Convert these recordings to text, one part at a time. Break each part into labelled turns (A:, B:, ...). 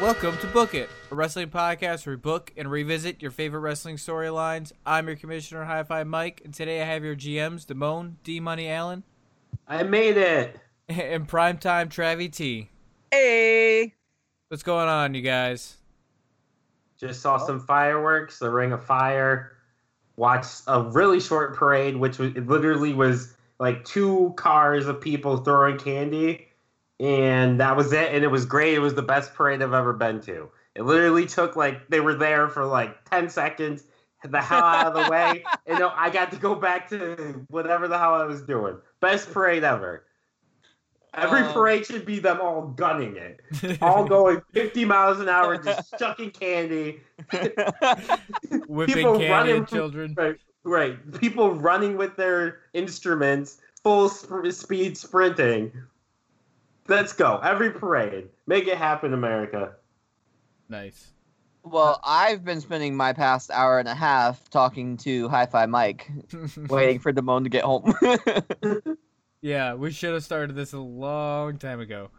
A: Welcome to Book It, a wrestling podcast where we book and revisit your favorite wrestling storylines. I'm your commissioner, Hi Fi Mike, and today I have your GMs, Damone, D Money Allen,
B: I made it.
A: and Primetime Travie T.
C: Hey.
A: What's going on, you guys?
B: Just saw some fireworks, the Ring of Fire. Watched a really short parade, which was, it literally was like two cars of people throwing candy, and that was it. And it was great. It was the best parade I've ever been to. It literally took like they were there for like ten seconds, the hell out of the way, and no, I got to go back to whatever the hell I was doing. Best parade ever. Every
C: Oh.
B: parade should be them all gunning it all going 50 miles an hour, just chucking candy.
A: Whipping
B: people
A: candy
B: running
A: at
B: from-
A: children.
B: Right, right. People running with their instruments, full sp- speed sprinting. Let's go. Every parade. Make it happen, America.
A: Nice.
C: Well, I've been spending my past hour and a half talking to Hi Fi Mike, waiting for Damone to get home.
A: Yeah, we should have started this a long time ago.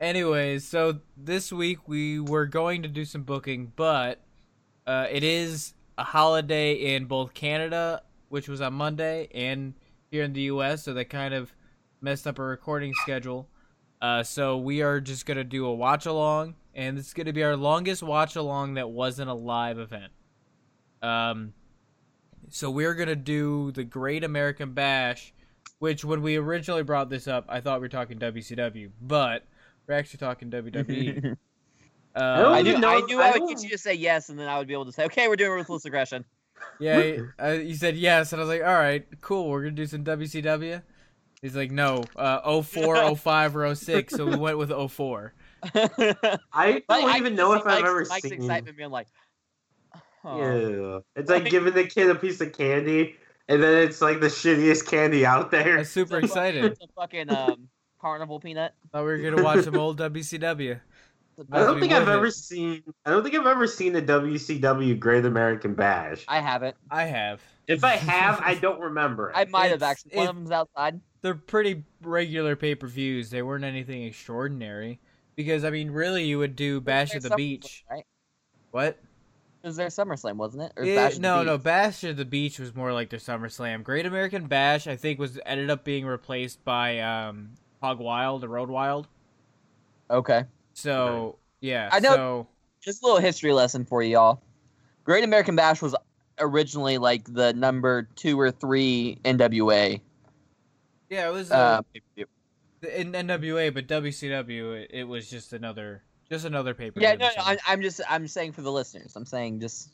A: Anyways, so this week we were going to do some booking, but uh, it is a holiday in both Canada, which was on Monday, and here in the U.S., so that kind of messed up our recording schedule. Uh, so we are just gonna do a watch along, and it's gonna be our longest watch along that wasn't a live event. Um, so we're gonna do the Great American Bash, which when we originally brought this up, I thought we were talking WCW, but we're actually talking WWE.
B: Oh,
C: I
A: Uh,
C: knew,
B: no,
C: I knew I would
B: I-
C: get you to say yes, and then I would be able to say, okay, we're doing ruthless aggression.
A: yeah, he, uh, he said yes, and I was like, all right, cool, we're gonna do some WCW. He's like, no, uh, 04, 05, or 06, so we went with 04.
C: I
B: I don't
C: I
B: even
C: can
B: know if
C: see
B: I've
C: Mike's-
B: ever
C: Mike's
B: seen.
C: excitement being like, oh.
B: Yeah. It's like giving the kid a piece of candy, and then it's like the shittiest candy out
A: I
B: there.
A: was super
C: It's a fucking-
A: excited.
C: It's a fucking um, carnival peanut.
A: Thought we were gonna watch some old WCW.
C: It's a
B: I
A: Must
B: don't
A: be
C: big-
B: think I've
A: worth it.
B: ever seen. I don't think I've ever seen a WCW Great American Bash.
C: I haven't.
A: I have.
B: If I have, I don't remember. it.
C: I might have
A: It's-
C: actually. One
A: it-
C: of them's outside.
A: They're pretty regular pay per views. They weren't anything extraordinary. Because I mean, really, you would do Bash at
C: There's
A: the
C: SummerSlam,
A: Beach.
C: Right?
A: What?
C: It was their SummerSlam, wasn't it? Or
A: Eh,
C: Bash at the
A: no, no,
C: Beach?
A: Bash at the Beach was more like their SummerSlam. Great American Bash, I think, was ended up being replaced by um, Hog Wild or Road Wild.
C: Okay.
A: So yeah,
C: I know-
A: So,
C: just a little history lesson for y'all. Great American Bash was originally like the number two or three NWA.
A: yeah, it was
C: Uh,
A: uh, in NWA, but WCW, it, it was just another, just another paper.
C: yeah, no, no I'm, I'm just I'm saying for the listeners. I'm saying just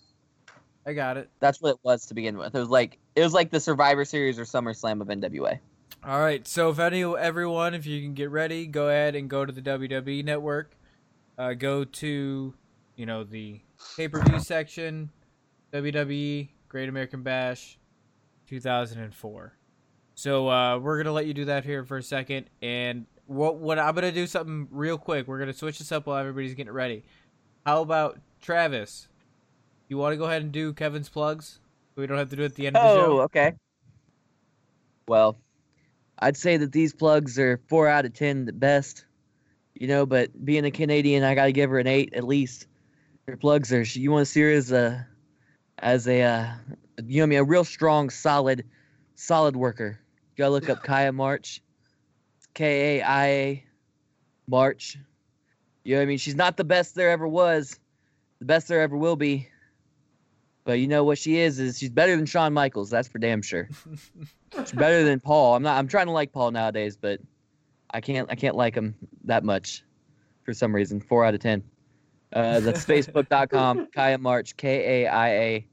A: I got it.
C: that's what it was to begin with. It was like it was like the Survivor Series or SummerSlam of NWA.
A: All right, so if any everyone, if you can get ready, go ahead and go to the WWE network. Uh, go to, you know, the pay per view section, WWE Great American Bash, 2004. So uh, we're gonna let you do that here for a second, and what what I'm gonna do something real quick. We're gonna switch this up while everybody's getting ready. How about Travis? You want to go ahead and do Kevin's plugs? So we don't have to do it at the end of the show.
C: Oh, okay. Well, I'd say that these plugs are four out of ten at best. You know, but being a Canadian, I gotta give her an eight at least. Her plugs are. You want to see her as a, as a, uh, you know, what I mean, a real strong, solid, solid worker. You gotta look up Kaya March, K A I A, March. You know what I mean? She's not the best there ever was, the best there ever will be. But you know what she is is she's better than Shawn Michaels. That's for damn sure. she's better than Paul. I'm not. I'm trying to like Paul nowadays, but I can't. I can't like him that much for some reason. Four out of ten. Uh, that's Facebook.com. Kaya March. K A I A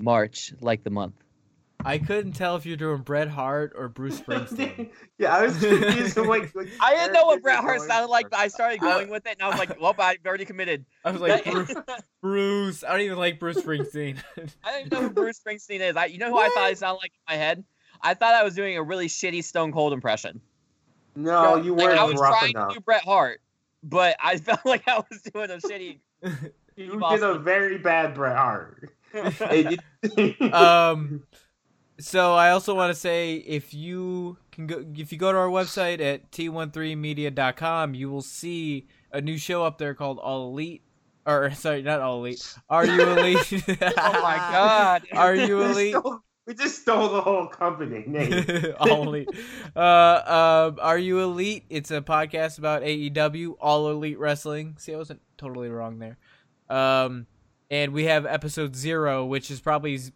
C: March. Like the month.
A: I couldn't tell if you're doing Bret Hart or Bruce Springsteen.
B: yeah, I was confused. I'm like, like,
C: I didn't know what Bret
B: characters
C: Hart
B: are
C: sounded like,
B: going
C: but I started going with it, and I was like, "Well, I've already committed."
A: I was like, Bruce, Bruce. I don't even like Bruce Springsteen.
C: I don't even know who Bruce Springsteen is. I, you know who I thought he sounded like in my head? I thought I was doing a really shitty Stone Cold impression.
B: for. No, you
C: Like
B: weren't
C: I was
B: rough
C: trying
B: enough.
C: to do Bret Hart, but I felt like I was doing a shitty.
B: You
C: Boston.
B: did a very bad Bret Hart. It- it-
C: Uh,
A: um, so I also want to say if you can go, if you go to our website at t13media.com, you will see a new show up there called All Elite. Or sorry, not all elite. Are you elite?
B: Oh my God.
A: Are you
B: We
A: elite?
B: stole- we just stole the whole company name.
A: all elite. Uh, um, are you elite? It's a podcast about AEW, all elite wrestling. See, I wasn't totally wrong there. Um, and we have episode zero, which is probably z-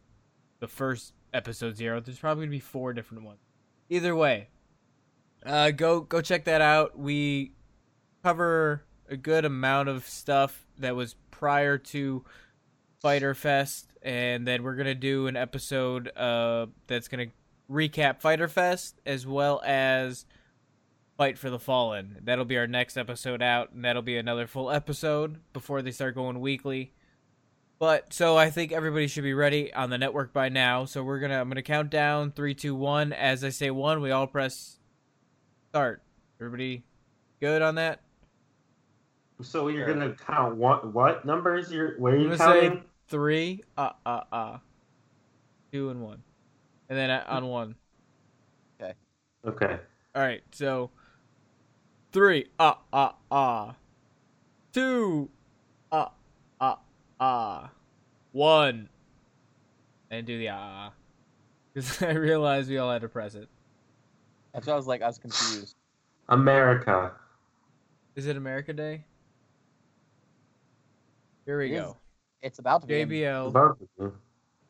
A: the first episode zero. There's probably gonna be four different ones. Either way, uh, go go check that out. We cover a good amount of stuff that was prior to Fighter Fest, and then we're gonna do an episode uh that's gonna recap Fighter Fest as well as Fight for the Fallen. That'll be our next episode out, and that'll be another full episode before they start going weekly. But so I think everybody should be ready on the network by now. So we're gonna I'm gonna count down three, two, one. As I say one, we all press start. Everybody good on that?
B: So you're gonna count what what numbers? You're where are you
A: I'm gonna say-
B: counting?
A: Three, uh, uh, uh, two and one, and then uh, on one.
B: Okay.
A: All right, so three, ah, uh, ah, uh, ah, two, ah, uh, ah, uh, ah, one, and do the ah, uh, because I realized we all had to press it.
C: That's why I was like, I was confused.
B: America.
A: Is it America Day? Here we
C: It is
A: go.
C: It's about to be in
A: JBL.
B: Both of you.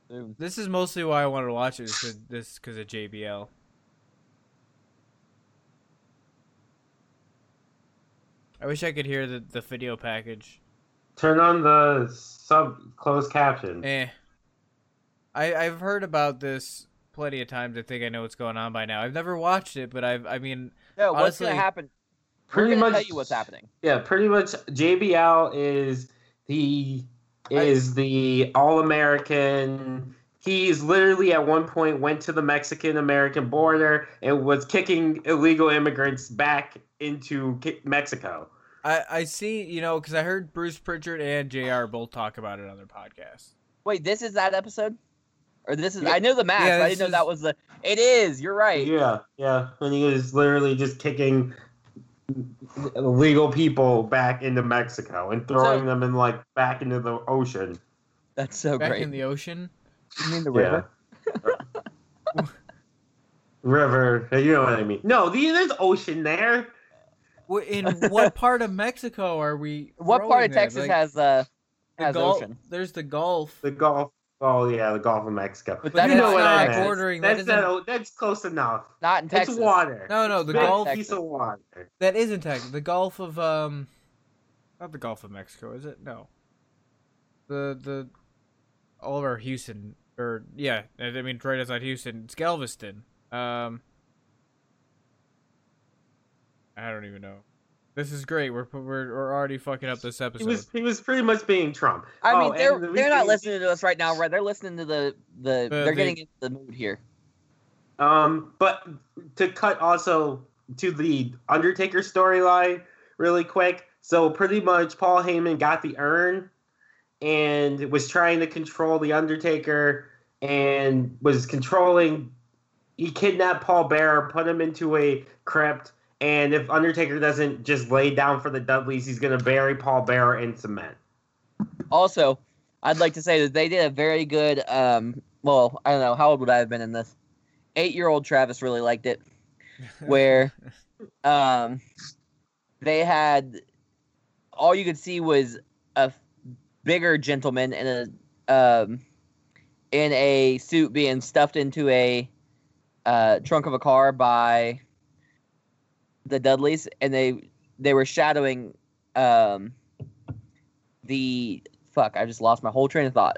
C: soon.
A: This is mostly why I wanted to watch it. Is 'cause- this because of JBL? I wish I could hear the, the video package.
B: Turn on the sub closed caption.
A: Eh. I I've heard about this plenty of times. I think I know what's going on by now. I've never watched it, but I've I mean
C: No, what's gonna
A: Honestly,
C: happen?
B: pretty
C: we're gonna
B: much
C: tell you what's happening.
B: Yeah, pretty much JBL is the is the all American. He's literally at one point went to the Mexican American border and was kicking illegal immigrants back into Ki- Mexico.
A: I I see you know because I heard Bruce Pritchard and Jr. both talk about it on their podcast.
C: Wait, this is that episode, or this is?
B: Yeah.
C: I know the mask.
A: Yeah,
C: but I
A: this
C: didn't know
A: is-
C: that was the. It is. You're right.
B: Yeah, yeah. And he was literally just kicking illegal people back into Mexico and throwing them in like back into the ocean.
C: That's so
A: Back
C: great.
A: in the ocean.
C: you mean the
B: Yeah.
C: river?
B: River, you know what I mean? No, the, there's ocean there.
A: Wh- In what part of Mexico are we?
C: What part
A: throwing
C: of
A: that?
C: Texas
A: Like,
C: has uh
A: the
C: has
A: Gulf-
C: ocean?
A: There's the Gulf.
B: The Gulf. Oh yeah, the Gulf of Mexico.
A: But
C: But that
B: you
A: that's
B: know what I
A: not
B: meant.
A: bordering.
B: That's
A: that isn't.
B: not, that's close enough.
C: Not in Texas.
B: It's water.
A: no, no, the
B: Big
A: Gulf.
B: piece of water.
A: That isn't Texas. The Gulf of um, not the Gulf of Mexico, is it? No. The the, all of our Houston or yeah, I I mean right outside Houston, it's Galveston. Um, I don't even know. This is great. We're we're, we're already fucking up this
B: He
A: episode.
B: was he was pretty much being Trump.
C: I
B: Oh,
C: mean, they're
B: and the
C: they're not
B: reason-
C: listening to us right now, right? They're listening to the the. they're
A: the-
C: getting into the mood here.
B: Um, but to cut also to the Undertaker storyline really quick. So pretty much Paul Heyman got the urn and was trying to control the Undertaker and was controlling he kidnapped Paul Bearer, put him into a crypt, and if Undertaker doesn't just lay down for the Dudleys, he's gonna bury Paul Bearer in cement.
C: Also, I'd like to say that they did a very good. Um, well, I don't know how old would I have been in this. Eight-year-old Travis really liked it, where um, they had all you could see was a bigger gentleman in a um, in a suit being stuffed into a uh, trunk of a car by the Dudleys, and they they were shadowing um, the fuck. I just lost my whole train of thought.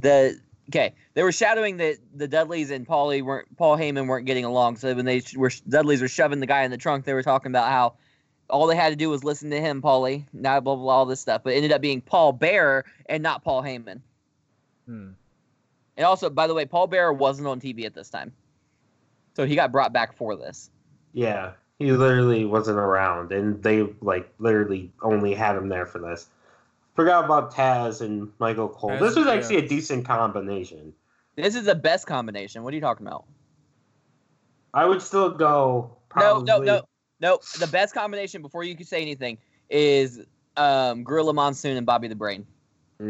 C: The okay, they were shadowing that the Dudleys and Paulie weren't Paul Heyman weren't getting along. So when they sh- were Dudleys were shoving the guy in the trunk, they were talking about how all they had to do was listen to him, Paulie. Now blah blah, blah all this stuff, but it ended up being Paul Bearer and not Paul Heyman.
A: Hmm.
C: And also, by the way, Paul Bearer wasn't on TV at this time, so he got brought back for this.
B: Yeah. He literally wasn't around and they like literally only had him there for this. Forgot about Taz and Michael Cole.
A: Taz,
B: this was
A: yeah.
B: actually a decent combination.
C: This is the best combination. What are you talking about?
B: I would still go probably
C: No, no, no, no. The best combination before you can say anything is um, Gorilla Monsoon and Bobby the Brain.
B: Mm,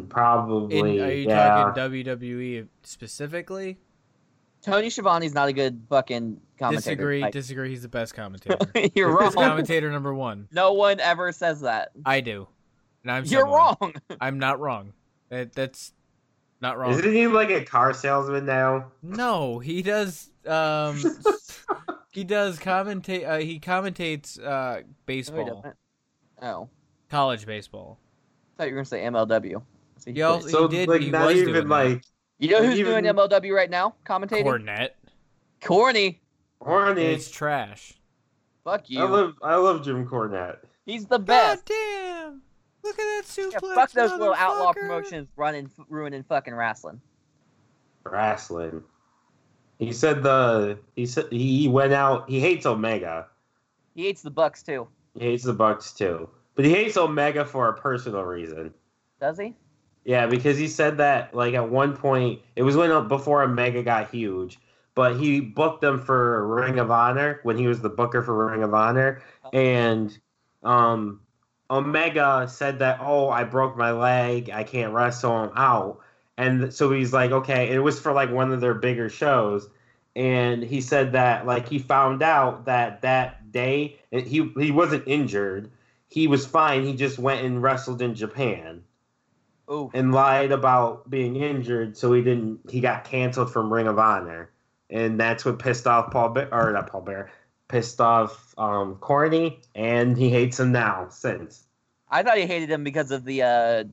A: In,
B: probably.
A: are you
B: yeah.
A: talking WWE specifically?
C: Tony Schiavone's not a good fucking commentator.
A: Disagree.
C: Like,
A: disagree. He's the best commentator.
C: you're
A: He's
C: wrong.
A: commentator number one.
C: No one ever says that.
A: I do, and I'm.
C: You're
A: someone.
C: wrong.
A: I'm not wrong. That, that's not wrong.
B: Isn't he like a car salesman now?
A: No, he does. Um, s- he does commentate. Uh, he commentates uh,
C: No, he
A: baseball,
C: doesn't. Oh,
A: college baseball.
C: I thought you were gonna say MLW. So he
A: He also-
C: quit.
B: So
A: did-
B: like
A: he
B: not
A: was
B: even
A: doing that.
B: like
C: you know
B: like,
C: who's
B: even-
C: doing MLW right now? Commentating.
A: Cornet.
C: Corny.
B: horny.
A: It's trash.
C: Fuck
B: I
C: you.
B: love I love Jim Cornette.
C: He's the best.
A: damn! Look at that suplex.
C: Yeah, fuck those little outlaw promotions running, ruining fucking wrestling.
B: Wrestling. He said the he said he went out. He hates Omega.
C: He hates the Bucks too,
B: He hates the Bucks too, but he hates Omega for a personal reason.
C: does he?
B: Yeah, because he said that like at one point it was when uh, before Omega got huge, but he booked them for Ring of Honor when he was the booker for Ring of Honor, and um, Omega said that oh I broke my leg I can't wrestle I'm out, and so he's like okay it was for like one of their bigger shows, and he said that like he found out that that day he he wasn't injured he was fine he just went and wrestled in Japan
C: Oh,
B: and lied about being injured, so he didn't. He got canceled from Ring of Honor, and that's what pissed off Paul Bear, or not Paul Bear, pissed off um, Corny, and he hates him now since.
C: I thought he hated him because of the uh,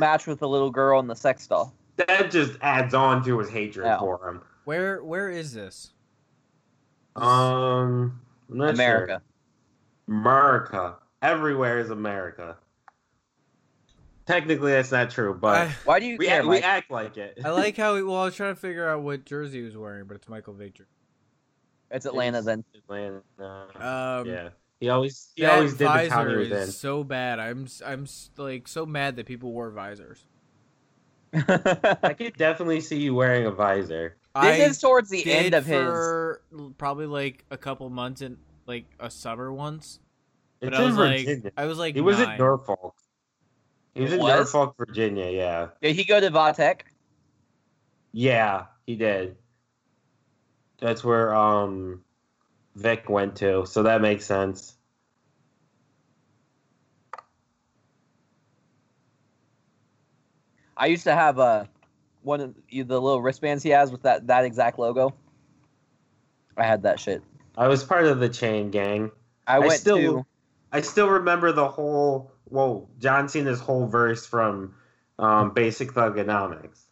C: match with the little girl and the sex doll.
B: That just adds on to his hatred
C: Yeah.
B: for him.
A: Where where is this?
B: Um, I'm not sure.
C: America.
B: America, everywhere is America. Technically, that's not true, but
A: I,
C: Why do you
B: we
C: care,
B: act, we
C: Mike?
B: act like it.
A: I like how he, well I was trying to figure out what jersey he was wearing, but it's Michael Vick. jersey.
C: it's Atlanta then.
B: Atlanta.
A: Um,
B: yeah, he always he
A: that
B: always did the
A: visor
B: town he was
A: is
B: in.
A: so bad. I'm s- I'm s- like so mad that people wore visors.
B: I could definitely see you wearing a visor.
A: I
C: this is towards the
A: did
C: end of his.
A: for probably like a couple months in like a summer once. But
B: It's
A: I
B: in
A: was
B: Virginia.
A: like I was like
B: he was
A: nine.
B: in Norfolk. He was in
C: Was?
B: Norfolk, Virginia. Yeah,
C: Did he go to Vatech?
B: yeah, he did. That's where um, Vic went to, so that makes sense.
C: I used to have uh, one of the the little wristbands he has with that, that exact logo. I had that shit.
B: I was part of the chain gang.
C: I went
B: still-
C: to.
B: I still remember the whole. Well, John Cena's whole verse from um, Basic Thugonomics.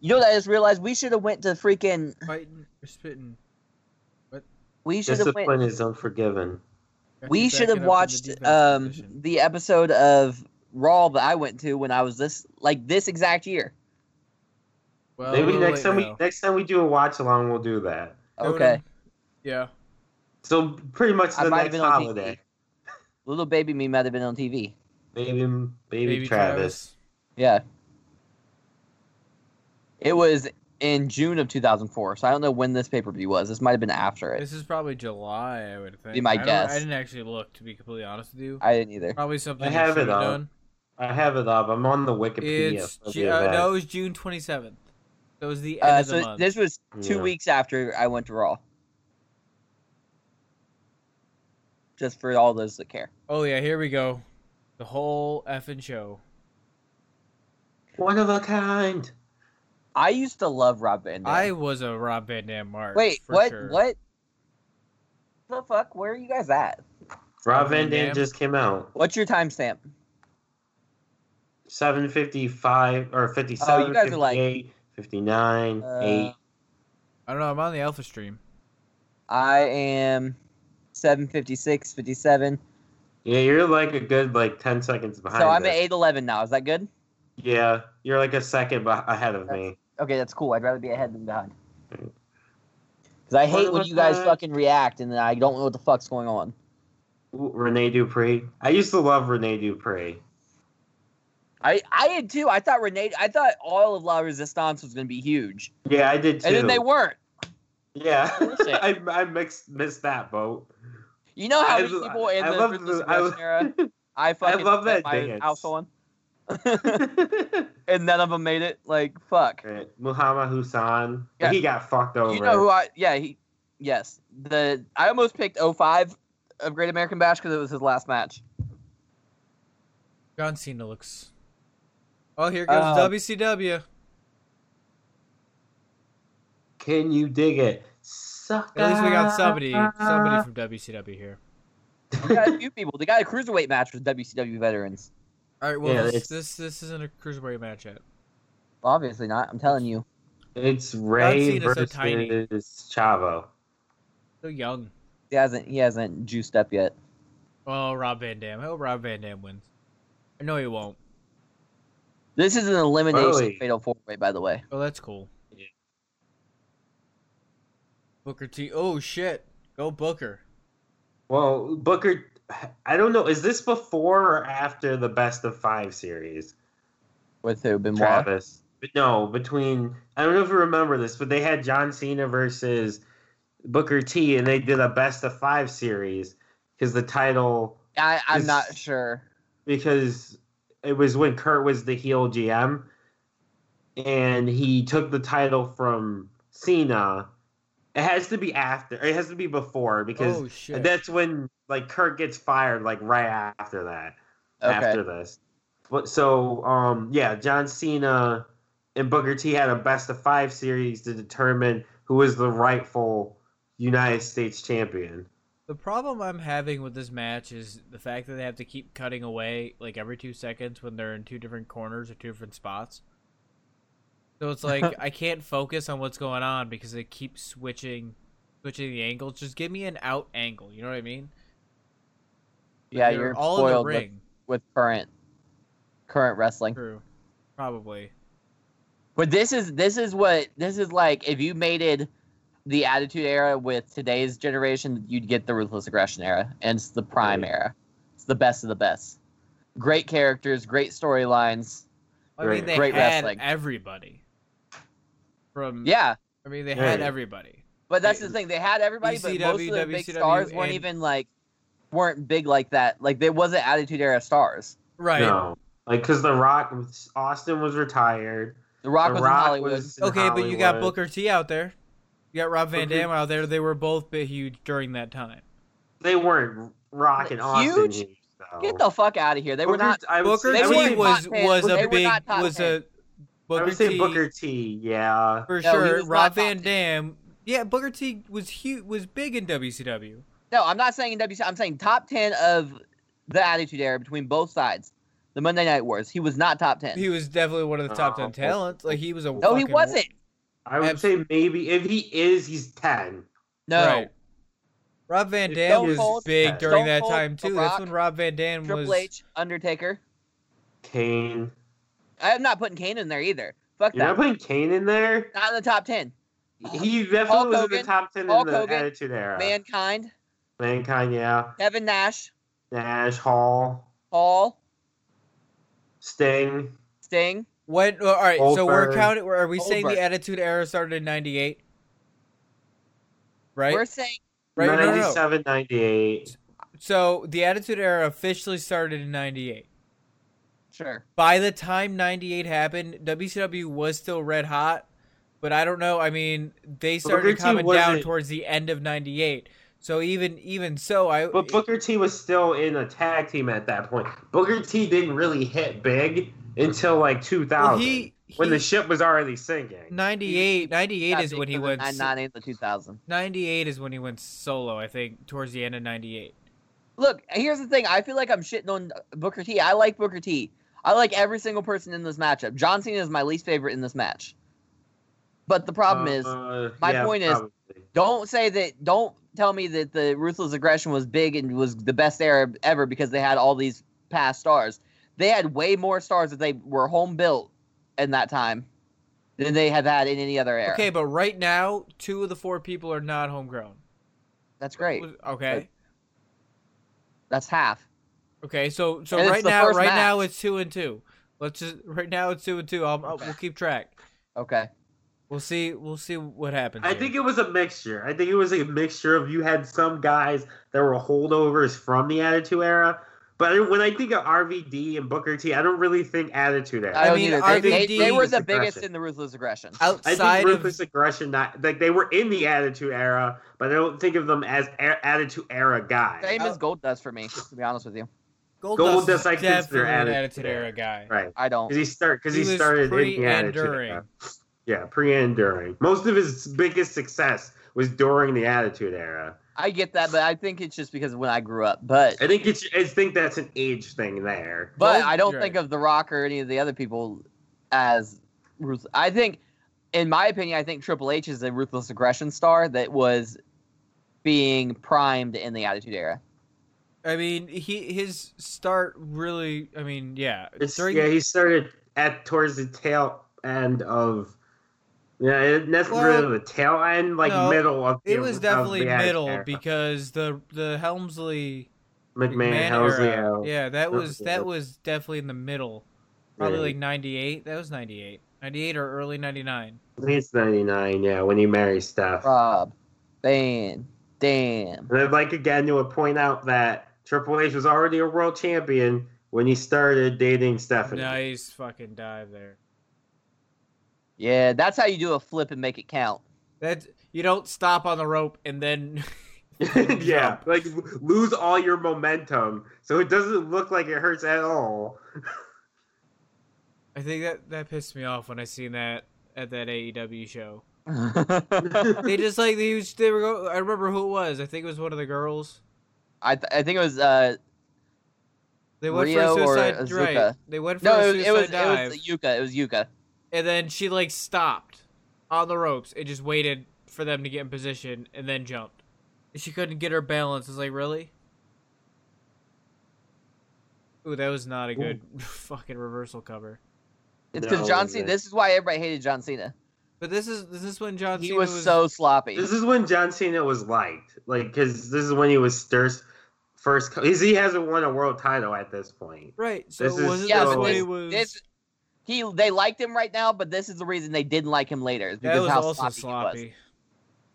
C: You know what I just realized? We should have went to freaking.
A: fighting or spitting.
C: We should have went.
B: Discipline is unforgiven.
C: We
A: Back it
C: should
A: up in
C: have
A: the
C: watched
A: defense
C: um,
A: position.
C: the episode of Raw that I went to when I was this like this exact year.
A: Well,
B: Maybe
A: we'll
B: next
A: let
B: time we
A: you know.
B: next time we do a watch along, we'll do that.
C: Okay,
A: Yeah.
B: So pretty much
C: I
B: the
C: might have
B: next
C: been on
B: holiday.
C: TV. Little baby me might have been on TV.
B: Baby, baby, Travis.
C: Yeah, it was in June of 2004, so I don't know when this pay per view was. This might have been after it.
A: This is probably July, I would think.
C: Be my
A: I don't-
C: guess.
A: I didn't actually look, to be completely honest with you.
C: I didn't either.
A: Probably something
B: I have
A: should
B: it up.
A: done.
B: I have it up. I'm on the Wikipedia.
A: It's
B: for the
A: Ju- uh,
B: event.
A: no, it was June twenty seventh. That was the end
C: Uh,
A: of the
C: so
A: month.
C: this was two
B: Yeah.
C: weeks after I went to Raw. Just for all those that care.
A: oh yeah, here we go. The whole effing show.
B: One of a kind.
C: I used to love Rob Van Dam.
A: I was a Rob Van Dam mark.
C: Wait,
A: for
C: what?
A: sure.
C: What? The fuck? Where are you guys at?
B: Rob Van
A: Van Dam.
B: Dam just came out.
C: What's your timestamp?
B: 755 or 57,
C: Oh, you guys are like-
B: 58, 59,
C: Uh,
B: 8.
A: I don't know. I'm on the Alpha stream.
C: I am 756, 57.
B: Yeah, you're like a good like 10 seconds behind.
C: so I'm
B: us.
C: at 811 now. Is that good?
B: Yeah, you're like a second beh ahead of me.
C: Okay, that's cool. I'd rather be ahead than behind.
B: Mm.
C: Because I hate when
B: about
C: you guys
B: that?
C: fucking react and then I don't know what the fuck's going on.
B: Ooh, Rene Dupree. I used to love Rene Dupree.
C: I, I did too. I thought Renee, I thought all of La Resistance was going to be huge.
B: Yeah, I did too.
C: And then they weren't.
B: yeah,
C: Listen.
B: I, I mixed, missed that boat.
C: You know how
B: I
C: many
B: lo-
C: people in
B: I
C: the
B: love
C: Ruthless
B: the- I lo-
C: Aggression era I fucking
B: love that
C: set my
B: dance.
C: house on, and none of them made it. Like fuck.
B: Right. Muhammad Hussein.
C: Yeah.
B: He got fucked over.
C: You know who I? Yeah, he. Yes, the I almost picked 05 of Great American Bash because it was his last match.
A: John Cena looks. Oh, here goes
C: Uh,
A: WCW.
B: Can you dig it? Suck
A: At least we got somebody, somebody from WCW here.
C: We got a few people. They got a cruiserweight match with WCW veterans.
A: All right, well,
B: Yeah,
A: this,
B: it's-
A: this this isn't a cruiserweight match yet.
C: Obviously not. I'm telling you.
B: It's Ray
A: John Cena's so
B: versus
A: tiny.
B: Chavo.
A: So young.
C: He hasn't. He hasn't juiced up yet.
A: Oh, Rob Van Dam. I hope Rob Van Dam wins. I know he won't.
C: This is an elimination
B: Early.
C: fatal four way, by the way.
A: Oh, that's cool.
B: Yeah.
A: Booker T. Oh shit. Go Booker.
B: Well, Booker, I don't know. Is this before or after the best of five series?
C: With who? Benoit.
B: Travis. But no, between I don't know if you remember this, but they had John Cena versus Booker T, and they did a best of five series because the title
C: I, I'm
B: Is-
C: not sure.
B: because it was when Kurt was the heel GM, and he took the title from Cena. It has to be after. It has to be before because
A: Oh shit.
B: that's when like Kurt gets fired like right after that
C: Okay.
B: after this. But so um yeah, John Cena and Booker T had a best of five series to determine who is the rightful United States champion.
A: The problem I'm having with this match is the fact that they have to keep cutting away like every two seconds when they're in two different corners or two different spots. So it's like I can't focus on what's going on because they keep switching switching the angles. Just give me an out angle, you know what I mean? Like,
C: yeah,
A: they're
C: you're
A: all in the
C: spoiled with,
A: ring.
C: with current current wrestling.
A: True. Probably.
C: But this is this is what this is like. If you mated the Attitude Era with today's generation, you'd get the Ruthless Aggression Era, and it's the prime
B: Right.
C: era. It's the best of the best. Great characters, great storylines.
A: I mean
B: Great-
A: they
C: great
A: had
C: wrestling.
A: everybody. From
C: Yeah,
A: I mean they had
B: Yeah.
A: everybody.
C: but that's the thing. They had everybody, but most of
A: ECW,
C: the big
A: WCW,
C: stars weren't
A: E and-
C: even like weren't big like that. Like they wasn't Attitude Era stars.
A: Right.
B: No. Like cuz The Rock Austin was retired.
C: The Rock
B: The
C: was
B: Rock
C: in Hollywood.
B: was- in
A: Okay, but you got
B: Hollywood.
A: Booker T out there. You got Rob Van
B: Booker-
A: Dam out there. They were both bit huge during that time.
B: They weren't Rock and Austin.
C: Huge?
B: huge, though.
C: Get the fuck out of here. They were
B: Booker-
C: not.
B: I would
A: Booker
B: say-
C: They were
A: T
C: not
A: was
C: top ten.
A: was
C: They
A: a
C: were
A: big
C: not top
A: was a
B: I
A: Booker
B: would say
A: T
B: Booker T, yeah.
A: for
C: No, he
A: sure.
C: was not
A: Rob
C: top
A: Van
C: ten.
A: Dam. Yeah, Booker T was huge was big in WCW.
C: No, I'm not saying in WC. I'm saying top ten of the Attitude Era between both sides. The Monday Night Wars. He was not top ten.
A: He was definitely one of the top ten
B: Oh.
A: talents. Like he was a
C: no, he
A: fucking-
C: wasn't.
B: I would say maybe if he is, he's 10.
C: No.
A: Right. Rob Van
B: Stone
A: Dam was
C: Cold-
A: big
B: Stone
A: during that
C: Cold,
A: time
C: The
A: too. That's
C: Rock,
A: when Rob Van Dam was
C: Triple H, Undertaker.
B: Kane.
C: I'm not putting Kane in there either. Fuck
B: You're not
C: that.
B: putting Kane in there?
C: Not in the top ten.
B: He definitely
C: Hulk
B: was in
C: Hogan,
B: the top 10
C: Hulk
B: in the
C: Hogan,
B: Attitude Era.
C: Mankind,
B: Mankind, yeah.
C: Kevin Nash,
B: Nash, Hall,
C: Hall,
B: Sting.
C: Sting.
A: When well, all right, so we're
B: Goldberg.
A: counting. Are we saying the
C: Goldberg.
A: Attitude Era started in '98? Right,
C: We're saying
A: right. No, no, no.
B: 97, 98.
A: So the Attitude Era officially started in '98.
C: sure.
A: By the time '98 happened, WCW was still red hot, but I don't know. I mean, they
B: Booker
A: started
B: T
A: coming down
B: wasn't-
A: towards the end of '98. So even even so, I
B: But Booker T was still in a tag team at that point. Booker T didn't really hit big until like 2000
A: well, he,
B: when the
A: he-
B: ship was already sinking.
A: 98 98
C: Not
A: is
C: big
A: when he
C: for the
A: went
C: nine-
A: s-
C: not in the two thousand.
A: 98 is when he went solo. I think towards the end of '98.
C: Look, here's the thing. I feel like I'm shitting on Booker T. I like Booker T. I like every single person in this matchup. John Cena is my least favorite in this match. But the problem is,
B: Uh,
C: my
B: yeah,
C: point is-
B: probably.
C: don't say that. Don't tell me that the ruthless aggression was big and was the best era ever because they had all these past stars. They had way more stars that they were home built in that time than they have had in any other era.
A: Okay, but right now, two of the four people are not homegrown.
C: that's great.
A: Okay.
C: That's half.
A: Okay. So so
C: And it's
A: right
C: the
A: now,
C: first
A: right
C: match.
A: now it's two and two. Let's just right now it's two and two. I'll, I'll- we'll keep track.
C: Okay.
A: We'll see. We'll see what happens.
B: I
A: here.
B: think it was a mixture. I think it was a mixture of you had some guys that were holdovers from the Attitude Era, But I- when I think of RVD and Booker T, I don't really think attitude. Era.
C: I,
A: I
C: don't
A: mean,
C: either. They- they,
A: RVD
C: they were the
B: aggression.
C: biggest in the ruthless aggression.
B: I
A: Outside
B: think
A: of
B: ruthless aggression, not like they were in the attitude era, but I don't think of them as a- attitude era guys.
C: Same as Gold does for me, to be honest with you.
B: Goldust
A: is
B: I consider
A: definitely an
B: Attitude
A: attitude era
B: Era.
A: guy.
B: right?
C: I don't.
B: Because he start because
A: He
B: he,
A: was
B: started in the
A: pre-and
B: attitude era.
A: during.
B: Yeah, pre and during. Most of his biggest success was during the attitude era.
C: I get that, but I think it's just because of when I grew up. But
B: I think it's I think that's an age thing there.
C: but
A: Gold-
C: I don't
A: you're
C: think
A: right.
C: of The Rock or any of the other people as ruthless. I think, in my opinion, I think Triple H is a ruthless aggression star that was being primed in the Attitude Era.
A: I mean, he his start really. I mean, yeah.
B: It's,
A: during-
B: yeah, he started at towards the tail end of. Yeah, it, that's
A: Well,
B: really the tail end, like
A: no,
B: middle of. the-
A: it was
B: of
A: definitely
B: the Attitude
A: middle
B: Era.
A: because the the Helmsley
B: McMahon,
A: McMahon
B: Helmsley,
A: era.
B: Al-
A: Yeah, that was
B: Yeah.
A: that was definitely in the middle. Probably
B: Yeah.
A: like 98. That was 98. 98 or early 99.
B: I think it's 99, yeah, when he marries Steph.
C: Rob, Dan, damn.
B: And I'd like again to point out that Triple H was already a world champion when he started dating Stephanie.
A: Nice fucking dive there.
C: Yeah, that's how you do a flip and make it count.
A: That you don't stop on the rope and then
B: yeah, like lose all your momentum, so it doesn't look like it hurts at all.
A: I think that that pissed me off when I seen that at that AEW show.
C: I,
A: They just like they was, they were go- I remember who it was. I think it was one of the girls.
C: th- I think it was uh
A: They went
C: Rio
A: for a
C: or
A: suicide right.
C: Azuka?
A: They went for
C: no
A: a
C: it was
A: suicide
C: it was,
A: dive.
C: it was Yuka it was Yuka
A: and then she like stopped on the ropes and just waited for them to get in position and then jumped. And she couldn't get her balance. It's like really. Ooh, that was not a good fucking reversal cover.
C: it's because
B: No,
C: John
B: it
C: Cena
B: wasn't.
C: this is why everybody hated John Cena
A: But this is this is when John
C: he
A: Cena
C: was, so sloppy
B: This is when John Cena was liked, like because this is when he was first. First, co- 'cause he hasn't won a world title at this point.
A: right. So
B: this
A: was
B: is
A: it wasn't
C: yeah
A: this
C: but
B: so-
A: when
C: this,
A: he was
C: this he they liked him right now but this is the reason they didn't like him later is
A: that
C: because
A: was
C: how
A: also
C: sloppy,
A: sloppy.
C: he was he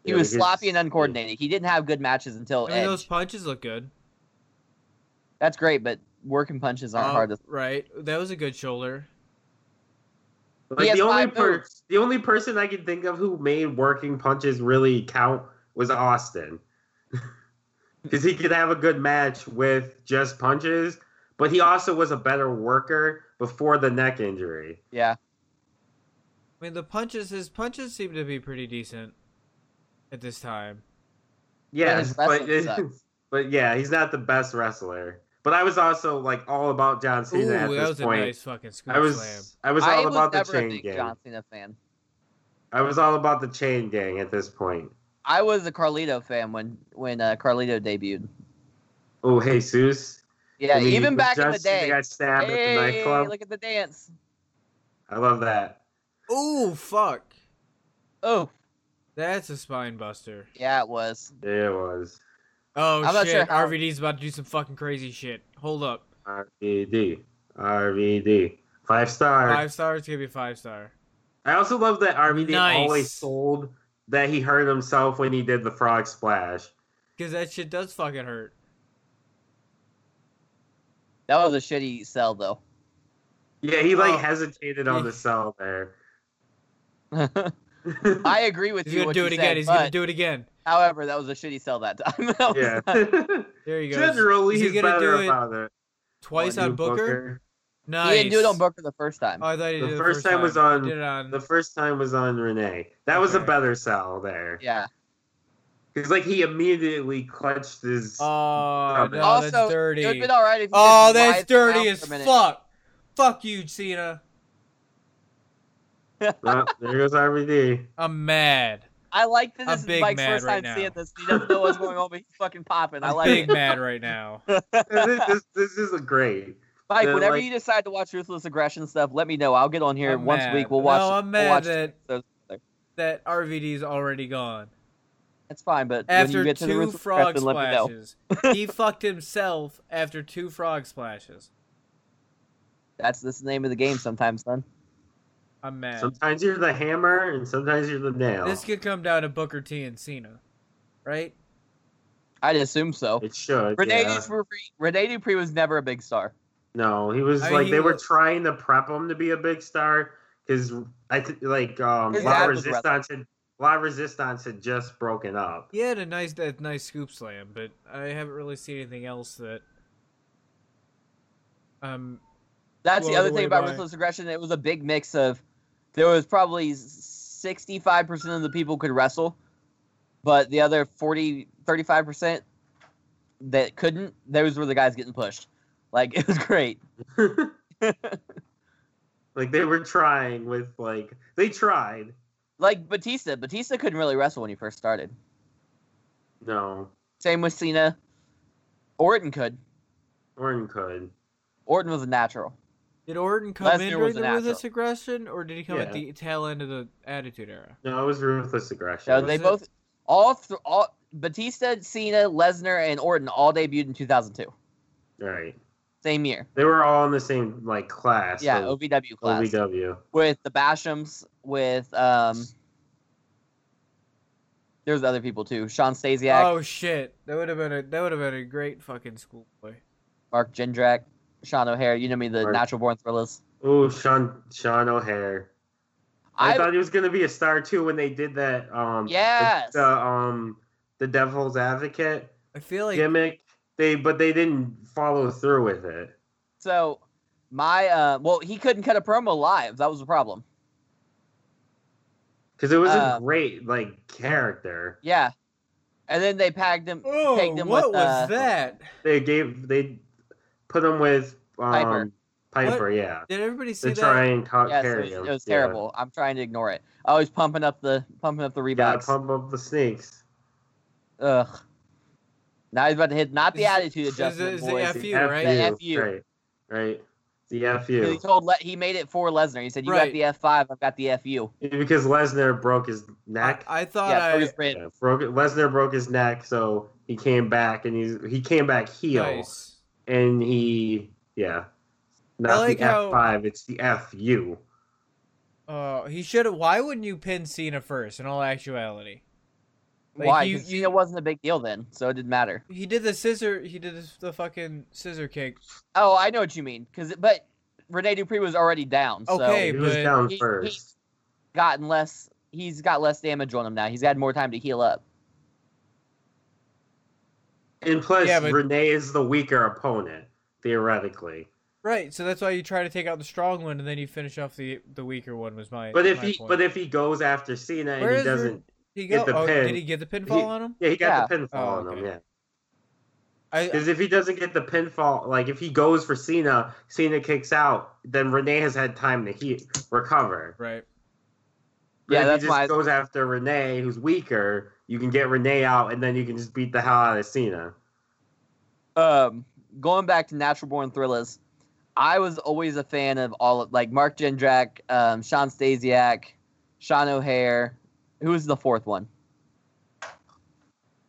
B: Yeah,
C: was
B: because-
C: sloppy and uncoordinated he didn't have good matches until
A: I mean, those
C: Edge
A: punches look good.
C: that's great but working punches aren't
A: Oh,
C: hard to
A: Right. That was a good shoulder.
C: He
B: Like
C: has
B: the only
C: five
B: per-
C: moves.
B: the only person I can think of who made working punches really count was Austin, because he could have a good match with just punches, but he also was a better worker before the neck injury.
C: yeah
A: I mean, the punches, his punches seem to be pretty decent at this time.
B: Yes,
C: his
B: but
C: wrestling sucks.
B: but yeah, he's not the best wrestler. But I was also like all about John
A: Ooh,
B: Cena
A: that
B: at this
A: was
B: point.
A: a nice fucking scoop
B: I was
A: slam.
B: I was
C: I
B: all
C: was
B: about the
C: never a
B: chain
C: big
B: gang.
C: John Cena fan
B: I was all about the chain gang at this point.
C: I was a Carlito fan when when uh, Carlito debuted
B: Oh, Jesus.
C: yeah
B: I mean,
C: even back in
B: John
C: the
B: Cena
C: day
B: got stabbed at
C: hey,
B: the nightclub.
C: look at the dance
B: I love that.
A: Ooh, fuck.
C: oh
A: That's a spine buster.
C: yeah it was
B: Yeah, it was.
A: Oh
C: I'm not
A: shit,
C: sure how-
A: RVD's about to do some fucking crazy shit. Hold up.
B: RVD. RVD. Five star.
A: Five stars gonna be five star.
B: I also love that RVD
A: Nice.
B: always sold that he hurt himself when he did the frog splash.
A: Cause that shit does fucking hurt.
C: That was a shitty sell, though.
B: Yeah, he like
A: Oh.
B: hesitated on the cell there.
C: I agree with
A: He's
C: you.
A: gonna
C: what
A: do
C: you
A: it
C: said,
A: again. He's
C: but,
A: gonna do it again.
C: However, that was a shitty sell that time. That was
B: yeah.
C: not-
A: There you go.
B: Generally,
A: Is he
B: he's
A: gonna
B: better
A: do it
B: about it.
A: twice
B: New
A: on Booker? Nice.
C: He didn't do it on Booker the first time.
A: Oh, I thought he
B: The
A: did it
B: first time was on
A: Did it on
B: The first time was on Renee. That was a
A: Okay.
B: better sell there.
C: yeah.
B: Because like he immediately clutched his.
A: Oh no,
C: also,
A: that's
C: it would have
A: dirty.
C: been all right if he
A: Oh,
C: just
A: that's
C: lied down
A: dirty
C: for
A: as
C: a minute.
A: fuck. Fuck you, Cena.
B: Oh, there goes RVD.
A: I'm mad.
C: I like that
A: I'm
C: this
A: big
C: is Mike's
A: mad
C: first
A: right
C: time seeing
A: now.
C: this. He doesn't know what's going on, but he's fucking popping. I
A: I'm
C: like
A: big
C: it.
A: mad right now.
B: this, this, this is great.
C: Mike,
B: Yeah,
C: whenever
B: like-
C: you decide to watch Ruthless Aggression stuff, let me know. I'll get on here
A: I'm
C: once
A: mad.
C: a week. We'll watch.
A: No, I'm
C: we'll watch
A: mad that
C: those.
A: That RVD's already gone.
C: That's fine, but
A: after
C: when you get to the
A: two
C: Ruthless
A: frog
C: Aggression, let me know.
A: splashes. he fucked himself after two frog splashes.
C: That's that's the name of the game sometimes, son.
A: I'm mad.
B: Sometimes you're the hammer and sometimes you're the nail.
A: This could come down to Booker T and Cena, right?
C: I'd assume so.
B: It should.
C: Rene
B: yeah.
C: Dupree, Rene Dupree was never a big star.
B: No, he was
A: I mean,
B: like
A: he
B: they were
A: was-
B: trying to prep him to be a big star because I th- like um,
C: His
B: La
C: dad was
B: Resistance had La Resistance had just broken up.
A: He had a nice that nice scoop slam, but I haven't really seen anything else that. Um.
C: That's
A: Blow
C: the other
A: the way
C: thing about
A: by.
C: ruthless aggression. It was a big mix of there was probably 65% of the people could wrestle, but the other 40, 35% that couldn't, those were the guys getting pushed. Like it was great.
B: Like they were trying with like they tried.
C: Like Batista, Batista couldn't really wrestle when he first started.
B: No,
C: Same with Cena. Orton could.
B: Orton could.
C: Orton was a natural.
A: Did Orton come
C: Lesnar
A: in during
C: was
A: the
C: an
A: ruthless
C: natural.
A: aggression, or did he come at
B: Yeah.
A: the tail end of the Attitude Era?
B: No, it was ruthless aggression.
C: So
A: Was
C: they
A: it-
C: both, all, th- all Batista, Cena, Lesnar, and Orton all debuted in 2002,
B: right.
C: same year.
B: They were all in the same like class.
C: Yeah,
B: of
C: OVW class.
B: OVW.
C: with the Bashams, with um, there's other people too. Sean Stasiak,
A: Oh shit! That would have been a that would have been a great fucking school play.
C: Mark Jindrak, Sean O'Hare. You know me, the
B: Mark.
C: natural born thrillers.
B: Oh, Sean Sean O'Hare. I,
C: I
B: thought he was gonna be a star too when they did that. Um, the-
C: Yes.
B: The, um, the Devil's Advocate
A: I feel like
B: gimmick. They but they didn't follow through with it.
C: so my uh, well, he couldn't cut a promo live. That was the problem.
B: Because it was
C: Uh,
B: a great like character.
C: Yeah, and then they packed him.
A: oh,
C: pegged him
A: what
C: with,
A: was
C: uh,
A: that?
B: They gave they put him with um,
C: Piper.
B: Piper. yeah.
A: Did everybody see
B: To
A: that?
B: try and co-
C: Yes, it
B: carry
C: was,
B: him.
C: it was
B: Yeah.
C: terrible. I'm trying to ignore it. I was pumping up the pumping up the
B: Gotta
C: rebounds.
B: pump up the snakes.
C: Ugh. Now he's about to hit not the
A: Is- is
C: attitude
A: it-
C: adjustment,
A: is it
C: boys.
A: F E you, right?
C: The F you.
B: Right. Right. The
C: He
B: FU.
C: told Le- he made it for Lesnar. He said, "You
A: Right.
C: got the F five. I've got the F U."
B: Because Lesnar broke his
A: I,
B: neck.
A: I thought
C: Yeah, for his
A: I
C: rib.
B: Yeah, broke Lesnar broke his neck, so he came back and he's he came back heel.
A: nice.
B: And he yeah. Not
A: like
B: the
A: how-
B: F five, it's the FU.
A: Oh, he should have. Why wouldn't you pin Cena first? In all actuality, Like,
C: Why?
A: you-
C: 'Cause
A: you-
C: Cena wasn't a big deal then, so it didn't matter.
A: he did the scissor. He did the- the fucking scissor kick.
C: Oh, I know what you mean. Cause but Rene Dupree was already down, so
A: Okay.
B: He was
A: but
B: down
C: he-
B: first.
C: gotten less. He's got less damage on him now. He's had more time to heal up.
B: And plus
A: Yeah, but-
B: Renee is the weaker opponent, theoretically.
A: Right, so that's why you try to take out the strong one, and then you finish off the the weaker one. Was my
B: But if
A: my
B: he
A: point.
B: but if he goes after Cena
A: Where
B: and
A: is
B: he doesn't
A: he
B: get
A: go?
B: the
A: oh,
B: pin,
A: did he get the pinfall
B: he-
A: on him?
B: Yeah, he got the pinfall
A: Oh,
B: on
A: okay.
B: him, yeah.
A: I
B: Because if he doesn't get the pinfall, like if he goes for Cena, Cena kicks out, then Renee has had time to heal recover.
A: right.
B: But
C: Yeah,
B: if
C: that's
B: he just
C: why-
B: goes after Renee, who's weaker. You can get Renee out, and then you can just beat the hell out of Cena.
C: Um, going back to natural born thrillers, I was always a fan of all of like Mark Jindrak, um, Sean Stasiak, Sean O'Hare. Who was the fourth one?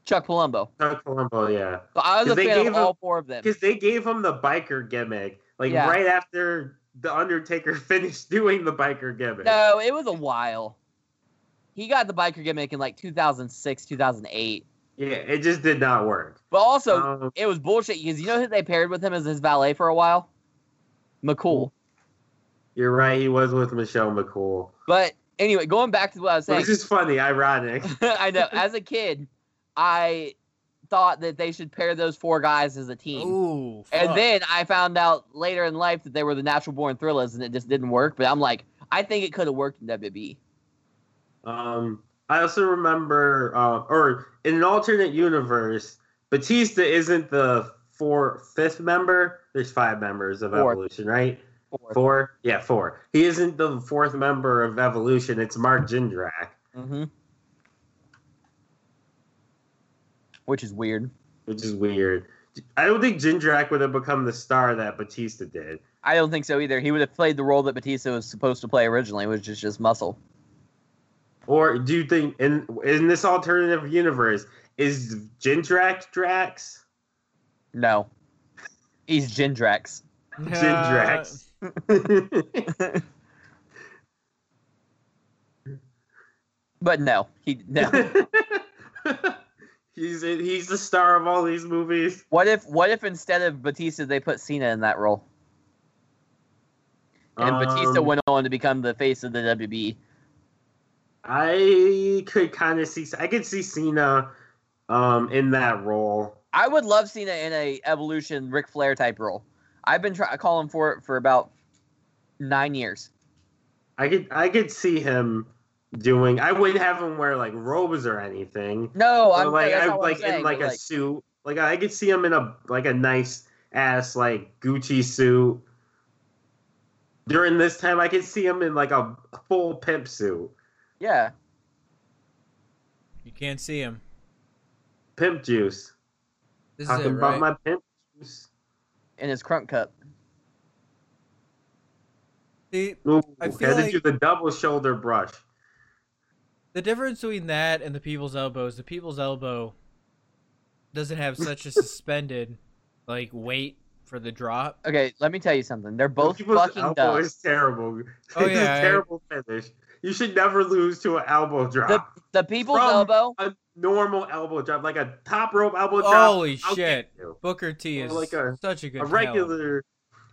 C: Chuck Palumbo.
B: Chuck Palumbo, yeah,
C: So I was
B: 'Cause
C: a
B: they
C: fan
B: gave
C: of
B: him-
C: all four of them.
B: because they gave him the biker gimmick, like
C: Yeah.
B: right after the Undertaker finished doing the biker gimmick.
C: No, it was a while. He got the biker gimmick in like 2006, 2008.
B: Yeah, it just did not work.
C: But also,
B: Um,
C: it was bullshit because you know who they paired with him as his valet for a while? McCool.
B: you're right; he was with Michelle McCool,
C: But anyway, going back to what I was saying,
B: which is funny, ironic.
C: I know as a kid, I thought that they should pair those four guys as a team.
A: Ooh.
C: And
A: fuck.
C: then I found out later in life that they were the natural born thrillers and it just didn't work. But I'm like, I think it could have worked in WB.
B: Um, I also remember, uh, or in an alternate universe, Batista isn't the four fifth member. There's five members of
C: Fourth.
B: Evolution, right? Four. yeah, four. He isn't the fourth member of Evolution. It's Mark Jindrak,
C: Mm-hmm. Which is weird.
B: which is weird. I don't think Jindrak would have become the star that Batista did.
C: I don't think so either. He would have played the role that Batista was supposed to play originally, which is just muscle.
B: Or do you think in in this alternative universe is Jindrak Drax?
C: No. He's Jindrax.
A: Uh,
B: Jindrax.
C: But no. He no.
B: He's he's the star of all these movies.
C: What if what if instead of Batista they put Cena in that role? And Batista
B: Um,
C: went on to become the face of the E. WB.
B: I could kind of see. I could see Cena, um, in that role.
C: I would love Cena in a evolution Ric Flair type role. I've been try- calling for it for about nine years.
B: I could I could see him doing. I wouldn't have him wear like robes or anything.
C: No,
B: Or,
C: I'm
B: like
C: that's
B: I
C: not what I'm
B: like in
C: saying,
B: like
C: but,
B: a suit. Like I could see him in a like a nice ass like Gucci suit. During this time, I could see him in like a full pimp suit,
C: yeah.
A: You can't see him.
B: pimp juice.
A: This is it,
B: Talking about
A: right?
B: my pimp juice.
C: in his crunk cup.
A: See,
B: Ooh,
A: I
B: I
A: feel
B: had to
A: like-
B: do the double shoulder brush.
A: the difference between that and the people's elbow is the people's elbow doesn't have such a suspended like weight for the drop.
C: Okay, let me tell you something. They're both
B: People's
C: fucking
B: elbow
C: dumb.
B: is terrible.
A: Oh,
B: it's
A: yeah, I-
B: a terrible finish. You should never lose to an elbow drop.
C: The, the people's
B: From-
C: elbow.
B: a normal elbow drop, like a top rope elbow drop.
A: Holy shit!
B: I'll get you.
A: Booker T
B: Or
A: is
B: like a-
A: such a good
B: A
A: talent.
B: regular,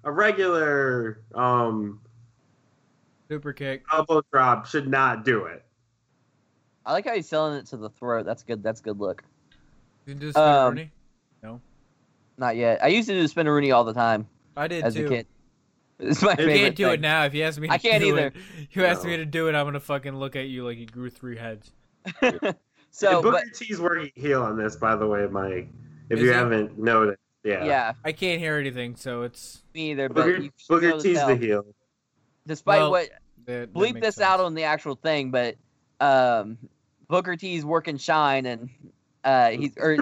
B: a regular um
A: super kick.
B: elbow drop should not do it.
C: I like how he's selling it to the throat. That's good. That's good look.
A: You can do
C: Um,
A: spinneroonie.
C: Not yet. I used to do spinner Rooney all the time
A: I did
C: as
A: too.
C: a kid. It's
B: You
C: my
A: You
C: favorite.
A: can't do
C: thing.
A: it now. If you ask me, to
C: I can't
A: do
C: either.
A: It, you ask
B: No.
A: me to do it, I'm gonna fucking look at you like you grew three heads.
C: So,
B: And Booker
C: but
B: T's working heel on this, by the way, Mike. If
A: Is
B: you
A: he?
B: haven't noticed, yeah,
C: yeah.
A: I can't hear anything, so it's
C: me either. But
B: Booker,
C: you should be
B: Booker
C: able to
B: T's
C: tell.
B: the heel.
C: Despite
A: Well,
C: what,
A: that, that
C: bleep
A: makes
C: this
A: sense.
C: out on the actual thing, but um, Booker T's working shine and uh, he's or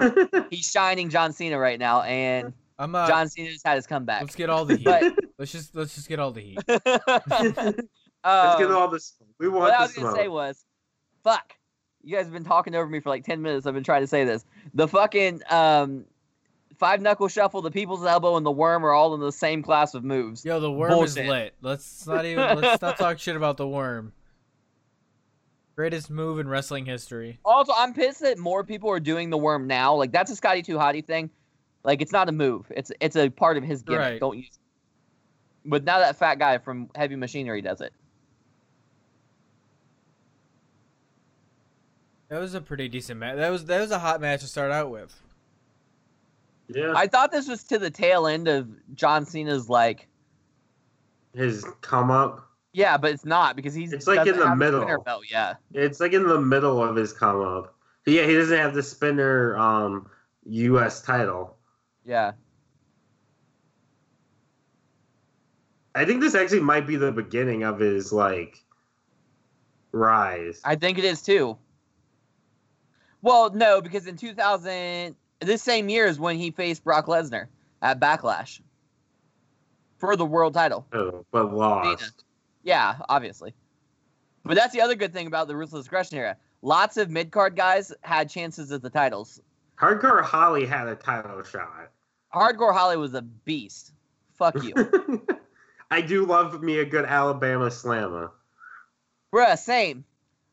C: he's shining John Cena right now, and
A: I'm uh,
C: John Cena just had his comeback.
A: Let's get all the heat.
C: But
A: let's just let's just get all the heat.
B: Let's
C: um,
B: get all this. We want
C: what I
B: the
C: was
B: smoke.
C: gonna say was, fuck. You guys have been talking over me for like ten minutes. I've been trying to say this. The fucking um, five knuckle shuffle, the people's elbow, and the worm are all in the same class of moves.
A: Yo, the worm
C: Bullshit.
A: is lit. Let's not even let's not talk shit about the worm. Greatest move in wrestling history.
C: Also, I'm pissed that more people are doing the worm now. Like that's a Scotty Too Hottie thing. Like it's not a move. It's it's a part of his gimmick.
A: Right.
C: Don't use. It. But now that fat guy from Heavy Machinery does it.
A: That was a pretty decent match. That was that was a hot match to start out with.
B: Yeah,
C: I thought this was to the tail end of John Cena's like.
B: his come up.
C: Yeah, but it's not because he's
B: It's like in
C: doesn't
B: the
C: have his
B: middle.
C: winner Belt. Yeah.
B: It's like in the middle of his come up. Yeah, he doesn't have the spinner um US title.
C: Yeah.
B: I think this actually might be the beginning of his like rise.
C: I think it is too. Well, no, because in 2000, this same year is when he faced Brock Lesnar at Backlash for the world title.
B: Oh, but lost.
C: Cena. Yeah, obviously. But that's the other good thing about the Ruthless Aggression era. Lots of mid card guys had chances at the titles.
B: Hardcore Holly had a title shot.
C: Hardcore Holly was a beast. Fuck you.
B: I do love me a good Alabama slammer.
C: Bruh, same.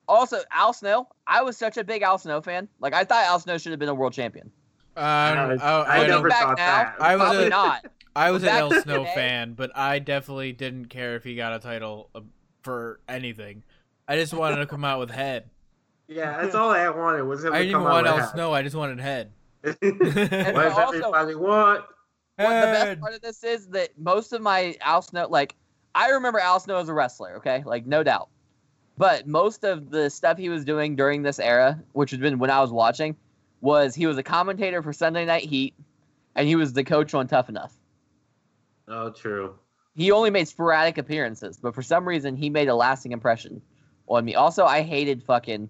C: Also, Al Snow, I was such a big Al Snow fan. Like, I thought Al Snow should have been a world champion.
A: Uh, I, don't- I, I,
B: I,
A: don't-
B: never
C: back
B: thought
C: now,
B: that.
A: I was
C: Probably
A: a-
C: not.
A: I was an
C: Back
A: El
C: in the
A: Snow
C: day-
A: fan, but I definitely didn't care if he got a title uh, for anything. I just wanted to come out with head.
B: yeah, that's all I wanted was him
A: I
B: to
A: didn't even
B: come
A: want
B: out
A: El
B: with
A: Snow. I just wanted head.
B: that.
C: And
B: What does
C: also-
B: everybody want?
C: What the best
A: Head.
C: part of this is that most of my Al Snow, like, I remember Al Snow as a wrestler, okay? Like, no doubt. But most of the stuff he was doing during this era, which had been when I was watching, was he was a commentator for Sunday Night Heat and he was the coach on Tough Enough.
B: Oh, true.
C: He only made sporadic appearances, but for some reason, he made a lasting impression on me. Also, I hated fucking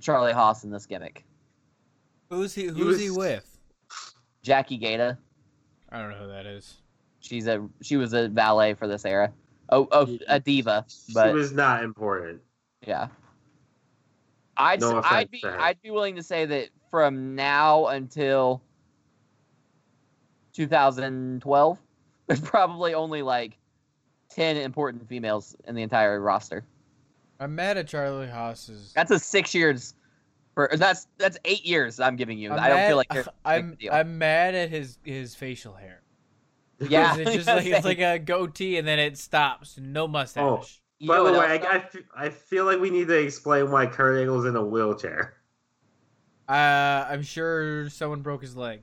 C: Charlie Haas in this gimmick.
A: Who's he? Who's he
B: was-
A: with?
C: Jackie Gata,
A: I don't know who that is.
C: she's a she was a valet for this era. Oh, oh, a diva. But
B: she was not important.
C: Yeah. I'd
B: No
C: s-
B: offense
C: I'd be
B: to her.
C: I'd be willing to say that from now until 2012, there's probably only like 10 important females in the entire roster.
A: I'm mad at Charlie Haas's.
C: That's a six years For that's that's eight years I'm giving you. I'm I do not feel like you're
A: I'm
C: deal.
A: I'm mad at his his facial hair.
C: Yeah.
A: It's just
C: Yeah,
A: like it's
C: same.
A: like a goatee and then it stops.
B: Oh.
A: No mustache.
C: You
B: By
C: know
B: the
C: what
B: way,
C: else,
B: I, I, fe- I feel like we need to explain why Kurt Angle's in a wheelchair.
A: Uh, I'm sure someone broke his leg.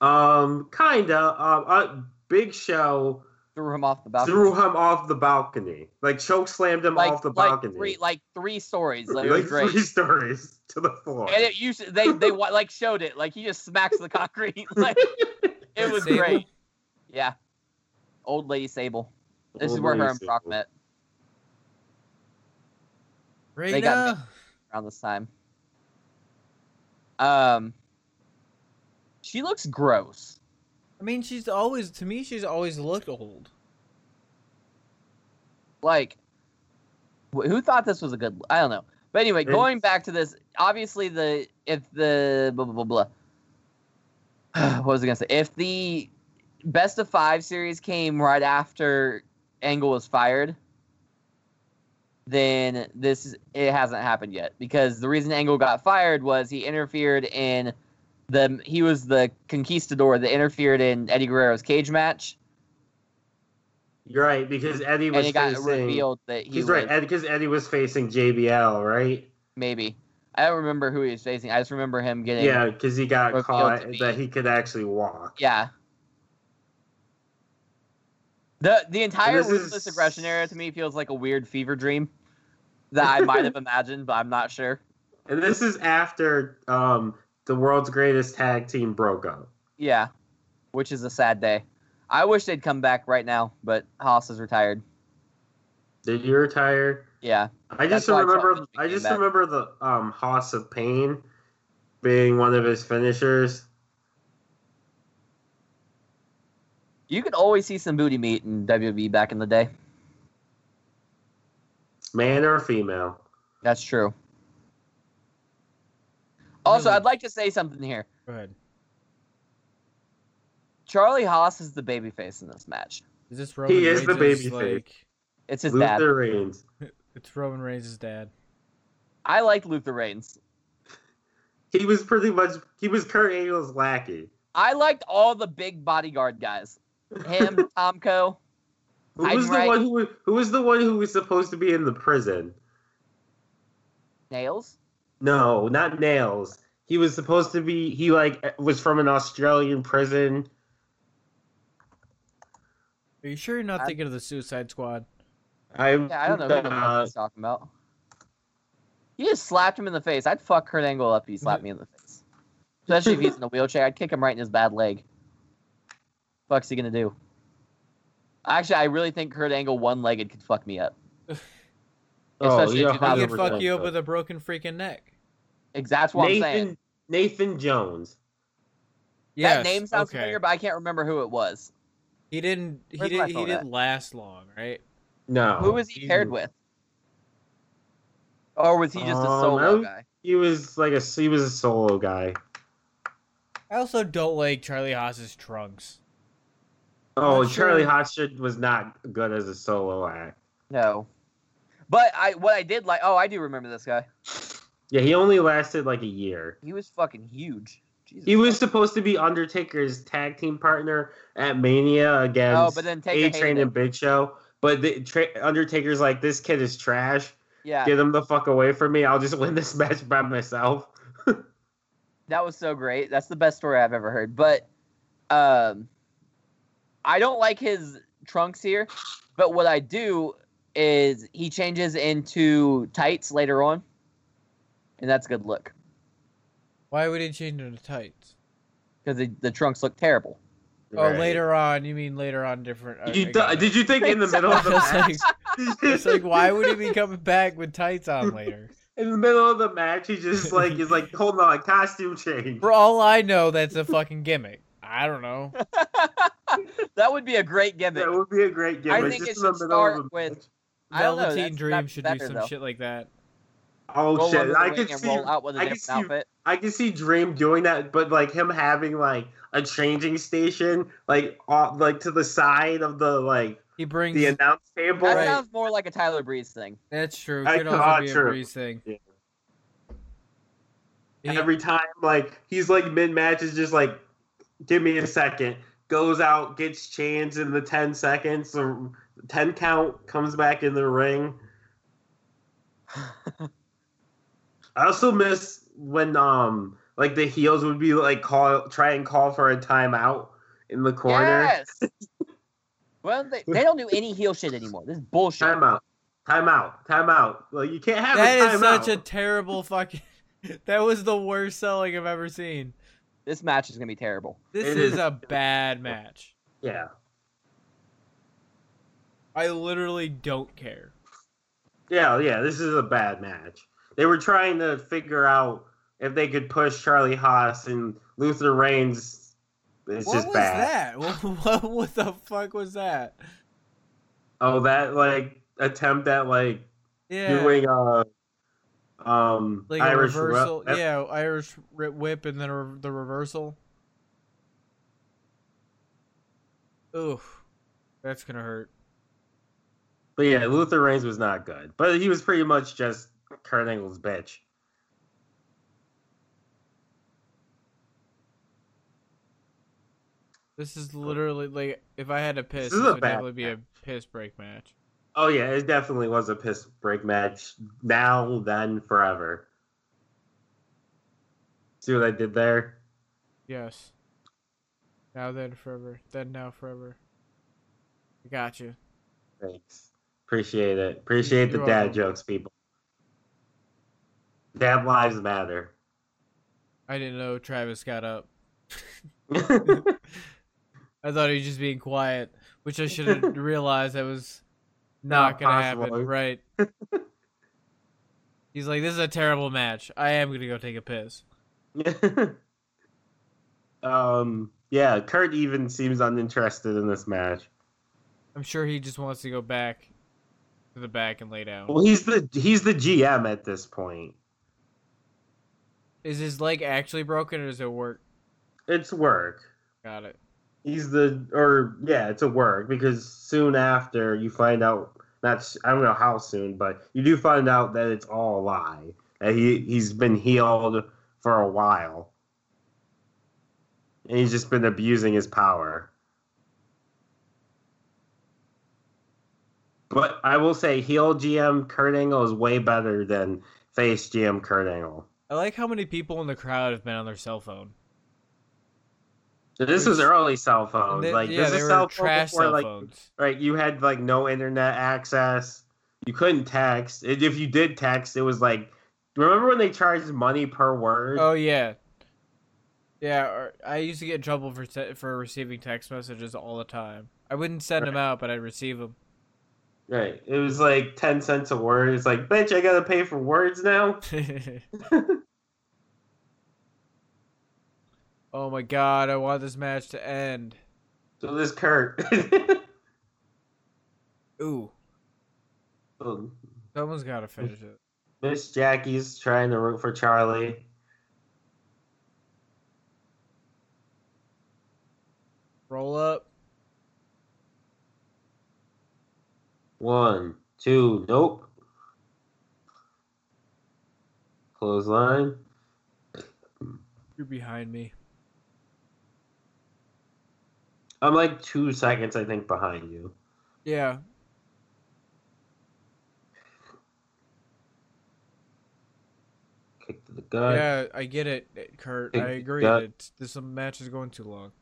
B: Um, kinda. Um, uh, Big Show
C: threw him off the balcony.
B: threw him off the balcony, like choke slammed him
C: like,
B: off the
C: like
B: balcony,
C: three like three stories. Like, it
B: Like
C: was great.
B: three stories to the floor.
C: And it used they they wa- like showed it like he just smacks the concrete. Like it was
A: Sable?
C: great. Yeah, old lady Sable. This is
B: Old
C: where her
B: lady
C: and Brock
B: Sable.
C: met
A: Reyna.
C: got around this time. Um, she looks gross.
A: I mean, she's always to me. She's always looked old.
C: Like, wh- who thought this was a good? I don't know. But anyway,
B: It's-
C: going back to this, obviously the if the blah blah blah blah. what was I gonna say? If the best of five series came right after Angle was fired, then this is- it hasn't happened yet because the reason Angle got fired was he interfered in the he was the conquistador that interfered in Eddie Guerrero's cage match,
B: You're right because Eddie
C: and
B: was
C: it got
B: facing.
C: revealed that he
B: he's
C: was,
B: right because Eddie was facing JBL, right?
C: maybe. I don't remember who he was facing. I just remember him getting
B: Yeah, because he got
C: Revealed
B: caught
C: to be-
B: that he could actually walk.
C: Yeah. The the entire
B: this is-
C: ruthless aggression era to me feels like a weird fever dream that I might have imagined, but I'm not sure.
B: And this is after um, the world's greatest tag team broke up.
C: Yeah. Which is a sad day. I wish they'd come back right now, but Haas is retired.
B: Did you retire?
C: Yeah.
B: I just
C: That's why I
B: remember
C: thought
B: I,
C: Mitchell
B: just
C: came back.
B: remember the um Hoss of Pain being one of his finishers.
C: You could always see some booty meat in WWE back in the day.
B: Man or female.
C: That's true.
B: Mm.
C: Also,
A: Really?
C: I'd like to say something here.
A: Go ahead.
C: Charlie Haas is the babyface in this match.
A: Is this Roman?
B: is the
A: Reigns'
B: babyface.
A: like-
C: It's his dad.
B: Luther Reigns.
A: It's Roman Reigns' dad.
C: I like Luther Reigns.
B: He was pretty much he was Kurt Angle's lackey.
C: I liked all the big bodyguard guys. Him, Tomko.
B: Who
C: I'm
B: was the
C: right.
B: one who who was the one who was supposed to be in the prison?
C: Nails.
B: No, not Nails. He was supposed to be he like was from an Australian prison.
A: Are you sure you're not
C: I-
A: thinking of the Suicide Squad?
B: I,
C: Yeah, I don't know who the fuck
B: uh,
C: he's talking about. He just slapped him in the face. I'd fuck Kurt Angle up if he slapped me in the face. Especially if he's in a wheelchair. I'd kick him right in his bad leg. Fuck's he gonna do? Actually, I really think Kurt Angle one legged could fuck me up.
B: Oh,
C: Especially
B: yeah,
C: if you
A: He
B: how-
C: do
A: could fuck
B: 100%
A: you up
B: so.
A: with a broken freaking neck.
C: that. That's what I'm saying.
B: Nathan Nathan Jones.
A: Yes,
C: that name sounds
A: okay.
C: familiar, but I can't remember who it was.
A: He didn't. He
C: Where's
A: didn't.
C: my
A: He
C: phone
A: didn't last long, right?
B: No.
C: Who was he paired with? Or was he just a
B: Um,
C: solo
B: I-
C: guy?
B: He was like a he was a solo guy.
A: I also don't like Charlie Haas's trunks.
B: Oh,
A: Not sure.
B: Charlie Hotshot was not good as a solo act.
C: No. But I what I did like oh I do remember this guy.
B: Yeah, he only lasted like a year.
C: He was fucking huge. Jesus.
B: He was supposed to be Undertaker's tag team partner at Mania against
C: Oh, but then Taker
B: A
C: hated
B: Train
C: him.
B: and Big Show. But the, tra- Undertaker's like, this kid is trash.
C: Yeah.
B: Get him the fuck away from me. I'll just win this match by myself.
C: That was so great. That's the best story I've ever heard. But um I don't like his trunks here, but what I do is he changes into tights later on. And that's a good look
A: Why would he change into tights?
C: because the, the trunks look terrible.
A: Oh,
B: Right.
A: later on. You mean later on? Different. I- I
B: You
A: got
B: th-
A: it.
B: did you think in the middle of the
A: It's
B: match?
A: like, it's like, why would he be coming back with tights on later?
B: in the middle of the match, he just like he's like, hold on, costume change.
A: For all I know, that's a fucking gimmick. I don't know.
C: That would be a great gimmick.
B: That would be a great gimmick.
C: think
B: just
C: it
B: in the
C: should
B: middle of
C: start
B: a
C: with-
B: match.
C: I don't know,
A: Velveteen
C: that's-
A: Dream
C: that's
A: should do
C: better,
A: some
C: though.
A: shit like that.
B: Oh
C: roll
B: shit!
C: under the
B: I
C: ring
B: can
C: and
B: see,
C: roll out with a
B: I can
C: different
B: see,
C: outfit.
B: I can see Dream doing that, but like him having like a changing station, like off, like to the side of the like
A: He brings.
B: the announce table.
C: That
A: Right.
C: sounds more like a Tyler Breeze thing.
A: that's true.
B: I
A: Could
B: thought
A: also be a
B: true.
A: Breeze thing. He-
B: every time. Like he's like mid match is just like, give me a second. Goes out, gets changed in the ten seconds, or ten count, comes back in the ring. I also miss when um like the heels would be like call try and call for a timeout in the corner.
C: Yes. well, they, they don't do any heel shit anymore. This is bullshit.
B: Timeout. Timeout. Timeout. Like you can't have
A: that
B: a timeout.
A: is such a terrible fucking. that was the worst selling I've ever seen.
C: This match is gonna be terrible.
A: This
B: It
A: is
B: is.
A: a bad match.
B: yeah.
A: I literally don't care.
B: Yeah, yeah, this is a bad match. They were trying to figure out if they could push Charlie Haas and Luther Reigns. It's
A: what
B: just
A: was
B: bad.
A: that? What, what, what the fuck was that?
B: Oh, that like attempt at like
A: Yeah,
B: doing a um
A: like
B: Irish uh,
A: a
B: whip.
A: reversal.
B: That-
A: yeah, Irish ri- whip and then a, re- the reversal. Oof, that's gonna hurt.
B: But yeah, Luther Reigns was not good. But he was pretty much just Kurt Angle's bitch.
A: This is literally like if I had to piss,
B: This is
A: this
B: a
A: would
B: bad
A: definitely be a piss break match.
B: Oh yeah, it definitely was a piss break match. Now, then, forever. See what I did there?
A: Yes. Now then forever. Then now forever. I got you.
B: Thanks. Appreciate it. Appreciate the
A: You're
B: dad
A: welcome.
B: jokes, people. Dad lives matter.
A: I didn't know Travis got up.
B: I
A: I thought he was just being quiet, which I should have realized that was not,
B: Not
A: gonna
B: possible.
A: happen. Right. He's like, This is a terrible match. I am gonna go take a piss.
B: um. Yeah, Kurt even seems uninterested in this match.
A: I'm sure he just wants to go back to the back and lay down.
B: Well, he's the he's the GM at this point.
A: Is his leg actually broken or does it work?
B: It's work.
A: Got it.
B: He's the or yeah, it's a work because soon after you find out not s- I don't know how soon, but you do find out that it's all a lie. That he he's been healed for a while. And he's just been abusing his power. But I will say heel GM Kurt Angle is way better than face GM Kurt Angle.
A: I like how many people in the crowd have been on their cell phone.
B: This was early cell phones.
A: They-
B: Oh, like
A: yeah,
B: this
A: they
B: is
A: were
B: cell phone
A: trash
B: before,
A: cell
B: like
A: phones.
B: Right, you had like no internet access. You couldn't text. And If you did text, it was like, remember when they charged money per word?
A: Oh yeah, yeah. Or I used to get in trouble for se- for receiving text messages all the time. I wouldn't send them out, but I'd receive them.
B: Right, it was like ten cents a word. It's like, bitch, I gotta pay for words now.
A: oh my god, I want this match to end.
B: So this Kurt,
A: Ooh, someone's
B: Mm.
A: gotta finish it.
B: Miss Jackie's trying to root for Charlie.
A: Roll up.
B: One, two, nope. Clothesline.
A: You're behind me.
B: I'm like two seconds, I think, behind you.
A: Yeah.
B: Kick to the gut.
A: Yeah, I get it, Kurt. I agree
B: Yeah.
A: that this match is going too long.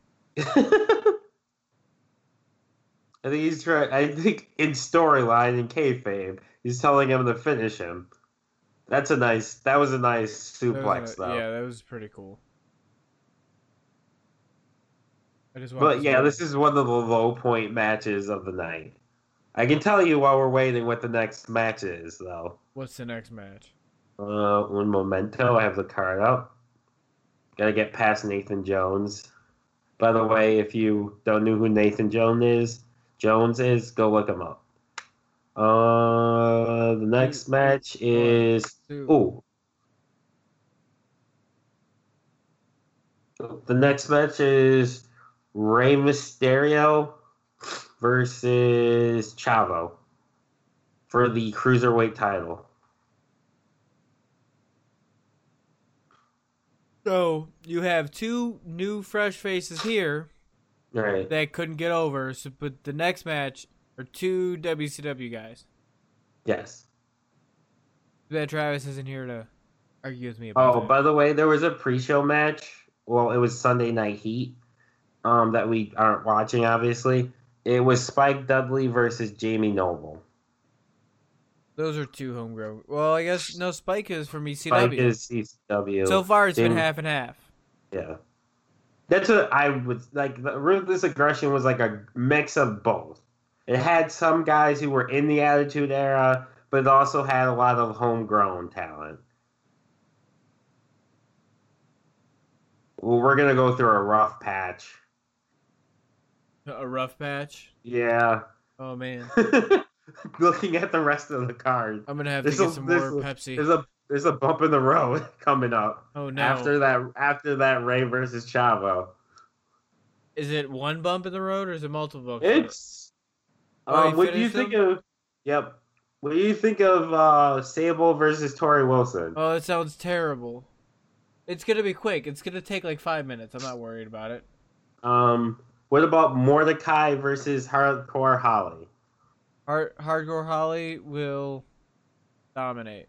B: I think he's trying. I think in storyline in kayfabe, he's telling him to finish him. That's a nice. That was a nice
A: That was
B: suplex,
A: a-
B: though.
A: Yeah, that was pretty cool. I just want
B: but yeah, this is one of the low point matches of the night. I can tell you while we're waiting what the next match is, though.
A: what's the next match?
B: Uh, one memento. I have the card up. Gotta get past Nathan Jones. By the way, if you don't know who Nathan Jones is, Jones is, go look him up. Uh, the next match is
A: Two.
B: oh. The next match is Rey Mysterio versus Chavo for the cruiserweight title.
A: So you have two new fresh faces here
B: Right.
A: that couldn't get over. So, but the next match are two WCW guys.
B: Yes.
A: That Travis isn't here to argue with me about.
B: Oh,
A: that.
B: by the way, there was a pre-show match. Well, it was Sunday Night Heat, um, that we aren't watching, obviously. It was Spike Dudley versus Jamie Noble.
A: those are two homegrown. Well, I guess no. Spike is from ECW.
B: Spike is CW.
A: so far, it's been
B: Jamie-
A: half and half.
B: Yeah. That's what I would like. The ruthless aggression was like a mix of both. It had some guys who were in the Attitude Era, but it also had a lot of homegrown talent. Well, we're gonna go through a rough patch.
A: A rough patch.
B: Yeah.
A: Oh man,
B: Looking at the rest of the card,
A: I'm gonna have to
B: This'll-
A: get some more
B: this'll- there's
A: Pepsi.
B: a there's a bump in the road coming up
A: Oh no,
B: after that after that Ray versus Chavo.
A: is it one bump in the road or is it multiple? bumps in the road?
B: It's.
A: Oh,
B: Um,
A: he
B: what do you
A: finished
B: think of? Yep. What do you think of uh, Sable versus Tori Wilson?
A: Oh, that sounds terrible. It's gonna be quick. It's gonna take like five minutes. I'm not worried about it.
B: Um, what about Mordecai versus Hardcore Holly?
A: Hard Hardcore Holly will dominate.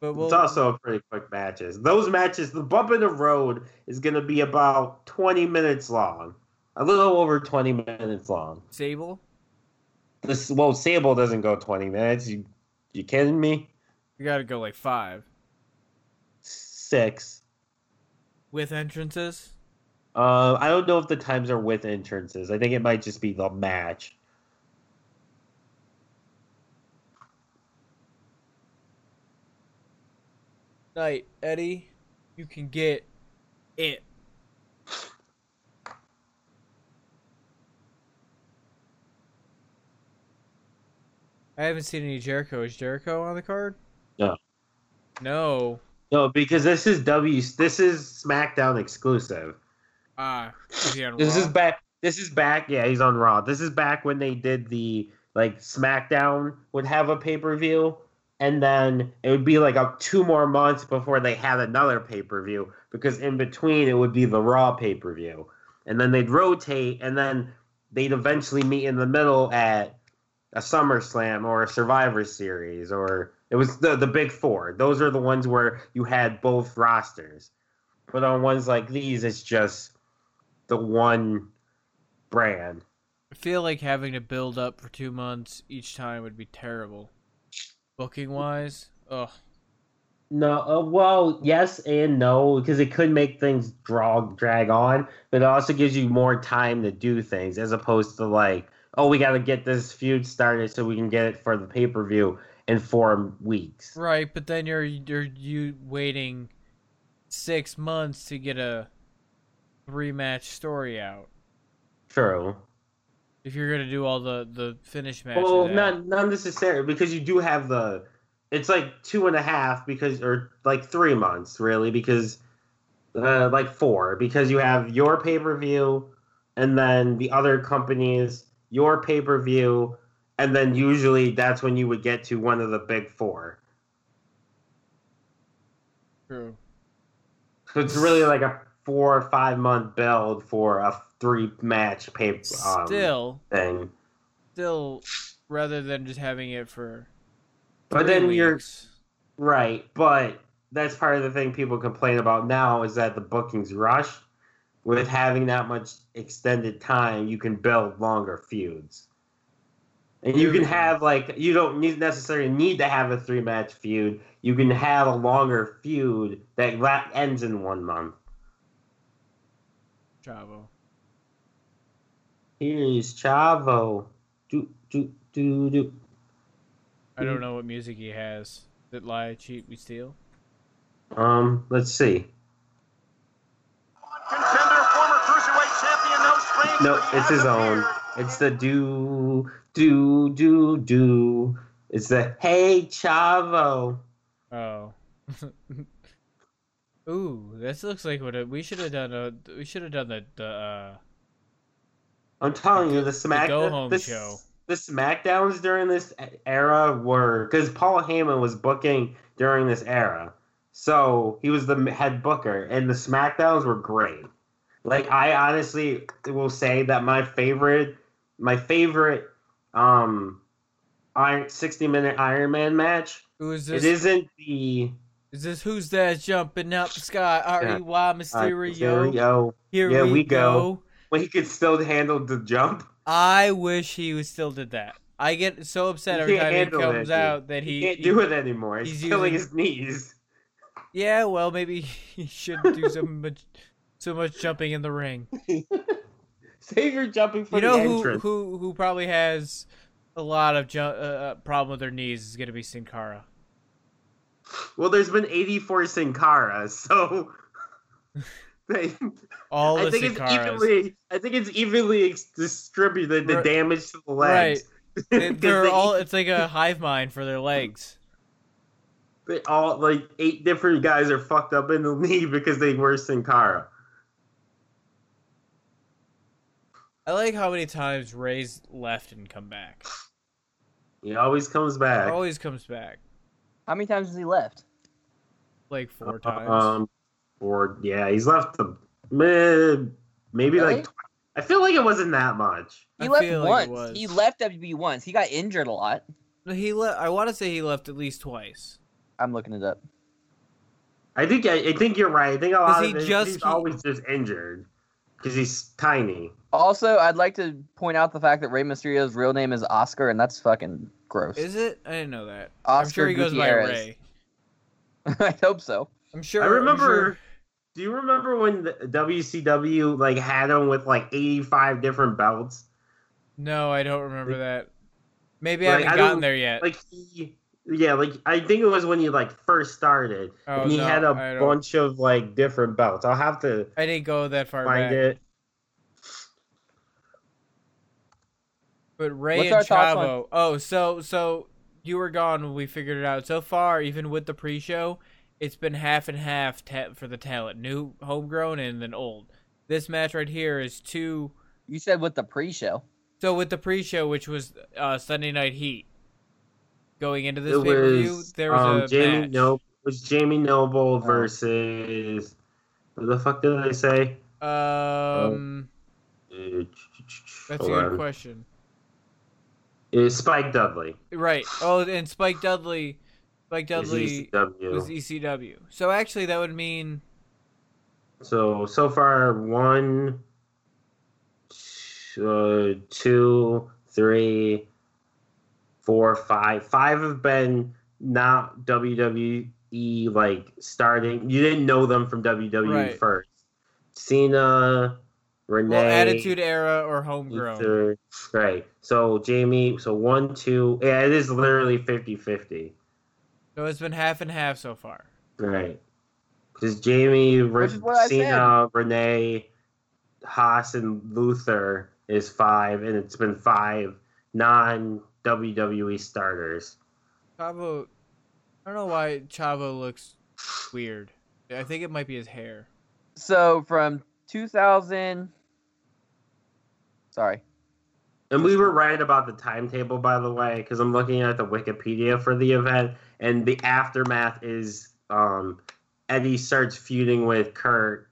A: But we'll
B: it's also a pretty quick matches. Those matches, the bump in the road is going to be about twenty minutes long, a little over twenty minutes long.
A: Sable.
B: This well, Sable doesn't go twenty minutes. You, you kidding me?
A: You gotta go like five
B: Six.
A: with entrances.
B: Uh, I don't know if the times are with entrances. I think it might just be the match.
A: Night, Eddie. You can get it. I haven't seen any Jericho. Is Jericho on the card?
B: No.
A: No.
B: No, because this is W. This is SmackDown exclusive.
A: Ah, is he on
B: This
A: Raw?
B: is back. This is back. Yeah, he's on Raw. This is back when they did the like SmackDown would have a pay per view, and then it would be like up two more months before they had another pay per view because in between it would be the Raw pay per view, and then they'd rotate, and then they'd eventually meet in the middle at a SummerSlam or a Survivor Series or it was the the big four. Those are the ones where you had both rosters. But on ones like these, it's just the one brand.
A: I feel like having to build up for two months each time would be terrible. Booking wise, ugh.
B: No, uh, well, yes and no, because it could make things draw drag on, but it also gives you more time to do things as opposed to like, oh, we got to get this feud started so we can get it for the pay per view in four weeks.
A: Right, but then you're you're you waiting six months to get a rematch story out.
B: True.
A: If you're gonna do all the the finish matches,
B: Well,
A: out.
B: not not necessarily because you do have the. It's like two and a half because, or like three months really, because, uh, like four because you have your pay per view, and then the other companies your pay per view, and then usually that's when you would get to one of the big four.
A: true.
B: So it's really like a four or five month build for a three match pay um,
A: Still,
B: thing.
A: still, rather than just having it for.
B: But
A: three
B: then you're
A: weeks.
B: Right, but that's part of the thing people complain about now is that the bookings rush. With having that much extended time, you can build longer feuds. And you can have like you don't need necessarily need to have a three match feud. You can have a longer feud that that ends in one month.
A: Chavo.
B: Here's Chavo. Do do do do.
A: I
B: Mm.
A: don't know what music he has. That lie, cheat, we steal.
B: Um, let's see.
D: Contender, former cruiserweight champion, no screens.
B: No,
D: but he
B: it's
D: has
B: his own.
D: appeared
B: It's the do do do do. It's the hey Chavo.
A: Oh. Ooh, this looks like what it, we should have done. A, we should have done the the. Uh,
B: I'm telling you, the smack
A: Go Home
B: the,
A: Show.
B: The Smackdowns e, during this era were because Paul Heyman was booking during this era, So he was the head booker, and the SmackDowns were great. Like I honestly will say that my favorite, my favorite, um, Iron sixty minute Iron Man match.
A: Who is
B: It
A: this?
B: isn't the
A: Is this who's that jumping up the sky? R E Y
B: uh,
A: Mysterio.
B: Mysterio.
A: Here
B: Yeah,
A: we,
B: we
A: go.
B: go. When he could still handle the jump.
A: I wish he was still did that. I get so upset every
B: He can't
A: time he
B: handle that,
A: comes
B: dude.
A: out that
B: He
A: he,
B: can't
A: he-
B: do it anymore. He's,
A: he's
B: killing
A: using-
B: his knees.
A: Yeah, well, maybe he shouldn't do so much so much jumping in the ring.
B: Save your jumping for
A: you know
B: the
A: who
B: entrance.
A: who who probably has a lot of ju- uh, uh, problem with their knees is going to be Sin Cara.
B: Well, there's been 84 Sin Caras, so they,
A: All
B: I
A: the
B: think
A: Sin
B: it's
A: Caras.
B: evenly. I think it's evenly ex- distributed the
A: Right.
B: damage to the
A: right.
B: legs.
A: They-
B: 'Cause
A: They're
B: they
A: all it's like a hive mind for their legs.
B: They all like eight different guys are fucked up in the knee because they were Sin Cara.
A: I like how many times Ray's left and come back.
B: He always comes back.
A: Always comes back
C: How many times has he left?
A: like four times.
B: Um, or yeah, he's left the meh, maybe
C: Really?
B: like. Tw- I feel like it wasn't that much.
C: He
A: I
C: left
A: feel like
C: once.
A: it
C: he
A: was.
C: left WB once. He got injured a lot.
A: he left. I want to say he left at least twice.
C: I'm looking it up.
B: I think I, I think you're right. I think a lot
A: he
B: of it,
A: just
B: he's
A: keep-
B: always just injured because he's tiny.
C: Also, I'd like to point out the fact that Rey Mysterio's real name is Oscar, and that's fucking gross.
A: Is it? I didn't know that.
C: Oscar
A: I'm sure he goes
C: Gutierrez.
A: by Ray.
C: I hope so.
A: I'm sure.
B: I
A: I'm
B: remember.
A: sure-
B: Do you remember when the WCW like had him with like 85 different belts?
A: No, I don't remember that. Maybe I
B: Like,
A: haven't
B: I
A: gotten
B: don't-
A: there yet.
B: Like he, yeah, like I think it was when he like first started,
A: Oh,
B: and he
A: no,
B: had
A: I
B: a
A: don't-
B: bunch of like different belts. I'll have to
A: I didn't go that far
B: find
A: back.
B: it.
A: But Ray
C: What's
A: and
C: our thoughts
A: Chavo. Oh, so so you were gone when we figured it out. So far, even with the pre-show, it's been half and half ta- for the talent, new homegrown and then old. This match right here is two.
C: You said with the pre-show.
A: So with the pre-show, which was uh, Sunday Night Heat, going into this
B: it
A: pay-per-view,
B: was
A: there was
B: um,
A: a
B: Jamie
A: match. Oh.
B: Noble. It was Jamie Noble versus what the fuck did I say?
A: Um,
B: Uh,
A: that's
B: hold
A: a good
B: on.
A: question.
B: It was Spike Dudley.
A: Right. Oh, and Spike Dudley. Spike
B: It was E
A: Dudley
B: ECW.
A: was ECW. So actually, that would mean
B: So so far one, t- uh, two, three, four, five. Five have been not WWE like starting. You didn't know them from WWE
A: Right.
B: first. Cena, Renee,
A: well, Attitude Era or
B: E
A: Homegrown.
B: Ether, right. So Jamie. So one, two. Yeah, it is literally 50-50.
A: So it's been half and half so far.
B: Right. Because Jamie, Re-
C: Which is what I
B: Cena, Renee, Haas, and Luther is five, and it's been five non WWE starters.
A: Chavo, I don't know why Chavo looks weird. I think it might be his hair.
C: So from 2000. Sorry.
B: And we were right about the timetable, by the way, because I'm looking at the Wikipedia for the event, and the aftermath is um, Eddie starts feuding with Kurt,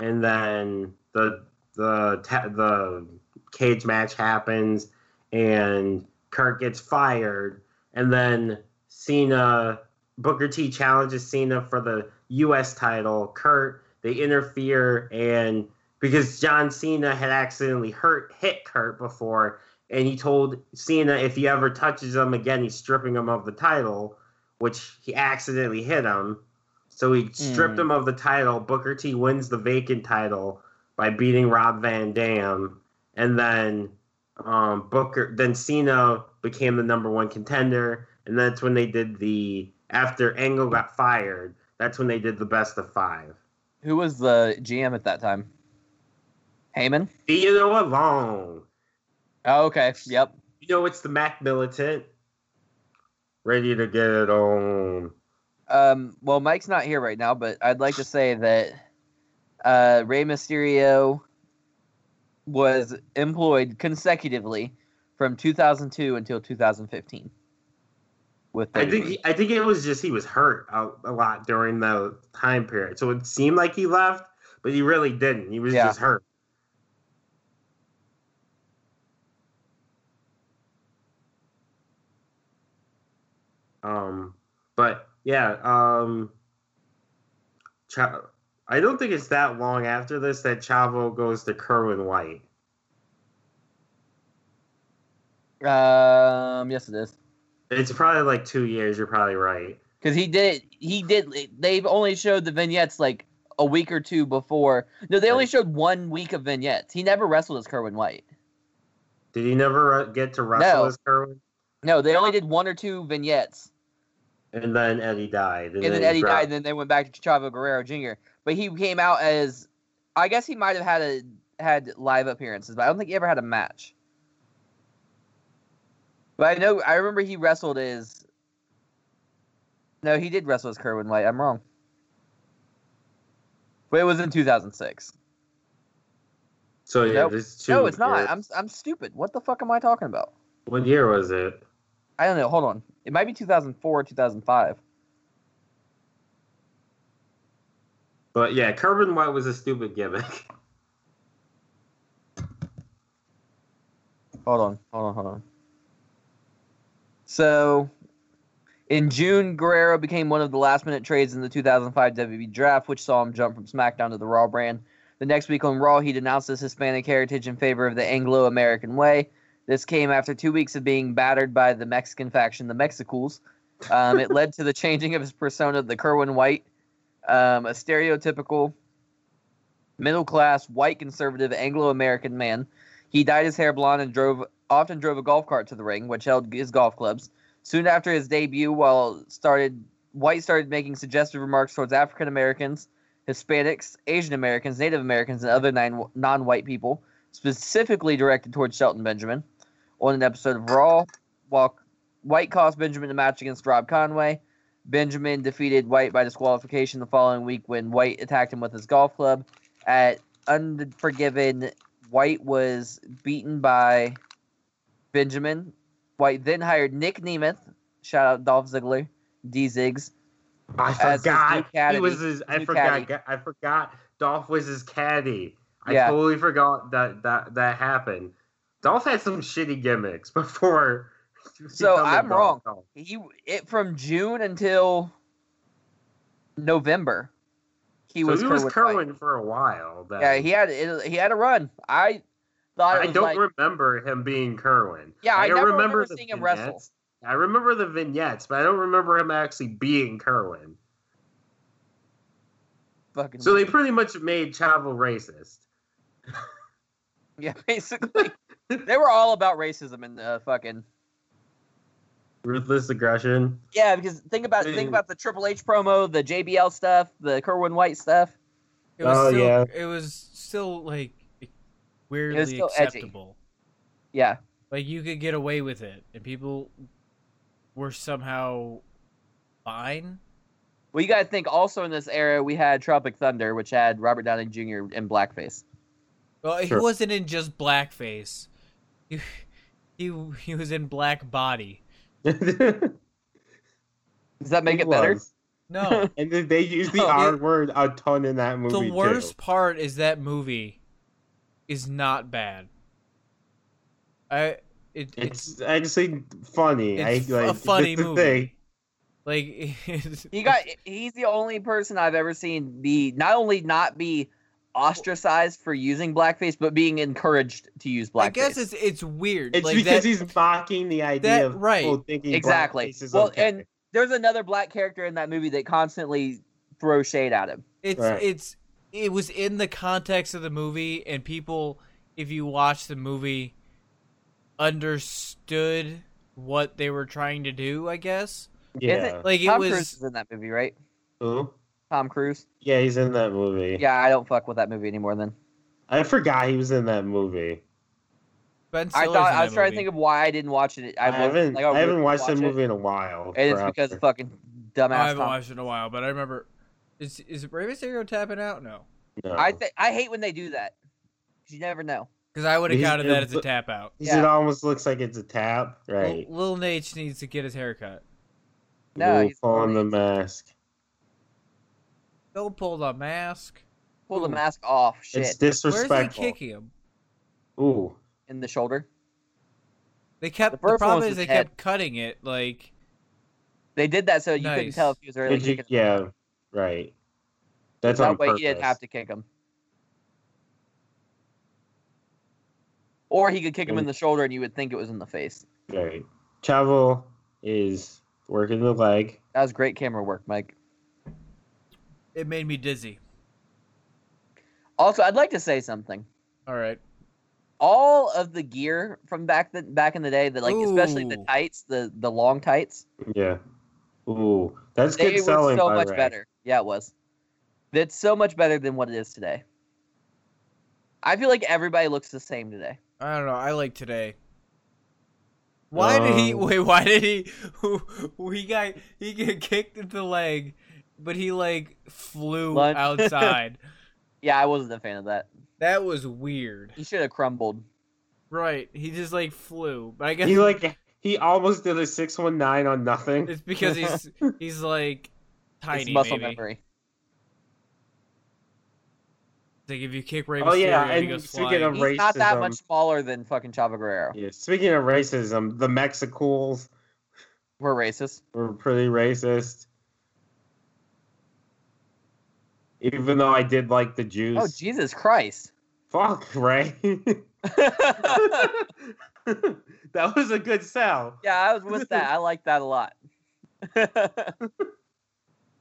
B: and then the the ta- the cage match happens, and Kurt gets fired, and then Cena Booker T challenges Cena for the U.S. title. Kurt they interfere, and because John Cena had accidentally hurt hit Kurt before, and he told Cena if he ever touches him again, he's stripping him of the title, which he accidentally hit him. So he stripped
C: Hmm.
B: him of the title. Booker T wins the vacant title by beating Rob Van Dam, and then um, Booker, then Cena became the number one contender, and that's when they did the after Angle got fired. That's when they did the best of five.
C: Who was the GM at that time? Heyman.
B: Theodore alone.
C: Oh, okay. Yep.
B: You know it's the Mac Militant. Ready to get it on.
C: Um, well, Mike's not here right now, but I'd like to say that uh, Rey Mysterio was employed consecutively from 2002 until 2015. with.
B: I think
C: everything.
B: he, I think it was just he was hurt a, a lot during the time period, so it seemed like he left, but he really didn't. He was
C: Yeah.
B: just hurt. Um, but yeah, um, Cha- I don't think it's that long after this that Chavo goes to Kerwin White.
C: Um. Yes, it is.
B: It's probably like two years. You're probably right.
C: Because he did. He did. They've only showed the vignettes like a week or two before. No, they only
B: Right.
C: showed one week of vignettes. He never wrestled as Kerwin White.
B: Did he never uh, get to wrestle
C: No.
B: as Kerwin?
C: No, they only did one or two vignettes,
B: And then Eddie died.
C: and, then
B: he
C: Eddie
B: dropped.
C: died. And then they went back to Chavo Guerrero Jr. But he came out as, I guess he might have had a had live appearances, but I don't think he ever had a match. But I know I remember he wrestled as. No, he did wrestle as Kerwin White. I'm wrong. But it was in 2006.
B: So yeah,
C: Nope.
B: there's two.
C: No, it's not.
B: years.
C: I'm I'm stupid. What the fuck am I talking about?
B: What year was it?
C: I don't know. Hold on. It might be 2004, 2005.
B: But yeah, Kerwin White was a stupid gimmick.
C: Hold on. Hold on. Hold on. So, in June, Guerrero became one of the last minute trades in the 2005 WWE draft, which saw him jump from SmackDown to the Raw brand. The next week on Raw, he denounced his Hispanic heritage in favor of the Anglo American way. This came after two weeks of being battered by the Mexican faction, the Mexicools. Um, it led to the changing of his persona, the Kerwin White, um, a stereotypical middle class white conservative Anglo American man. He dyed his hair blonde and drove often drove a golf cart to the ring, which held his golf clubs. Soon after his debut, while started White started making suggestive remarks towards African Americans, Hispanics, Asian Americans, Native Americans, and other nine, non-white people, specifically directed towards Shelton Benjamin. On an episode of Raw, while White cost Benjamin a match against Rob Conway, Benjamin defeated White by disqualification the following week when White attacked him with his golf club. At Unforgiven, White was beaten by Benjamin. White then hired Nick Nemeth, shout out Dolph Ziggler, D Ziggs,
B: I
C: As his new
B: forgot he
C: caddy-
B: was his. I
C: new
B: forgot. I forgot Dolph was his caddy. I
C: Yeah.
B: totally forgot that that that happened. Dolph had some shitty gimmicks before. he
C: So,
B: became a
C: I'm
B: Dolph.
C: he it from June until November. He
B: so
C: was
B: he was
C: Kerwin White.
B: Kerwin for a while. Then.
C: Yeah, he had it, he had a run. I thought it
B: I
C: was
B: don't
C: like
B: remember him being Kerwin.
C: Yeah, I
B: don't
C: never
B: remember
C: remember
B: the
C: seeing him wrestle.
B: vignettes. I remember the vignettes, but I don't remember him actually being Kerwin.
C: fucking
B: So they pretty much made Chavo racist.
C: yeah, basically they were all about racism and uh, fucking
B: Ruthless aggression.
C: yeah. Because think about think
B: Mm.
C: about the Triple H promo, the JBL stuff, the Kerwin White stuff.
A: It was
B: Oh,
A: still,
B: yeah.
A: It was still like weirdly
C: still edgy.
A: acceptable.
C: Yeah,
A: Like you could get away with it, and people were somehow fine.
C: well, you got to think also in this era we had Tropic Thunder, which had Robert Downey Jr. in blackface.
A: Well, he
B: Sure.
A: wasn't in just blackface. He, he he was in black body.
B: Make
C: Does that make it better?
A: No,
B: And then they use the
C: Oh,
A: yeah.
B: R word a ton in that movie.
A: the worst part is that movie is not bad. I it,
B: Too. It's actually funny.
A: It's
B: I,
A: a
B: like,
A: funny
B: that's the
A: movie.
B: Thing.
A: like it's-
C: He got he's the only person I've ever seen be not only not be ostracized for using blackface, but being encouraged to use blackface.
A: I guess it's it's weird.
B: It's
A: like
B: because
A: that,
B: he's mocking the idea
A: that-
B: of
A: right.
B: people thinking
C: Exactly.
B: blackface is
C: Well,
B: okay.
C: and- there's another black character in that movie that constantly throws shade at him.
A: it's
B: Right.
A: it's it was in the context of the movie and people if you watch the movie understood what they were trying to do i guess
B: yeah.
A: like it
C: Tom Cruise
A: was
C: is in that movie, right?
B: Who?
C: Tom Cruise.
B: Yeah, he's in that movie.
C: Yeah, I don't fuck with that movie anymore. Then
B: I forgot he was in that movie.
A: ben
C: I
A: Stiller's in
C: thought
A: that
C: I was trying to
A: movie.
C: think of why I didn't watch it.
B: I,
C: I, wasn't-
B: haven't.
C: like,
B: I
C: really
B: haven't watched that
C: watch it.
B: movie in a while.
C: and it's
B: forever.
C: because of fucking
A: i
C: dumbass
A: haven't
C: Tom.
A: watched it in a while but i remember is is Rey Mysterio tapping out no
B: No.
C: I th- I hate when they do that. 'Cause You never know.
A: because i would have
B: He's-
A: counted that as a
B: it-
A: tap out
B: It
C: yeah.
B: almost looks like it's a tap, right?
A: Lil Nate needs to get his haircut
C: No,
B: Wolf
C: he's
B: on the mask.
A: Bill pulled a mask.
C: Pull the mask off.
B: Hmm. It's
C: Shit.
A: Where's he
B: disrespectful.
A: kicking him?
B: Ooh.
C: in the shoulder.
A: They kept
C: The
A: the,
C: first one
A: problem
C: was
A: is they
C: his head.
A: kept cutting it. Like
C: They did that so you couldn't
A: Nice.
C: tell if he was really
B: Did you-
C: kicking.
B: yeah, right. That's on
C: that way
B: purpose.
C: he didn't have to kick him. Or he could kick him in
B: And-
C: the shoulder and you would think it was in the face.
B: Right. Chavo is working the leg.
C: That was great camera work, Mike.
A: it made me dizzy.
C: Also, I'd like to say something.
A: All right.
C: All of the gear from back the back in the day, that like especially the
A: Ooh.
C: tights, the the long tights,
B: Yeah. Ooh, that's
C: they
B: good
C: were
B: selling.
C: so
B: by
C: much
B: Rack.
C: better. Yeah, it was. That's so much better than what it is today. I feel like everybody looks the same today.
A: I don't know. I like today. Why did he
B: Um,
A: wait? Why did he? He got he got kicked in the leg, but he like flew
C: Lun-
A: outside.
C: Yeah, I wasn't a fan of that.
A: that was weird.
C: He should have crumbled.
A: Right? He just like flew, but I guess
B: He like he almost did a six one nine on nothing.
A: it's because he's he's like tiny.
C: His muscle
A: maybe.
C: memory.
A: Like if you kick Rey
B: Oh, yeah,
A: Mysterio, he
B: and
A: goes
B: speaking
A: flying.
B: of-
C: He's not that
B: racism.
C: much smaller than fucking Chavo Guerrero.
B: Yeah. Speaking of racism, the Mexicools
C: We're racist.
B: were pretty racist. Even though I did like the Jews.
C: Oh Jesus Christ!
B: Fuck, Ray.
C: yeah,
B: that was a good sell.
C: I was with that. I like that a lot.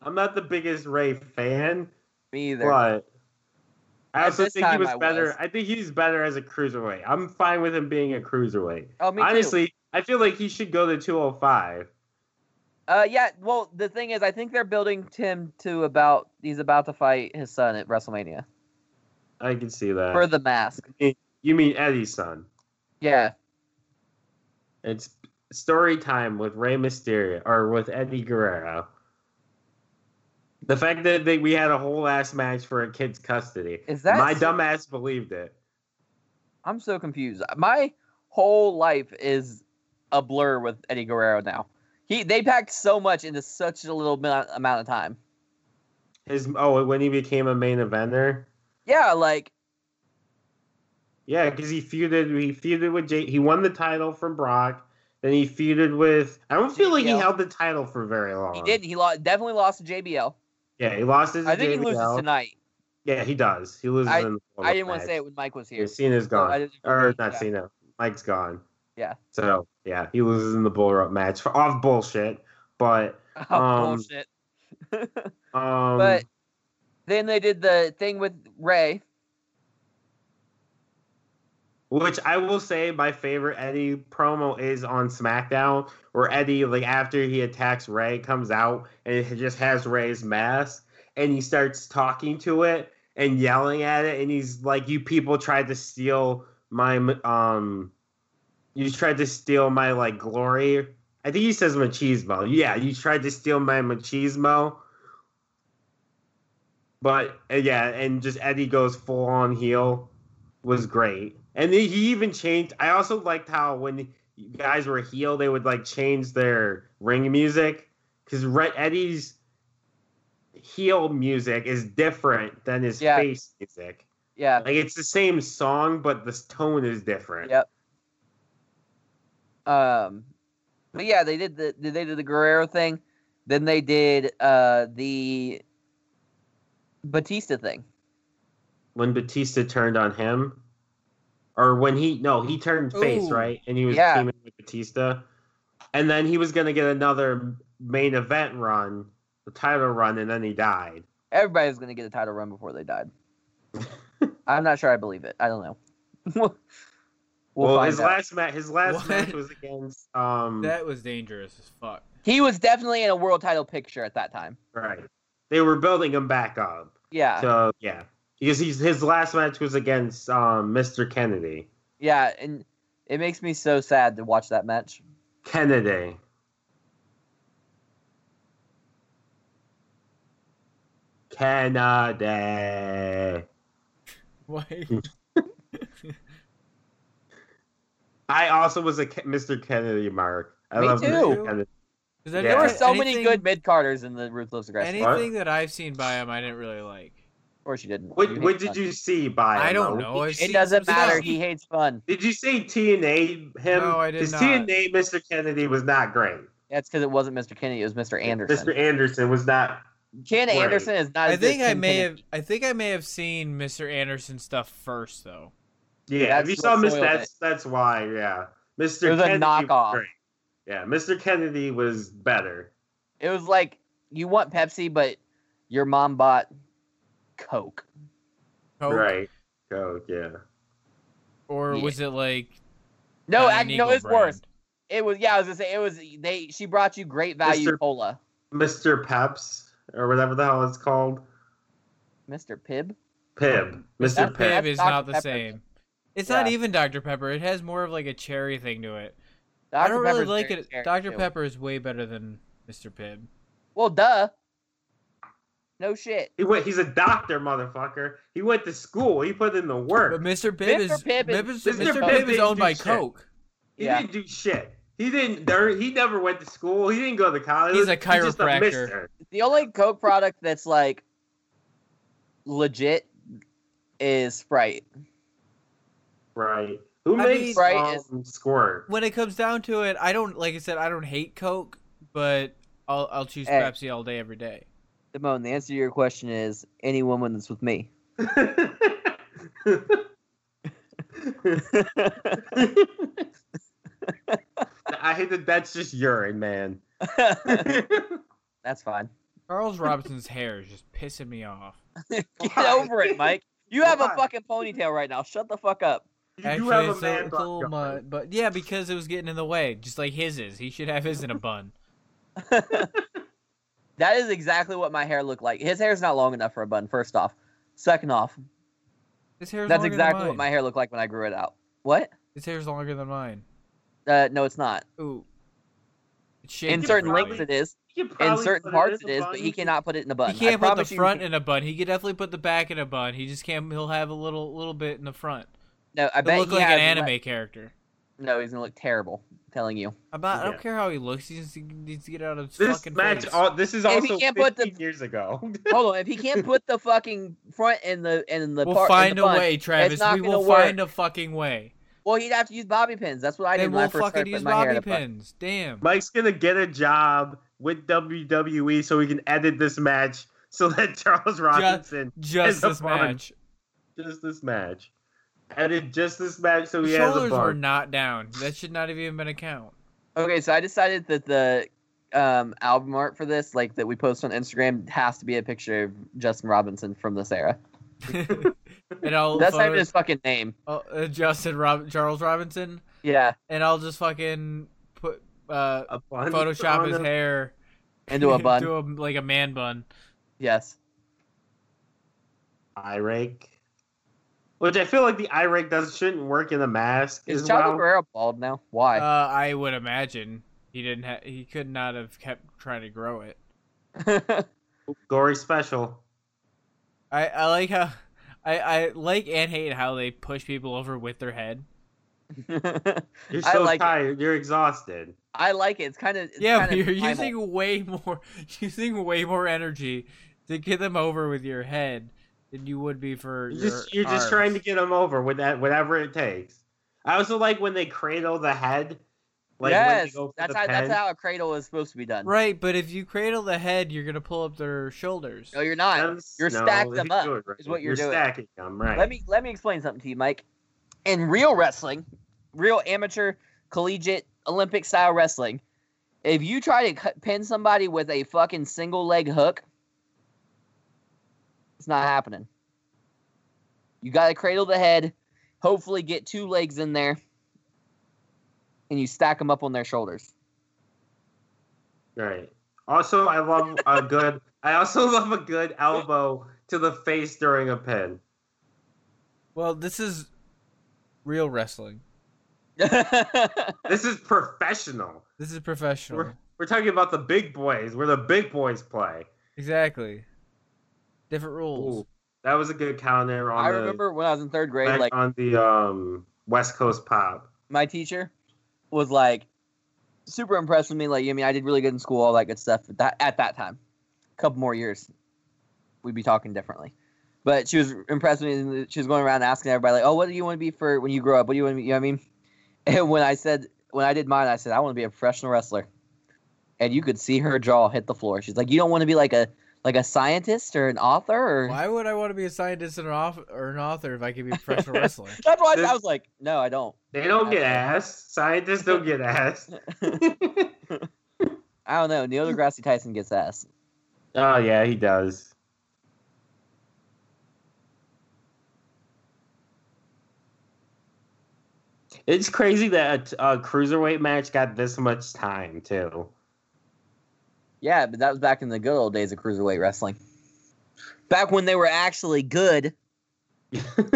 B: I'm not the biggest Ray fan,
C: Me either.
B: but I
C: At
B: also
C: this
B: think he
C: time,
B: was
C: I
B: better.
C: was.
B: I think he's better as a cruiserweight. I'm fine with him being a cruiserweight.
C: oh, me too.
B: Honestly, I feel like he should go to 205.
C: Uh, yeah. Well, the thing is, I think they're building Tim to about he's about to fight his son at WrestleMania
B: I can see that.
C: for the mask.
B: you mean Eddie's son?
C: Yeah,
B: It's story time with Rey Mysterio or with Eddie Guerrero. The fact that they, we had a whole ass match for a kid's custody.
C: is that
B: My dumbass believed it.
C: I'm so confused. My whole life is a blur with Eddie Guerrero now. He they packed so much into such a little amount amount of time.
B: His oh, when he became a main eventer.
C: Yeah, like
B: Yeah, because he feuded. He feuded with Jake. He won the title from Brock. Then he feuded with. I don't feel like he
C: JBL.
B: held the title for very long.
C: he did. He lost. Definitely lost to JBL.
B: Yeah, Uh-huh. he lost his.
C: I think he loses
B: JBL.
C: tonight.
B: Yeah, he does. He loses. in the
C: I didn't want
B: match.
C: to say it when Mike was
B: Yeah,
C: here.
B: Cena's
C: So I
B: gone,
C: just-
B: or not
C: yeah.
B: Cena. Mike's gone.
C: Yeah.
B: So yeah, he loses in the bull rope match for off bullshit. But
C: Oh,
B: Um,
C: bullshit.
B: um,
C: But then they did the thing with Ray.
B: Which I will say, my favorite Eddie promo is on SmackDown, where Eddie, like after he attacks Ray, comes out and he just has Ray's mask, and he starts talking to it and yelling at it, and he's like, "You people tried to steal my um, you tried to steal my like glory." I think he says machismo. Yeah, you tried to steal my machismo. But uh, yeah, and just Eddie goes full on heel was great. And then he even changed. I also liked how when you guys were heel, they would like change their ring music because Eddie's heel music is different than his
C: Yeah.
B: face music.
C: Yeah.
B: Like it's the same song, but the tone is different.
C: Yep. Um, but yeah, they did the they did the Guerrero thing. Then they did uh the Batista thing.
B: When Batista turned on him, or when he no, he turned face
A: Ooh.
B: right, and he was
C: Yeah.
B: teaming with Batista, and then he was gonna get another main event run, the title run, and then he died.
C: Everybody was gonna get a title run before they died. I'm not sure I believe it. I don't know. we'll
B: Well,
C: find
B: his
C: out.
B: last match, his last
A: What?
B: match was against um
A: that was dangerous as fuck.
C: he was definitely in a world title picture at that time.
B: right. They were building him back up.
C: Yeah.
B: So yeah, because he's his last match was against um Mr. Kennedy.
C: Yeah, and it makes me so sad to watch that match.
B: Kennedy. Kennedy.
A: Like
B: I also was a Ke- Mr. Kennedy mark. I
C: Me
B: love
C: too.
B: Mr. Kennedy.
A: 'Cause
B: Yeah.
A: any-
C: There were
B: Yeah.
C: so many
A: anything-
C: good mid carders in the ruthless aggression.
A: Anything
C: Of
B: What?
A: that I've seen by him, I didn't really like.
C: course, you didn't.
B: What,
C: hate
B: what did
C: fun.
B: you see by him,
A: I don't
B: though?
A: know. I've
C: It
A: seen
C: doesn't
A: some
C: matter.
A: stuff.
C: He hates fun.
B: Did you see TNA him?
A: No, I did
B: 'Cause
A: not.
B: TNA Mr. Kennedy was not great.
C: That's because it wasn't Mr. Kennedy. It was Mr. Anderson.
B: Mr. Anderson was not.
C: Ken
B: Right.
C: Anderson is not.
A: I
C: as good
A: think
C: as
A: I
C: Ken
A: may
C: Kennedy.
A: have. I think I may have seen Mr. Anderson stuff first, though.
B: Yeah,
C: That's
B: if you
C: what
B: saw Mr.
C: soiled
B: That's that's why. Yeah, Mr.
C: It was a
B: Kennedy was
C: knockoff.
B: great. Yeah, Mr. Kennedy was better.
C: It was like you want Pepsi, but your mom bought Coke.
A: Coke?
B: Right. Coke. Yeah.
A: Or
C: Yeah.
A: was it like
C: No,
A: Johnny
C: actually, no,
A: Eagle
C: it's worse.
A: brand?
C: It was yeah. I was gonna say it was they. She brought you great value
B: Mr.
C: cola,
B: Mr. Peps or whatever the hell it's called.
C: Mister Pibb.
B: Pib. Mr.
C: Um, That's-
B: Pib.
A: Pib is
C: Dr.
A: not the
C: Pepper.
A: same. It's
C: Yeah.
A: not even Dr. Pepper. It has more of like a cherry thing to it.
C: Dr.
A: I don't really
C: Pepper's
A: like
C: very
A: it.
C: scary,
A: Dr.
C: too.
A: Pepper is way better than Mr. Pibb.
C: Well, duh. No shit.
B: He went. He's a doctor, motherfucker. He went to school. He put in the work.
A: But Mr. Pibb
C: Mr.
A: is
C: Pibb is-
A: Mr. Pibb is,
B: Mr.
A: Mr.
B: Pibb
A: Pibb is
B: didn't
A: owned
B: do
A: by
B: shit.
A: Coke.
B: He
C: Yeah.
B: didn't do shit. He didn't. There, he never went to school. He didn't go to college.
A: He's a
B: He's just
A: chiropractor.
B: mister.
C: The only Coke product that's like legit is Sprite.
B: Right. Who
A: I
B: makes
A: mean-
C: Right,
B: um, squirt?
A: When it comes down to it, I don't like I said I don't hate Coke, but I'll I'll choose
C: Hey.
A: Pepsi all day every day.
C: Damone, the answer to your question is any woman that's with me.
B: I hate that. That's just urine, man.
C: that's fine.
A: Charles Robinson's hair is just pissing me off.
C: Get over it, Mike. You have a
B: Why?
C: fucking ponytail right now. Shut the fuck up.
B: You do
A: Actually,
B: have a
A: it's,
B: man
A: a, it's a
B: bun
A: little
B: going.
A: much, but yeah, because it was getting in the way, just like his is. He should have his in a bun.
C: That is exactly what my hair looked like. His hair's not long enough for a bun, first off. Second off,
A: His hair's
C: that's
A: longer than
C: exactly what
A: mine.
C: my hair looked like when I grew it out. What?
A: His hair's longer than mine.
C: Uh, no, it's not.
A: Ooh. It's shaped
C: In certain
A: differently.
C: lengths, it is.
B: You
C: In
B: probably
C: certain
B: put
C: parts,
B: in
C: it
B: a
C: is,
B: bun.
C: but he cannot put it in a bun.
A: He
C: I
A: can't put
C: promise
A: the
C: you he
A: front in
C: can't.
A: a bun. He could definitely put the back in a bun. He just can't. He'll have a little, little bit in the front.
C: No, I
A: He'll
C: bet
A: look
C: he
A: like
C: has
A: an anime
C: le-
A: character.
C: no, he's gonna look terrible. I'm telling you.
A: I'm not, I don't
B: Yeah.
A: care how he looks. He just needs to get out of his
B: This
A: fucking
B: match.
A: face.
B: All, this is
C: If he
B: also
C: can't
B: 15
C: put the-
B: years ago.
C: Hold on, if he can't put the fucking front in the in the
A: we'll
C: part, in
A: find
C: the
A: a
C: bun,
A: way, Travis.
C: not
A: We
C: gonna
A: will
C: work.
A: find a fucking way.
C: Well, he'd have to use bobby pins. That's what I did
A: then
C: when I
A: we'll
C: first started
A: fucking use
C: putting my hair in
A: bobby
C: a bun.
A: pins. Damn.
B: Mike's gonna get a job with WWE so we can edit this match so that Charles Robinson
A: Just
B: a
A: this
B: bun.
A: match.
B: just this match. Edit just this match so he has a
A: Shoulders were
B: bun.
A: not down. That should not have even been a count.
C: Okay, so I decided that the um, album art for this, like that we post on Instagram, has to be a picture of Justin Robinson from this era.
A: and I'll
C: That's not
A: photo-
C: even his fucking name.
A: uh, uh, Justin Rob- Charles Robinson,
C: Yeah,
A: and I'll just fucking put uh,
B: A bun
A: Photoshop
B: on
A: his
B: him.
A: hair
C: into a bun.
A: into a, like a man bun.
C: yes.
B: eye rake. Which I feel like the eye rake does shouldn't work in the mask
C: Is
B: as
C: Chavo
B: well.
C: Guerrero bald now? Why?
A: Uh, I would imagine he didn't. Ha- he could not have kept trying to grow it.
B: Uh, Gory special.
A: I, I like how I, I like and hate how they push people over with their head.
B: You're
C: I
B: so
C: like it.
B: tired. You're exhausted.
C: I like it. It's kind of
A: yeah, but you're using way more using way more energy to get them over with your head than you would be for
B: You're
A: your
B: just you're just trying to get them over with that whatever it takes. I also like when they cradle the head. Like when they
C: yes,
B: go for
C: that's
B: the
C: how
B: pen.
C: that's how a cradle is supposed to be done.
A: Right, but if you cradle the head, you're gonna pull up their
B: Oh,
A: shoulders.
C: No, you're not.
B: That's-
C: You're
B: no,
C: stacking
B: they
C: them
B: do
C: up.
B: it right.
C: is what you're doing.
B: stacking them, right?
C: Let me let me explain something to you, Mike. In real wrestling, real amateur, collegiate, Olympic style wrestling, if you try to cut, pin somebody with a fucking single leg hook, it's not happening. You got to cradle the head, hopefully get two legs in there, and you stack them up on their shoulders.
B: Right. Also, I love a good. I also love a good elbow to the face during a pin.
A: Well, this is real wrestling.
B: This is professional.
A: This is professional.
B: We're, we're talking about the big boys, where the big boys play.
A: Exactly. Different rules.
B: Ooh, that was a good counter on
C: I
B: the
C: remember when I was in third grade,
B: back
C: like
B: on the um West Coast pop.
C: my teacher was like, super impressed with me. Like, I mean, I did really good in school, all that good stuff. But that at that time, a couple more years, we'd be talking differently. But she was impressed with me. and She was going around asking everybody, like, "Oh, what do you want to be for when you grow up? What do you want to be?" You know what I mean? And when I said, when I did mine, I said, "I want to be a professional wrestler." And you could see her jaw hit the floor. She's like, "You don't want to be like a like a scientist or an author or."
A: Why would I want to be a scientist and an auth- or an author if I could be a professional wrestler?
C: That's why I,
B: This-
C: I was like, "No, I don't."
B: They don't get
C: Okay.
B: asked. Scientists don't get asked.
C: I don't know. Neil deGrasse Tyson gets asked.
B: oh yeah, he does. It's crazy that a, a cruiserweight match got this much time too.
C: Yeah, but that was back in the good old days of cruiserweight wrestling. Back when they were actually good. I'm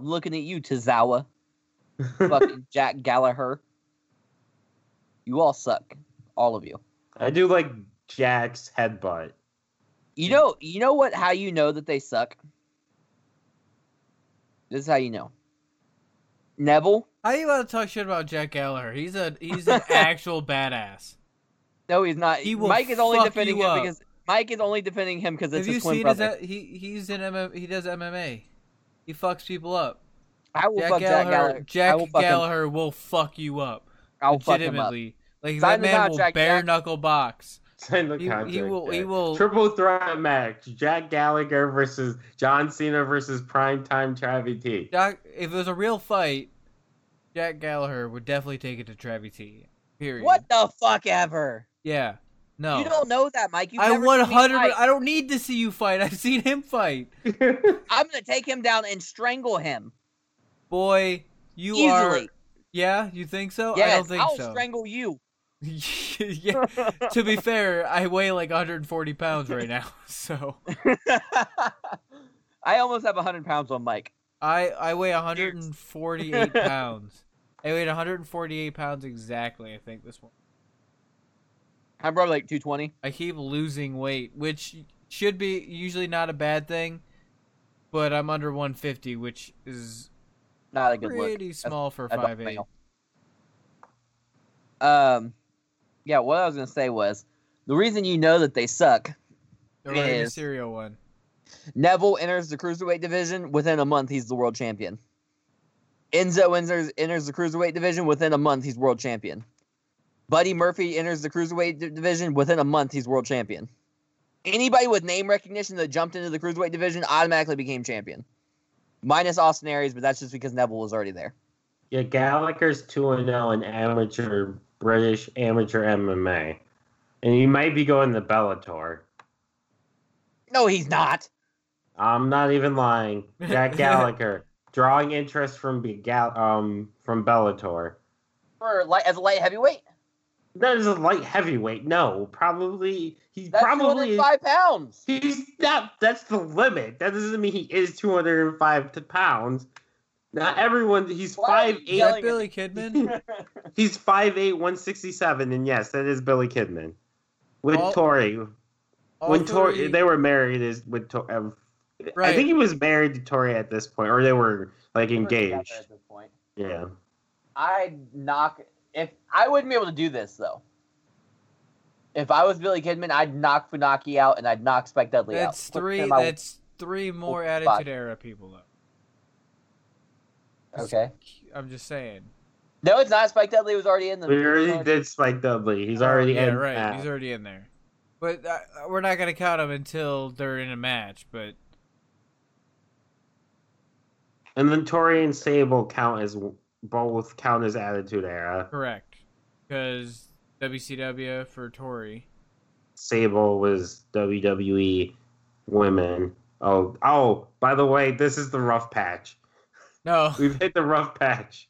C: looking at you, Tozawa, fucking Jack Gallagher. You all suck, all of you.
B: I do like Jack's headbutt.
C: You know, you know what? How you know that they suck? This is how you know. Neville?
A: How you about to talk shit about Jack Gallagher? He's a he's an actual badass.
C: No, he's not.
A: He will
C: Mike is only
A: fuck
C: defending
A: you
C: him
A: up.
C: because Mike is only defending him because
A: Have
C: it's
A: you
C: his twin
A: seen
C: brother.
A: his? He he's in M- he does MMA. He fucks people up.
C: I will
A: Jack
C: fuck Jack
A: Gallagher.
C: Gallagher. I
A: Jack
C: will fuck him.
A: Gallagher will fuck you up.
C: I'll fuck him up.
A: legitimately. Like
C: Sign
A: that
C: the
A: man will
C: contract,
A: bare
C: Jack.
A: knuckle box.
B: Sign the
A: He- he
B: contract.
A: will- he
B: Jack.
A: will-
B: Triple threat match: Jack Gallagher versus John Cena versus Primetime Travis T.
A: Jack, if it was a real fight, Jack Gallagher would definitely take it to Travis T. Period.
C: What the fuck ever?
A: Yeah. No.
C: You don't know that, Mike. You've
A: I
C: never
A: one
C: seen me
A: hundred.
C: fight.
A: I don't need to see you fight. I've seen him fight.
C: I'm gonna take him down and strangle him
A: Boy, you
C: easily.
A: are. Yeah, you think so?
C: yes,
A: I don't think
C: will
A: so.
C: strangle you.
A: yeah. To be fair, I weigh like 140 pounds right now, so
C: I almost have 100 pounds on Mike.
A: I I weigh 148 pounds. I weighed 148 pounds exactly. I think this one.
C: I'm probably like 220.
A: I keep losing weight, which should be usually not a bad thing, but I'm under 150, which is
C: Not a good look.
A: pretty small for
C: That's
A: five
C: a
A: eight.
C: fail. Um, yeah. What I was gonna say was the reason you know that they suck.
A: The Rey
C: Yes.
A: Mysterio one.
C: Neville enters the cruiserweight division within a month. He's the world champion. Enzo enters enters the cruiserweight division within a month. He's world champion. Buddy Murphy enters the cruiserweight di- division within a month. He's world champion. Anybody with name recognition that jumped into the cruiserweight division automatically became champion. Minus Austin Aries, but that's just because Neville was already there.
B: yeah, Gallagher's two and zero in amateur British amateur MMA, and he might be going to Bellator.
C: No, he's not.
B: I'm not even lying. Jack Gallagher drawing interest from Be- Gal- um from Bellator.
C: For light, as a light heavyweight,
B: That is a light heavyweight. No, probably he
C: that's
B: probably
C: five pounds.
B: He's not. That's the limit. That doesn't mean he is 205 t- pounds. Not everyone. He's
C: Why are
B: five
A: Is
C: you
B: eight.
A: that
C: Yelling-
A: Billy Kidman?
B: He's five eight, one sixty seven, and yes, that is Billy Kidman. With
A: All-
B: Tori,
A: All
B: when Tori
A: three-
B: they were married, is with Tori. um, I
A: Right.
B: think he was married to Tori at this point, or they were like
C: We're together
B: engaged.
C: at this point.
B: Yeah.
C: I'd knock if I wouldn't be able to do this though. If I was Billy Kidman, I'd knock Funaki out and I'd knock Spike Dudley
A: that's
C: out. Put
A: three.
C: them out.
A: That's three more
C: Fuck.
A: Attitude Era people though.
C: okay.
A: I'm just saying.
C: No, it's not. Spike Dudley was already in the.
B: We already did Spike Dudley. He's already
A: Oh, yeah,
B: in.
A: right.
B: that.
A: He's already in there. But uh, we're not gonna count him until they're in a match. But
B: and then Tori and Sable count as both count as Attitude Era.
A: correct, because WCW for Tori.
B: Sable was WWE women. Oh, oh! By the way, this is the rough patch.
A: No,
B: We've hit the rough patch.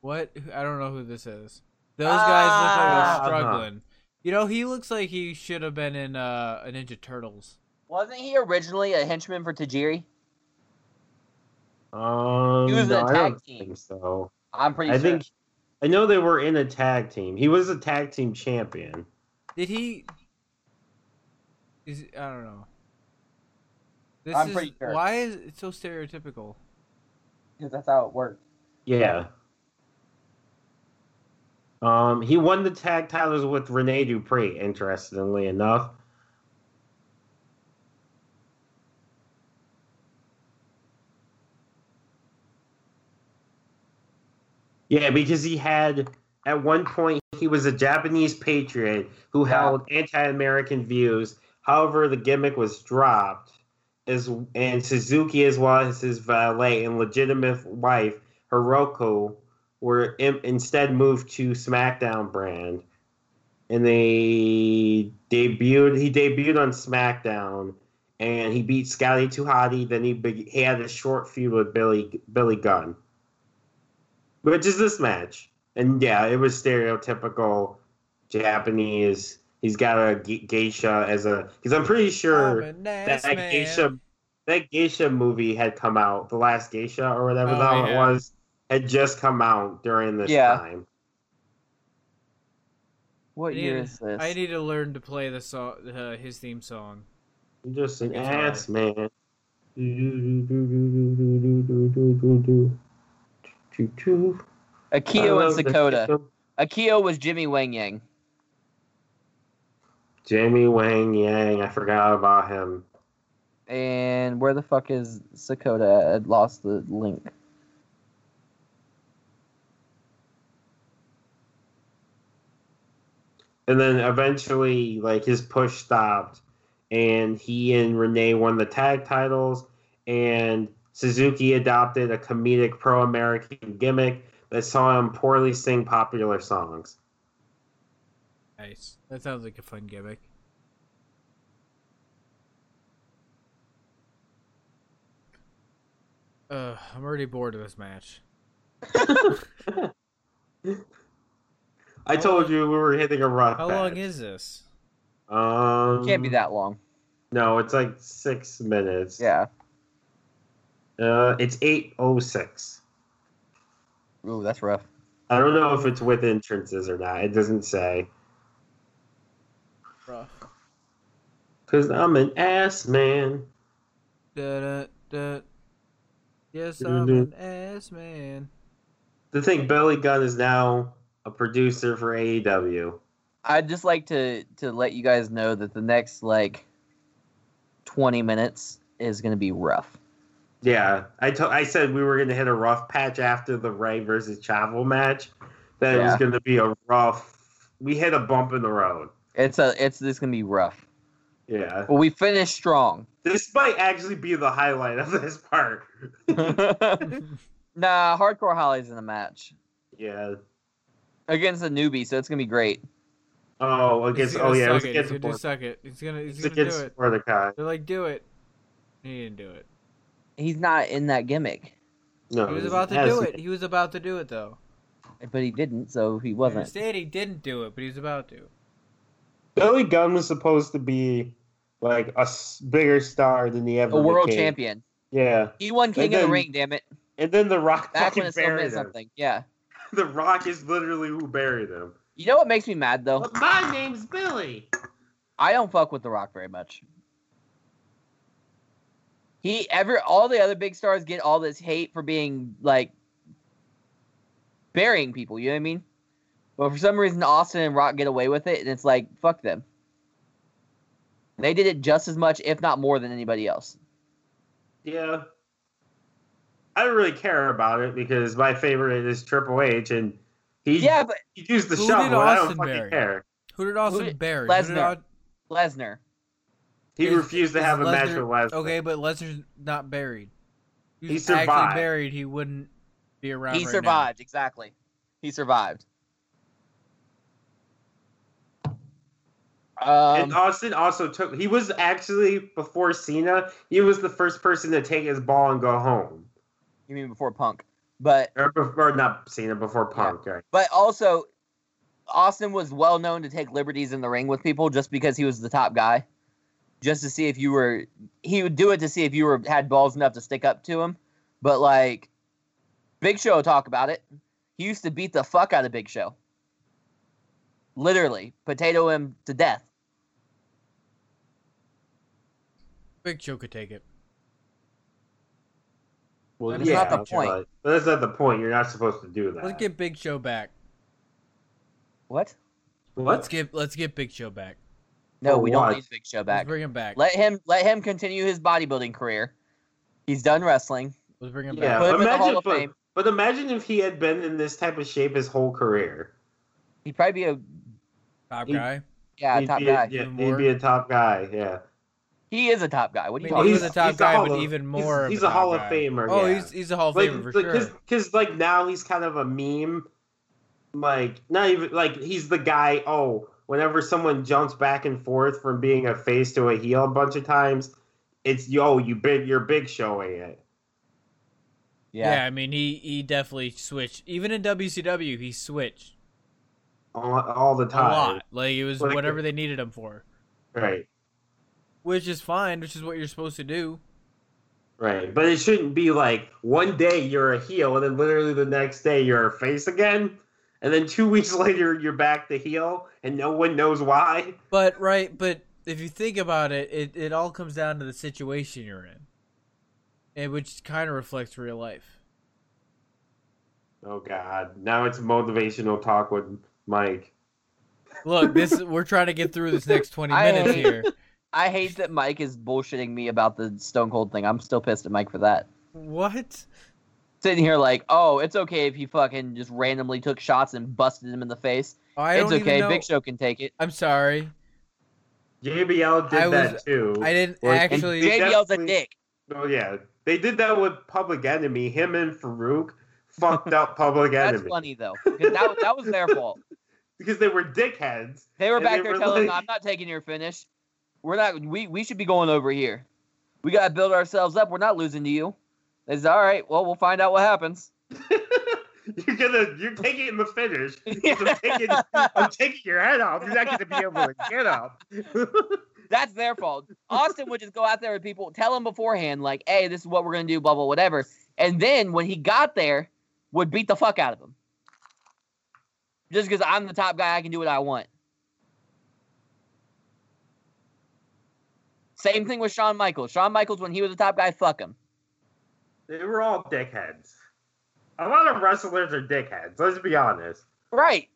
A: what? I don't know who this is. Those guys
B: Ah.
A: look like they're struggling. You know, he looks like he should have been in uh, a Ninja Turtles.
C: Wasn't he originally a henchman for Tajiri?
B: Um,
C: He was in
B: no,
C: a
B: I don't
C: tag team.
B: think so.
C: I'm pretty
B: I
C: sure.
B: think I know they were in a tag team. He was a tag team champion.
A: Did he? Is I don't know. This
C: I'm
A: is
C: pretty sure.
A: why is it so stereotypical?
C: because that's how it worked.
B: Yeah, Um, he won the tag titles with Rene Dupree, interestingly enough. Yeah, because he had at one point he was a Japanese patriot who
C: Yeah.
B: held anti-American views. However, the gimmick was dropped, as and Suzuki as well as his valet and legitimate wife Hiroko were in, instead moved to SmackDown brand, and they debuted. He debuted on SmackDown, and he beat Scotty Tuhati. Then he be, he had a short feud with Billy Billy Gunn, which is this match. And yeah, it was stereotypical Japanese. He's got a ge- geisha as a because I'm pretty sure
A: I'm an ass
B: that
A: man.
B: geisha that geisha movie had come out the last geisha or whatever
A: Oh,
B: the hell it
A: yeah.
B: was had just come out during this
C: Yeah.
B: time
C: What
A: I
C: year
A: need-
C: is this?
A: I need to learn to play the song, uh, his theme song.
B: You're just an
A: It's
B: ass man
C: Akio and Sakota. Akio was Jimmy Wang Yang.
B: Jimmy Wang Yang. I forgot about him.
C: And where the fuck is Sakota? I lost the link.
B: And then eventually, like his push stopped, and he and Renee won the tag titles. And Suzuki adopted a comedic pro-American gimmick that saw him poorly sing popular songs.
A: Nice. That sounds like a fun gimmick. Uh, I'm already bored of this match.
B: I told you we were hitting a rough.
A: How long is this?
B: Um,
C: Can't be that long.
B: No, it's like six minutes.
C: Yeah.
B: Uh, it's eight oh six.
C: Ooh, that's rough.
B: I don't know if it's with entrances or not. It doesn't say.
A: Rough.
B: Cause I'm an ass man.
A: Da, da, da. Yes,
B: Do,
A: I'm
B: do.
A: an ass man.
B: The thing, Billy Gunn is now a E producer for AEW.
C: I'd just like to to let you guys know that the next like twenty minutes is gonna be rough.
B: Yeah, I to- I said we were gonna hit a rough patch after the Ray versus Chavo match. That it was
C: Yeah.
B: gonna be a rough. We hit a bump in the road.
C: It's a it's this gonna be rough.
B: Yeah,
C: But we finished strong.
B: this might actually be the highlight of this part.
C: nah, hardcore Holly's in the match
B: Yeah.
C: against a newbie, so it's gonna be great.
B: Oh,
A: He's
B: against.
A: gonna
B: Oh yeah, it
A: suck
B: was
A: it. He's
B: against.
A: gonna do
B: Bor-
A: suck it. He's gonna, he's
B: It's
A: gonna do
B: against
A: it.
B: Mordecai.
A: They're like, do it. He didn't do it.
C: He's not in that gimmick,
B: No,
A: He was
B: it
A: about to
B: has-
A: do it. He was about to do it though.
C: but he didn't, so he
A: I
C: wasn't.
A: understand he didn't do it, but he was about to.
B: Billy Gunn was supposed to be like a s- bigger star than he ever
C: A world
B: became.
C: champion.
B: Yeah,
C: He won King of
B: then-
C: the Ring, damn it.
B: and then The Rock
C: Back
B: fucking
C: when it still
B: buried
C: meant
B: him.
C: something. Yeah.
B: The Rock is literally who buried him.
C: You know what makes me mad though?
B: But my name's Billy.
C: I don't fuck with The Rock very much. He ever all the other big stars get all this hate for being like burying people, you know what I mean? But for some reason Austin and Rock get away with it and it's like fuck them. They did it just as much, if not more, than anybody else.
B: Yeah. I don't really care about it because my favorite is Triple H, and he
C: Yeah, but
B: he used the
A: Who
B: shovel.
A: did
B: and I don't
A: Austin
B: fucking
A: bury?
B: care.
A: Who did Austin
C: did-
A: bury? Who did
C: Lesnar.
A: Au-
C: Lesnar.
B: He
A: Is-
B: refused to
A: is
B: have a match with
A: Lesnar-
B: Lesnar.
A: Okay, but Lesnar's not buried. If
B: He
A: was
B: survived.
A: Actually buried, he wouldn't be around.
C: He
A: right
C: survived, exactly. He survived. Um,
B: and
A: um,
B: Austin also took. He was actually before Cena. He was the first person to take his ball and go home,
C: you mean before Punk? But
B: or, bef- or not Cena before Punk. Right?
C: But also, Austin was well known to take liberties in the ring with people just because he was the top guy. Just to see if you were, he would do it to see if you were had balls enough to stick up to him. But like, Big Show will talk about it. He used to beat the fuck out of Big Show. Literally, potato him to death.
A: Now. Big Show could take it.
B: Well,
A: That's not
C: the point.
B: But, but that's not the point. You're not supposed to do that.
A: Let's get Big Show back.
C: What?
A: Let's
B: What?
A: get let's get Big Show back.
C: No,
B: For
C: we
B: what?
C: don't need Big Show back.
A: Let's bring him back.
C: Let him let him continue his bodybuilding career. He's done wrestling.
A: let's bring him back.
B: Yeah,
C: Put him
B: but
C: in the Hall
B: imagine,
C: of
B: but,
C: Fame.
B: but imagine if he had been in this type of shape his whole career.
C: He'd probably be a
A: Top
B: he-
A: guy.
C: yeah
B: he'd
C: top
B: be
C: guy.
B: A, yeah,
A: Even
B: he'd
A: more.
B: be a top guy. Yeah, Oh,
C: He is a top guy. What
A: I
C: do
A: mean,
C: you
A: he
C: talking
A: was a
B: he's-
C: about?
A: top
B: he's a
A: guy,
B: Hall
A: but
B: of-
A: even
B: he's-
A: more. of
B: he's
A: a
B: a Hall
A: top
B: of
A: guy.
B: Famer,
A: Oh,
B: yeah.
A: he's he's a Hall of
B: like
A: Famer for
B: like,
A: sure.
B: cause like now he's kind of a meme. Like not even like he's the guy. Oh, whenever someone jumps back and forth from being a face to a heel a bunch of times, it's yo, you big, you're big showing it.
A: Yeah.
C: yeah.
A: I mean, he he definitely switched. Even in WCW, he switched
B: all, all the
A: a
B: time.
A: lot. Like it was
B: Like-
A: whatever they needed him for,
B: Right,
A: which is fine, which is what you're supposed to do.
B: right. But it shouldn't be like one day you're a heel and then literally the next day you're a face again, and then two weeks later you're back to heel and no one knows why.
A: But right, but if you think about it, it it all comes down to the situation you're in, and which kind of reflects real life.
B: Oh God! Now it's motivational talk with Mike.
A: Look, this we're trying to get through this next twenty
C: I-
A: minutes here.
C: I hate that Mike is bullshitting me about the Stone Cold thing. I'm still pissed at Mike for that.
A: What?
C: Sitting here like, oh, it's okay if he fucking just randomly took shots and busted him in the face.
A: I
C: it's
A: don't even
C: okay.
A: know.
C: Big Show can take it.
A: I'm sorry,
B: JBL did
A: I was-
B: that too.
A: I didn't
B: Well,
C: And
A: actually.
B: Jay-
C: JBL's a
B: definitely-
C: dick.
B: oh yeah, they did that with Public Enemy. Him and Farouk fucked up Public
C: That's
B: Enemy
C: funny though, because that, that was their fault.
B: because they were dickheads.
C: They were
B: And
C: back
B: they
C: there
B: were
C: telling him,
B: like-
C: "I'm not taking your finish. We're not. We we should be going over here. We gotta build ourselves up. We're not losing to you." They said, "All right, well, we'll find out what happens."
B: You're gonna, you're taking the finish. I'm,
C: Yeah.
B: taking, I'm taking your head off. You're not gonna be able to get up.
C: That's their fault. Austin would just go out there with people, tell him beforehand, like, "Hey, this is what we're gonna do," blah blah whatever, and then when he got there, would beat the fuck out of him. Just because I'm the top guy, I can do what I want. Same thing with Shawn Michaels. Shawn Michaels, when he was the top guy, fuck him.
B: they were all dickheads. A lot of wrestlers are dickheads. Let's be honest.
C: Right.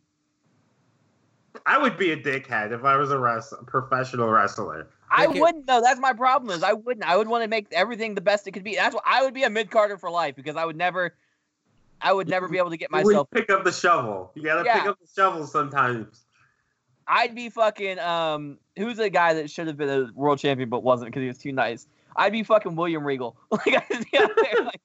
B: I would be a dickhead if I was a wrest- professional wrestler.
C: I
A: Like it-
C: wouldn't though. That's my problem. Is I wouldn't. I would want to make everything the best it could be. That's why I would be a mid Carter for life because I would never, I would never be able to get
B: You would
C: myself.
B: pick up the shovel. You gotta pick
C: Yeah.
B: up the shovel sometimes.
C: I'd be fucking um. Who's the guy that should have been a world champion but wasn't because he was too nice? I'd be fucking William Regal. Like I'd just be out there. Like,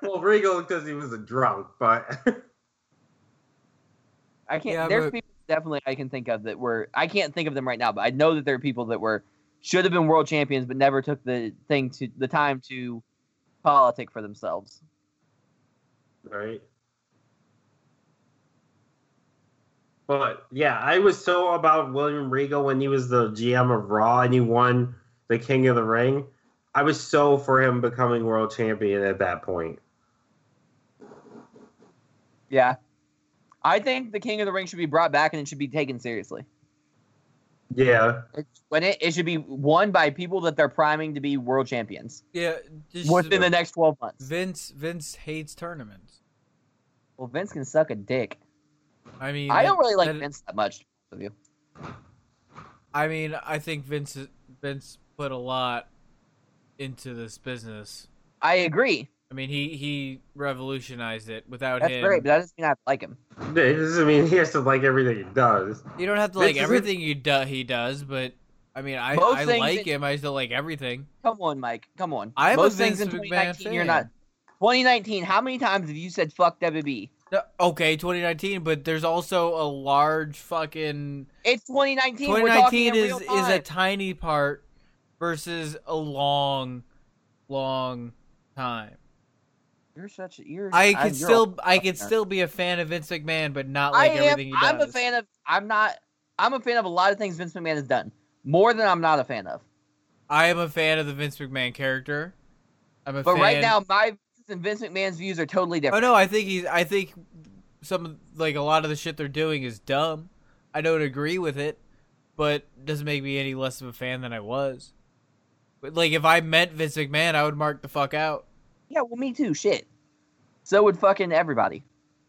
B: Well, Regal because he was a drunk, but
C: I can't.
A: Yeah,
C: there's
A: but-
C: people definitely I can think of that were. I can't think of them right now, but I know that there are people that were should have been world champions but never took the thing to the time to politic for themselves.
B: right. But yeah, I was so about William Regal when he was the GM of Raw and he won the King of the Ring. I was so for him becoming world champion at that point.
C: Yeah. I think the King of the Ring should be brought back and it should be taken seriously.
B: Yeah,
C: When it, it should be won by people that they're priming to be world champions
A: yeah, just,
C: within the next 12 months.
A: Vince Vince hates tournaments.
C: Well, Vince can suck a dick.
A: I mean,
C: I don't
A: that-
C: really like
A: that-
C: Vince that much. Of you.
A: I mean, I think Vince is- Vince put a lot into this business.
C: I agree.
A: I mean, he he revolutionized it. Without
C: That's
A: him,
C: great, but that doesn't mean I like him.
B: it doesn't mean he has to like everything he does.
A: you don't have to like
B: Vince isn't-
A: everything you do, he does, but I mean, I
C: Most
A: I
C: things
A: like
C: that-
A: him. I just don't like everything.
C: Come on, Mike. Come on.
A: I am a
C: Most things in
A: Vince McMahon
C: 2019, you're
A: fan.
C: not. 2019, how many times have you said fuck WWE?
A: No, okay, 2019, but there's also a large fucking
C: It's 2019. We're talking
A: 2019
C: in
A: is
C: real
A: is a
C: time.
A: tiny part versus a long, long time.
C: You're such a. You're,
A: I
C: you're a
A: could still I could
C: nerd.
A: still be a fan of Vince McMahon, but not like everything he does.
C: I'm a fan of. I'm not. I'm a fan of a lot of things Vince McMahon has done. More than I'm not a fan of.
A: I am a fan of the Vince McMahon character. I'm a
C: But
A: fan.
C: right now, my views and Vince McMahon's views are totally
A: oh
C: different.
A: no, I think he's. I think some of- like a lot of the shit they're doing is dumb. I don't agree with it, but doesn't make me any less of a fan than I was. But like if I met Vince McMahon, I would mark the fuck out.
C: Yeah, well, me too. Shit. So would fucking everybody.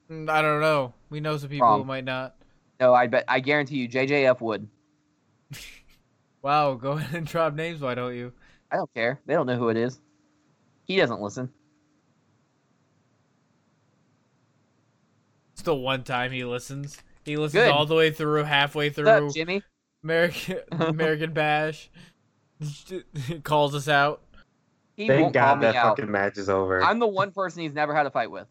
A: Mm, I don't know. We know some people who
C: Problem.
A: might not.
C: No, I bet I guarantee you JJF would.
A: Wow, go ahead and drop names, why don't you?
C: I don't care. They don't know who it is. He doesn't listen.
A: It's the one time he listens. He listens
C: Good.
A: all the way through, halfway
C: What's
A: through
C: up, Jimmy?
A: American American Bash. He calls us out.
C: He
B: Thank
C: won't call
B: God
C: me
B: that
C: out.
B: fucking match is over.
C: I'm the one person he's never had a fight with.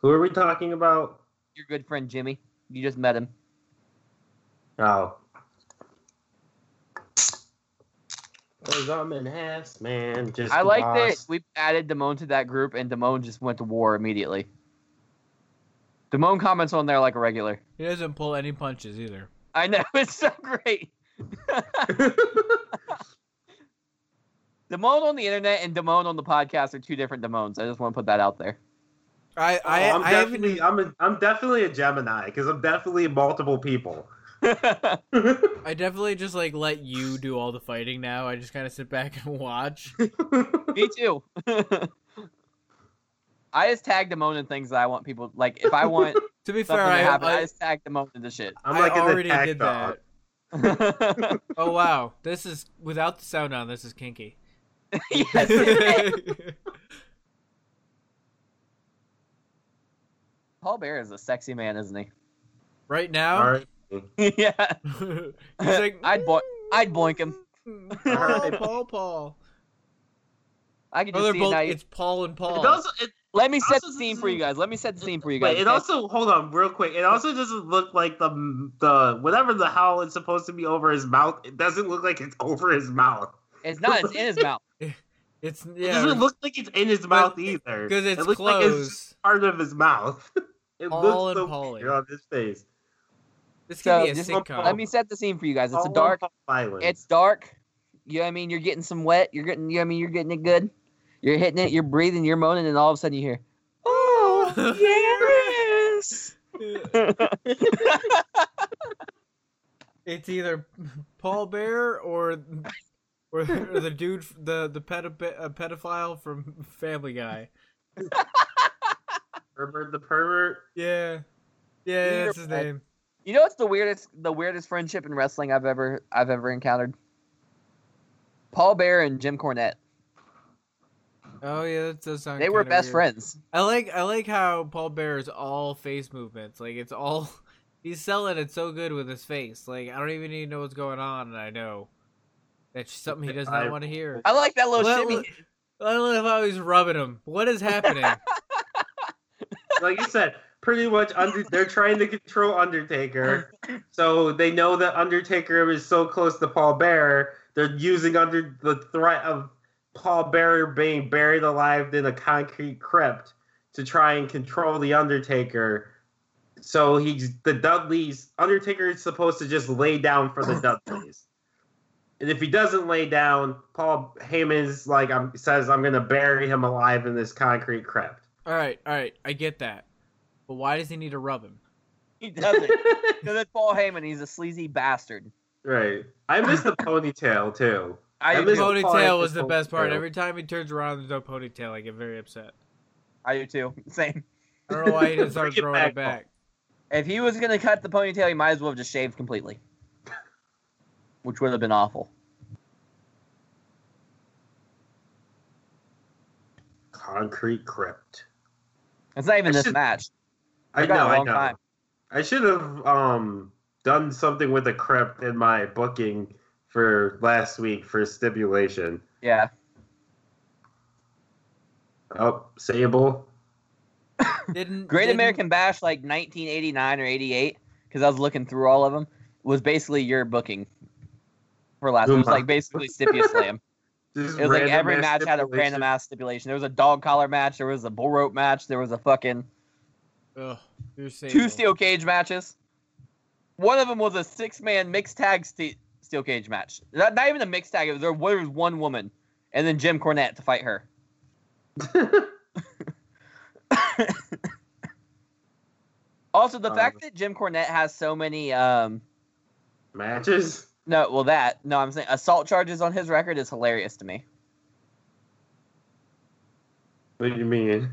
B: Who are we talking about?
C: Your good friend Jimmy. You just met him.
B: Oh. Cause I'm an ass man. Just
C: I like that
B: lost.
C: we added Damone to that group, and Damone just went to war immediately. Damone comments on there like a regular.
A: He doesn't pull any punches either.
C: I know it's so great. Damone on the internet and Damone on the podcast are two different Damones. I just want to put that out there.
A: I I,
B: am
A: I haven't
B: definitely Oh, I'm a, I'm definitely a Gemini because I'm definitely multiple people.
A: I definitely just like let you do all the fighting now. I just kind of sit back and watch.
C: Me too. I just tag Damone in things that I want people like. If I want
A: to be fair,
C: something to
A: I,
C: happen, I
A: I,
C: just tag Damone into shit.
B: I'm
A: I
B: like an
A: already
B: attack
A: did
B: dog.
A: that. Oh wow, this is without the sound on. This is kinky.
C: yes, it is. Paul Bear is a sexy man, isn't he?
A: right
B: All
A: now,
B: right.
C: yeah.
A: he's like,
C: I'd boink- I'd boink him.
A: "Mm,
B: All
A: Paul,
B: right.
A: Paul, Paul.
C: I can
A: Oh,
C: just
A: they're
C: see
A: both.
C: now. you-
A: It's Paul and Paul.
B: Oh. It also it,
C: Let me set
B: also
C: the scene
B: doesn't-
C: for you guys. Let me set the scene for you guys.
B: wait, it
C: okay?
B: also hold on real quick. It also doesn't look like the the whatever the hell is supposed to be over his mouth. It doesn't look like it's over his mouth.
C: it's not. It's in his mouth.
A: it's
B: It
A: yeah,
B: doesn't look like it's in his mouth either.
A: because it's
B: it looks like it's just
A: closed.
B: part of his mouth. It
A: Paul
B: looks
A: and
B: so
A: Paulie.
B: weird on his face.
A: this could
C: So,
A: be a
C: just
A: sitcom.
C: Let me set the scene for you guys. It's a
B: Paul
C: dark.
B: and Paul Island.
C: It's dark. You know what I mean? You're getting some wet. You're getting. You know what I mean? You're getting it good. You're hitting it. You're breathing. You're moaning, and all of a sudden you hear. Oh yes!
A: it's either Paul Bear or or, or the dude, f- the the pedop- uh, pedophile from Family Guy.
B: Herbert the pervert.
A: Yeah, yeah,
C: Either
A: that's his
C: way.
A: name.
C: You know what's the weirdest? The weirdest friendship in wrestling I've ever I've ever encountered. Paul Bear and Jim Cornette.
A: Oh yeah, that does sound.
C: They were
A: kinda
C: best
A: weird.
C: friends.
A: I like I like how Paul Bear is all face movements. Like it's all he's selling it so good with his face. Like I don't even need to know what's going on, and I know that's something he does not
B: I-
A: want to hear.
C: I like that little
A: Well,
C: shimmy.
A: well- I love how he's rubbing him. What is happening?
B: Like you said, pretty much under they're trying to control Undertaker. So they know that Undertaker is so close to Paul Bearer. They're using under the threat of Paul Bearer being buried alive in a concrete crypt to try and control the Undertaker. So he's the Dudleys. Undertaker is supposed to just lay down for the Dudleys. And if he doesn't lay down, Paul Heyman's like I'm, says, "I'm going to bury him alive in this concrete crypt."
A: all right, all right, I get that, but why does he need to rub him?
C: He doesn't. Because it's Paul Heyman. He's a sleazy bastard.
B: Right. I miss the ponytail too.
C: I,
B: I
C: do,
B: miss-
C: too.
A: Ponytail was
B: it's
A: the
B: a
A: best part.
B: ponytail.
A: Every time he turns around, there's no ponytail. I get very upset.
C: I do too. Same.
A: I don't know why he didn't start
B: Bring it
A: growing it
B: back.
A: back.
C: If he was gonna cut the ponytail, he might as well have just shaved completely, which would have been awful.
B: Concrete crypt.
C: It's not even
B: I
C: this
B: should-
C: match.
B: I
C: got a
B: know, I
C: long
B: know.
C: time.
B: I should have um done something with the crypt in my booking for last week for stipulation.
C: Yeah.
B: Oh, Sable.
A: Didn't
C: Great
A: didn't-
C: American Bash, like 1989 or 88, because I was looking through all of them, was basically your booking for last. It was
B: Zumba.
C: like basically Stipia Slam.
B: Just
C: It was like every
B: random-ass
C: match had a
B: stipulation.
C: random ass stipulation. There was a dog collar match. There was a bull rope match. There was a fucking
A: Ugh, you're saying
C: two steel cage matches. One of them was a six man mixed tag ste steel cage match. Not, not even a mixed tag. It was there was one woman, and then Jim Cornette to fight her. also, the
B: Um,
C: fact that Jim Cornette has so many um
B: matches.
C: no, well that no, I'm saying assault charges on his record is hilarious to me.
B: What do you mean?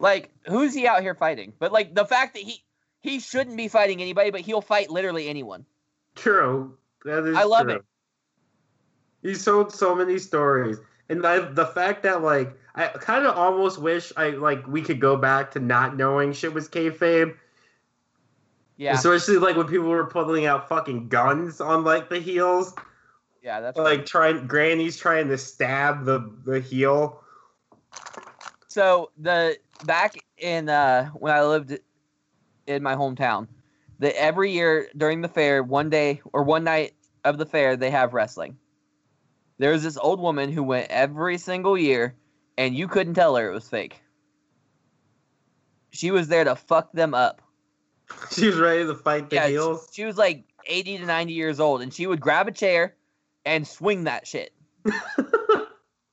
C: Like, who's he out here fighting? But like the fact that he he shouldn't be fighting anybody, but he'll fight literally anyone.
B: True. That is
C: I love
B: true.
C: it.
B: He sold so many stories, and I, the fact that like I kind of almost wish I like we could go back to not knowing shit was kayfabe,
C: Yeah,
B: especially like when people were pulling out fucking guns on like the heels,
C: yeah, that's right.
B: like trying granny's trying to stab the the heel.
C: So the back in uh, when I lived in my hometown, the every year during the fair, one day or one night of the fair, they have wrestling. There was this old woman who went every single year, and you couldn't tell her it was fake. She was there to fuck them up.
B: She was ready to fight the
C: Yeah,
B: heels.
C: She was like 80 to 90 years old, and she would grab a chair and swing that shit.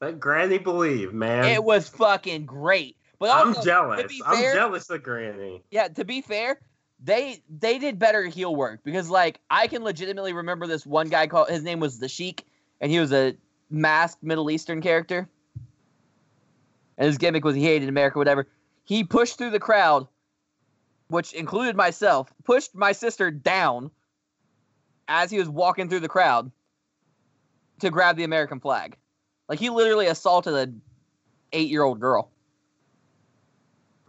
B: But Granny believed, man.
C: It was fucking great. But
B: I'm
C: also, to
B: jealous.
C: be
B: I'm
C: fair-
B: jealous of Granny.
C: yeah to be fair they they did better heel work because like i can legitimately remember this one guy called his name was the sheik and he was a masked middle eastern character and his gimmick was he hated america whatever he pushed through the crowd which included myself pushed my sister down as he was walking through the crowd to grab the american flag like he literally assaulted an eight-year-old girl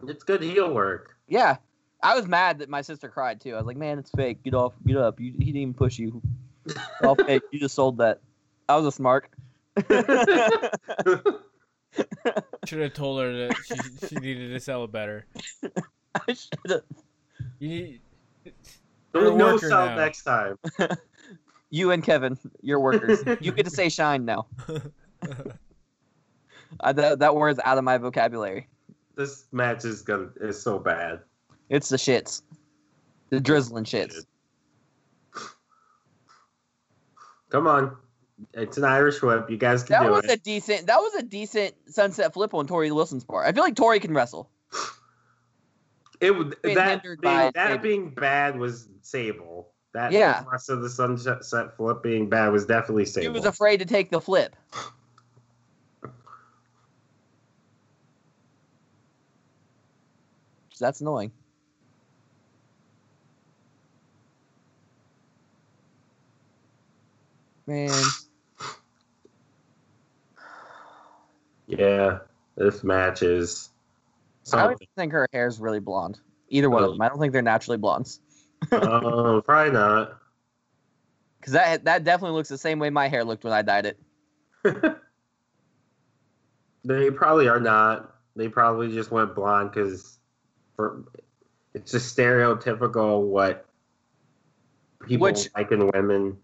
B: It's good heel work.
C: yeah. I was mad that my sister cried too. I was like, "Man, it's fake. Get off. Get up. You, he didn't even push you. It's all fake. You just sold that." I was a smart.
A: Should have told her that she, she needed to sell it better.
C: I should've-
A: You need, You're a
B: no
A: worker
B: sell
A: now.
B: next time.
C: you and Kevin, you're workers. you get to say shine now. I, that that word's out of my vocabulary.
B: This match is gonna is so bad.
C: It's the shits, the drizzling shits.
B: Come on. It's an Irish whip. You guys can
C: That
B: do
C: was a
B: it.
C: decent. That was a decent sunset flip on Tori Wilson's part. I feel like Tori can wrestle.
B: it would
C: been
B: that
C: hindered
B: being,
C: by
B: that
C: Sable.
B: being bad was Sable. That
C: Yeah.
B: the rest of the sunset set flip being bad was definitely Sable.
C: She was afraid to take the flip. That's annoying. Man,
B: yeah, this match is
C: I don't
B: something.
C: think her hair is really blonde. Either one of them. I don't think they're naturally blondes.
B: oh, probably not.
C: Because that that definitely looks the same way my hair looked when I dyed it.
B: They probably are not. They probably just went blonde because it's just stereotypical what people
C: Which-
B: like in women.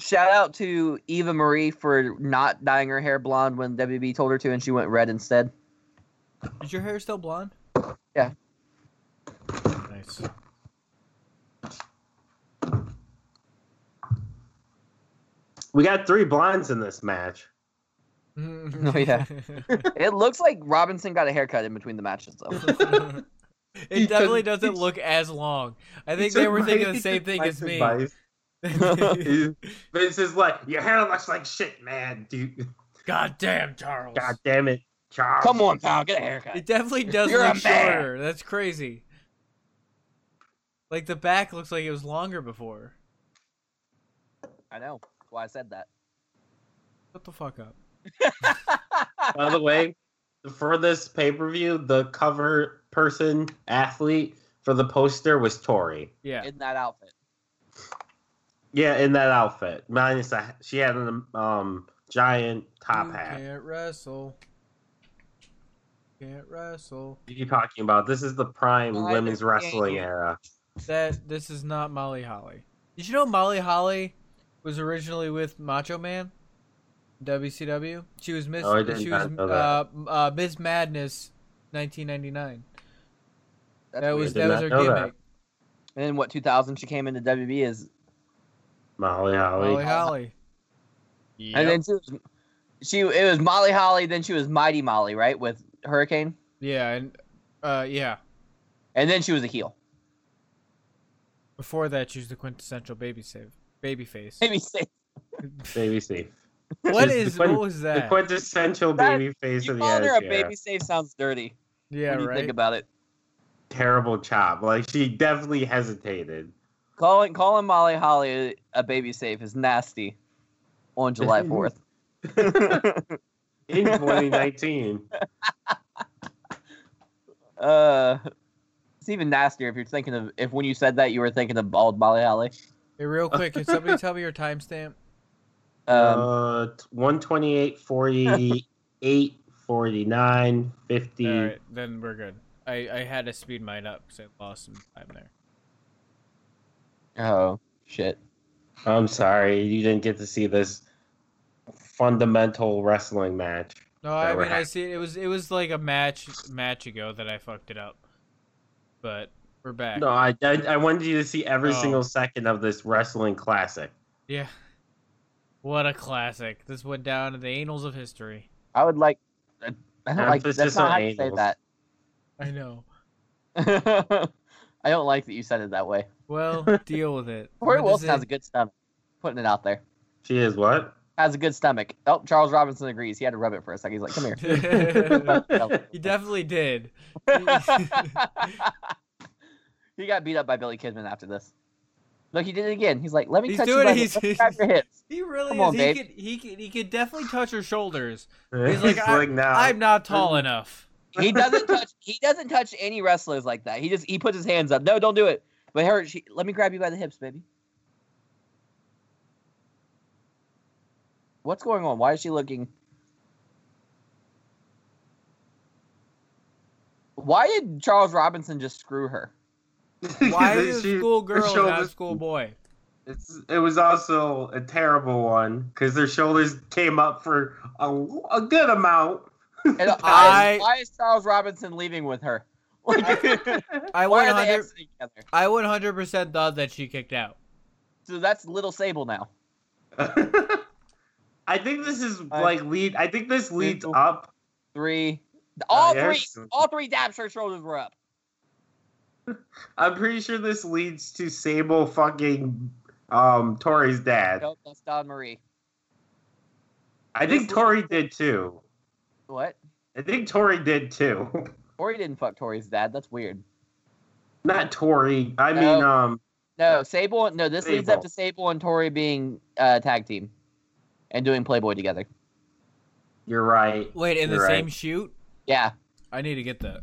C: Shout out to Eva Marie for not dyeing her hair blonde when WB told her to and she went red instead.
A: is your hair still blonde?
C: Yeah.
A: Nice.
B: We got three blondes in this match.
A: oh
C: yeah. It looks like Robinson got a haircut in between the matches though.
B: He
A: it definitely
B: took-
A: doesn't look as long. I think they were thinking the same thing as me.
B: He's- Vince is like, your hair looks like shit, man. Dude,
A: God damn, Charles.
B: god damn it, Charles.
C: Come on, pal, get a haircut.
A: It definitely does
C: You're a
A: look
C: man.
A: shorter. That's crazy. Like the back looks like it was longer before.
C: I know. That's why I said that.
A: Shut the fuck up.
B: By the way, for this pay per view, the cover person athlete for the poster was Tori.
A: Yeah.
C: In that outfit.
B: Yeah, in that outfit. Minus a, she had an um giant top
A: You
B: hat.
A: Can't wrestle. Can't wrestle.
B: What are you talking about? This is the prime
C: Well, I
B: women's
C: think-
B: wrestling era.
A: That this is not Molly Holly. Did you know Molly Holly was originally with Macho Man? WCW. She was Miss.
B: No, I did
A: she was
B: not know that.
A: uh, uh, Miss Madness, 1999.
C: That's
A: that
C: weird.
A: was
B: did
A: that was
B: not
A: her
B: know that.
A: gimmick.
C: And then what 2000 she came into WB is
B: Molly Holly.
A: Molly Holly.
C: and then she was she it was Molly Holly then she was Mighty Molly, right? With Hurricane.
A: Yeah, and uh, yeah.
C: And then she was a heel.
A: Before that, she's the quintessential baby save baby face.
C: Maybe say
B: Baby safe.
A: What
B: She's the
A: is
B: quin-
A: what was
B: The
A: that?
B: quintessential
C: That-
B: baby face
C: you
B: of the
C: calling her a
B: attitude era.
C: baby safe sounds dirty.
A: Yeah,
C: what do you
A: right.
C: think about it?
B: Terrible chop. Like she definitely hesitated.
C: Calling calling Molly Holly a- a baby safe is nasty on July Fourth.
B: In 2019.
C: Uh, it's even nastier if you're thinking of if when you said that you were thinking of bald Molly Holly.
A: hey, real quick, can somebody tell me your timestamp?
C: Um,
B: uh, 128, 48, 49, 50.
A: All right, then we're good. I, I had to speed mine up because I lost some time there.
C: oh shit.
B: I'm sorry, you didn't get to see this fundamental wrestling match.
A: No, I
B: we're
A: mean I
B: happy.
A: see it was it was like a match match ago that I fucked it up, but we're back.
B: No, I, I, I wanted you to see every
A: Oh.
B: single second of this wrestling classic.
A: Yeah, what a classic! This went down in the annals of history.
C: I would like. I don't like.
B: Emphasis
C: That's not
B: on
C: how to say
B: anals.
A: I know.
C: that. I don't like that you said it that way.
A: Well, deal with it. What
C: Corey
A: is
C: Wilson has
A: it?
C: a good stomach. Putting it out there.
B: She is what?
C: Has a good stomach. Oh, Charles Robinson agrees. He had to rub it for a second. He's like, come here.
A: he definitely did.
C: he got beat up by Billy Kidman after this. Look, he did it again. He's like, let me
A: He's
C: touch you
A: doing
C: by
A: it.
C: the-
A: He's-
C: let me grab your hips.
A: He really
C: Come
A: is.
C: on,
A: he
C: babe.
A: could he could he could definitely touch her shoulders.
B: He's
A: like, I-
B: now.
A: I'm not tall enough.
C: He doesn't touch. He doesn't touch any wrestlers like that. He just he puts his hands up. No, don't do it. But her, she, let me grab you by the hips, baby. What's going on? Why is she looking? Why did Charles Robinson just screw her?
A: Why is
B: She-
A: a school girl
B: her
A: and not a
B: shoulders-
A: school boy?
B: It's, it was also a terrible one because their shoulders came up for a, a good amount.
C: And
A: I-
C: I, why is Charles Robinson leaving with her? Like,
A: I
C: why
A: one
C: are they
A: hundred
C: exiting together?
A: I one hundred percent thought that she kicked out.
C: So that's Little Sable now.
B: I think this is
C: I-
B: like lead. I think this leads
C: Mental.
B: up.
C: Three, all
B: yeah,
C: three,
B: excellent.
C: all three Dab's her shoulders were up.
B: I'm pretty sure this leads to Sable fucking um Tori's dad.
C: Nope, that's Don Marie.
B: I think Tori did too.
C: What?
B: I think Tori did too.
C: Tori didn't fuck Tori's dad. That's weird.
B: Not Tori. I
C: No.
B: mean, um,
C: No, Sable. No, this leads up
B: Sable.
C: to Sable and Tori being uh, tag team and doing Playboy together.
B: you're right.
A: Wait, in the
B: You're right.
A: same shoot?
C: Yeah,
A: I need to get that.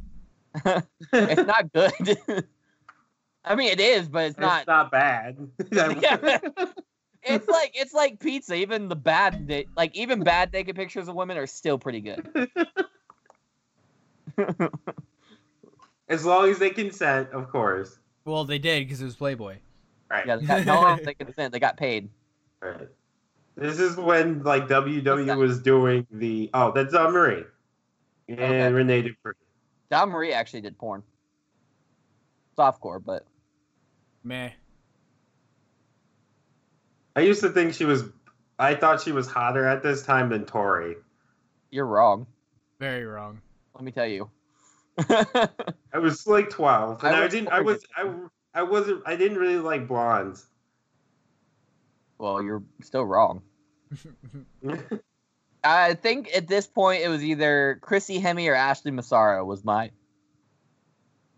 C: it's not good. I mean, it is, but it's not.
B: It's not bad.
C: Yeah. It's like it's like pizza. Even the bad, na- like even bad naked pictures of women are still pretty good.
B: as long as they consent, of course.
A: Well, they did because it was Playboy.
B: Right.
C: Yeah, they got, no one they consent. They got paid.
B: right. This is when like
C: What's
B: WW
C: that?
B: was doing the oh that's uh, Marie and
C: Okay.
B: Renee Dupree.
C: Don Marie actually did porn. Softcore, but
A: Meh.
B: I used to think she was. I thought she was hotter at this time than Tori.
C: you're wrong.
A: Very wrong.
C: Let me tell you.
B: I was like twelve, and
C: I
B: I,
C: was
B: didn't. I
C: Tori
B: was.
C: at
B: I,
C: the
B: I wasn't. I didn't really like blondes.
C: well, you're still wrong. I think at this point it was either Chrissy Hemme or Ashley Massaro was my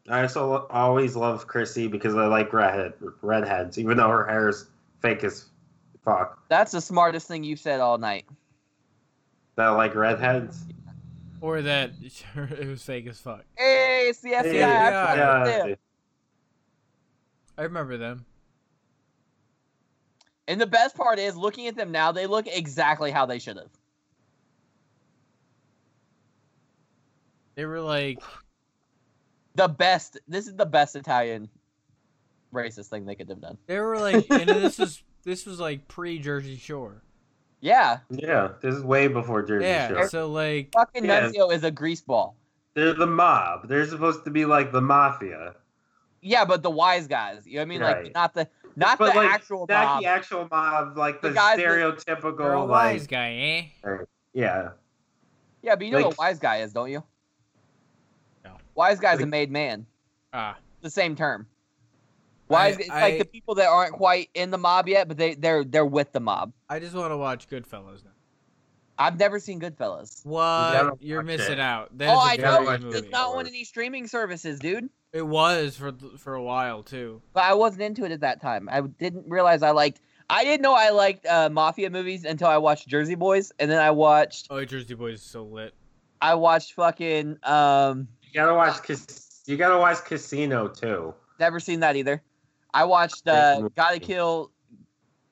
B: I also lo- always love Chrissy because I like redhead redheads, even though her hair is fake as fuck.
C: that's the smartest thing you've said all night.
B: That I like redheads.
A: or that it was fake as fuck.
C: Hey, it's the FBI.
B: Hey,
A: yeah,
B: yeah.
A: I remember them.
C: And the best part is looking at them now, they look exactly how they should have.
A: They were like,
C: The best this is the best Italian racist thing they could have done.
A: they were like, and this was this was like pre Jersey Shore.
C: Yeah.
B: Yeah, this is way before Jersey
A: Yeah.
B: Shore.
A: So like,
C: Fucking
B: Yeah.
C: Nuncio is a greaseball.
B: They're the mob. They're supposed to be like the mafia.
C: Yeah, but the wise guys. You know what I mean?
B: Right.
C: Like not the not
B: But
C: the
B: like
C: actual
B: not
C: mob.
B: the actual mob, like the,
C: The guys that-
B: stereotypical
A: you're a
B: like
A: wise guy, eh?
B: yeah.
C: yeah, but you know
B: like-
C: what a wise guy is, don't you?
A: No.
C: Wise guy's a
B: Like-
C: made man.
A: Ah,
C: the same term. Why
A: I-
C: is it, it's like
A: I-
C: the people that aren't quite in the mob yet, but they they're they're with the mob.
A: I just want to watch Goodfellas now.
C: I've never seen Goodfellas.
B: never
A: What? You're
B: watched
A: missing
B: it.
A: out. That's
C: Oh,
A: a
C: I
B: never
C: know
A: very
B: watched
A: good
B: it.
A: movie.
C: it's not on any streaming services, dude.
A: It was for for a while too.
C: But I wasn't into it at that time. I didn't realize I liked. I didn't know I liked uh, mafia movies until I watched Jersey Boys, and then I watched.
A: Oh, Jersey Boys is so lit.
C: I watched fucking. Um,
B: You gotta watch. Cas- you gotta watch Casino too.
C: never seen that either. I watched.
B: Great
C: Uh,
B: movie.
C: Gotta kill.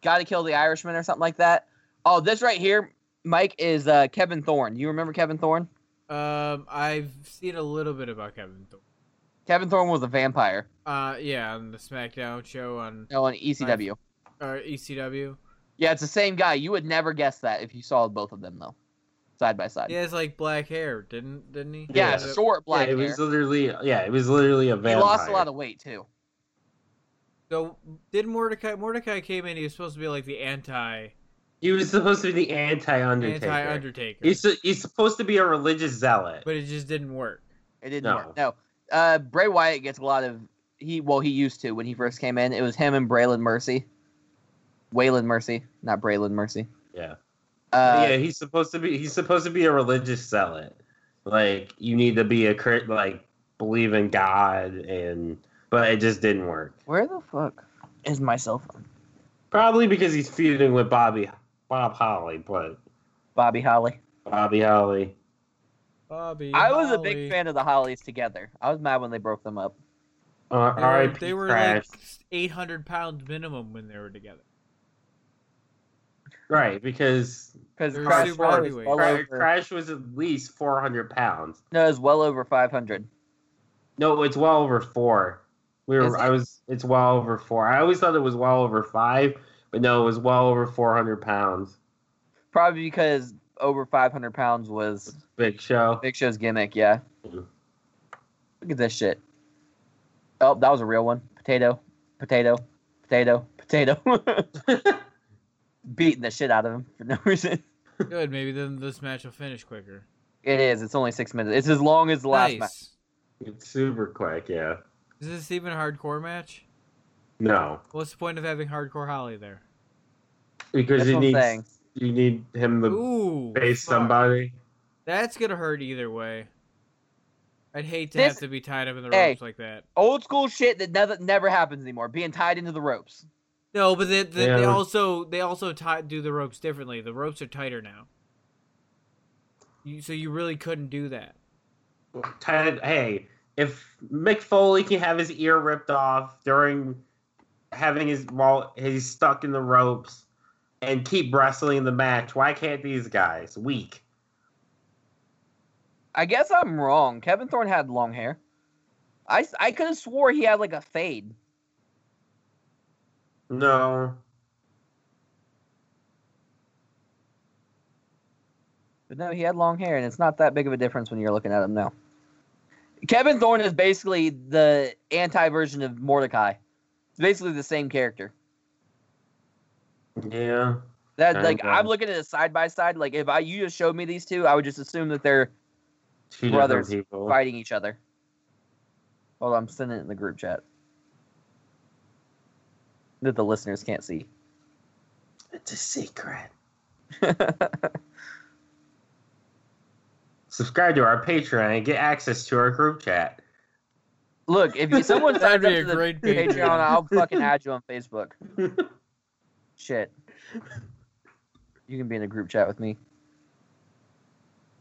C: Gotta kill the Irishman or something like that. Oh, this right here, Mike is uh, Kevin Thorne. You remember Kevin Thorne?
A: Um, I've seen a little bit about Kevin Thorne.
C: Kevin Thorne was a vampire
A: Uh, yeah, on the SmackDown show on
C: No, on ECW.
A: or E ECW.
C: Yeah, it's the same guy. You would never guess that if you saw both of them though, side by side.
A: He has like black hair, didn't didn't he?
C: Yeah,
B: Yeah.
C: short black
B: yeah, it
C: hair.
B: was literally. Yeah, it was literally a
C: He
B: vampire.
C: lost a lot of weight too.
A: So did Mordecai? Mordecai came in. He was supposed to be like the anti
B: He was supposed to be the anti-Undertaker.
A: anti Undertaker,
B: he's, su- he's supposed to be a religious zealot.
A: but it just didn't work.
C: It didn't
B: No.
C: work. No. Uh, Bray Wyatt gets a lot of he. Well, he used to when he first came in. It was him and Braylon Mercy. Waylon Mercy, not Braylon Mercy.
B: yeah.
C: Uh,
B: yeah, he's supposed to be. He's supposed to be a religious zealot. Like you need to be a crit. Like believe in God and. But it just didn't work.
C: Where the fuck is my cell phone?
B: Probably because he's feuding with Bobby Bob Holly, but
C: Bobby Holly.
B: Bobby Holly.
A: Bobby,
C: I was a
A: Holly.
C: big fan of the Hollies together. I was mad when they broke them up.
B: Uh,
A: They were,
B: R.I.P.
A: they were
B: Crash.
A: like eight hundred pounds minimum when they were together.
B: Right, because
C: Because
A: They were
C: Crash,
A: super
C: Holly was
A: heavyweight.
C: well
B: Cra-
C: over,
B: Crash was at least 400 pounds.
C: no, it was well over 500.
B: No, it's well over four. We
C: Is
B: were,
C: it?
B: I was, it's well over four. I always thought it was well over five, but no, it was well over 400 pounds.
C: Probably because over 500 pounds was
B: Big show.
C: Big Show's gimmick, yeah.
B: Mhm.
C: Look at this shit. Oh, that was a real one. Potato, potato, potato, potato. Beating the shit out of him for no reason.
A: Good, maybe then this match will finish quicker.
C: It is. It's only six minutes. It's as long as the last
A: nice.
C: match.
B: It's super quick, yeah.
A: Is this even a hardcore match?
B: No,
A: What's the point of having hardcore Holly there?
B: because
C: That's
B: you
C: what I'm
B: need
C: saying.
B: you need him to
A: Ooh,
B: face
A: fuck.
B: somebody.
A: That's gonna hurt either way. I'd hate to
C: This-
A: have to be tied up in the ropes
C: Hey.
A: like that.
C: Old school shit that never, never happens anymore. Being tied into the ropes.
A: No, but they, they, they
B: Yeah.
A: also they also tie, do the ropes differently. The ropes are tighter now, you, so you really couldn't do that.
B: Ted, hey, if Mick Foley can have his ear ripped off during having his while he's stuck in the ropes and keep wrestling the match, why can't these guys? Weak.
C: I guess I'm wrong. Kevin Thorne had long hair. I, s- I could have swore he had like a fade.
B: No.
C: But no, he had long hair, and it's not that big of a difference when you're looking at him now. Kevin Thorne is basically the anti version of Mordecai. It's basically the same character.
B: Yeah.
C: That
B: Okay,
C: like
B: okay.
C: I'm looking at it side by side. Like if I you just showed me these two, I would just assume that they're
B: Two
C: Brothers
B: different people.
C: fighting each other. Hold on, I'm sending it in the group chat. That the listeners can't see.
B: It's a secret. Subscribe to our Patreon and get access to our group chat.
C: Look, if you, someone
A: That'd
C: signs
A: be
C: up
A: a
C: to the
A: great
C: Patreon,
A: Patreon.
C: I'll fucking add you on Facebook. Shit. You can be in a group chat with me.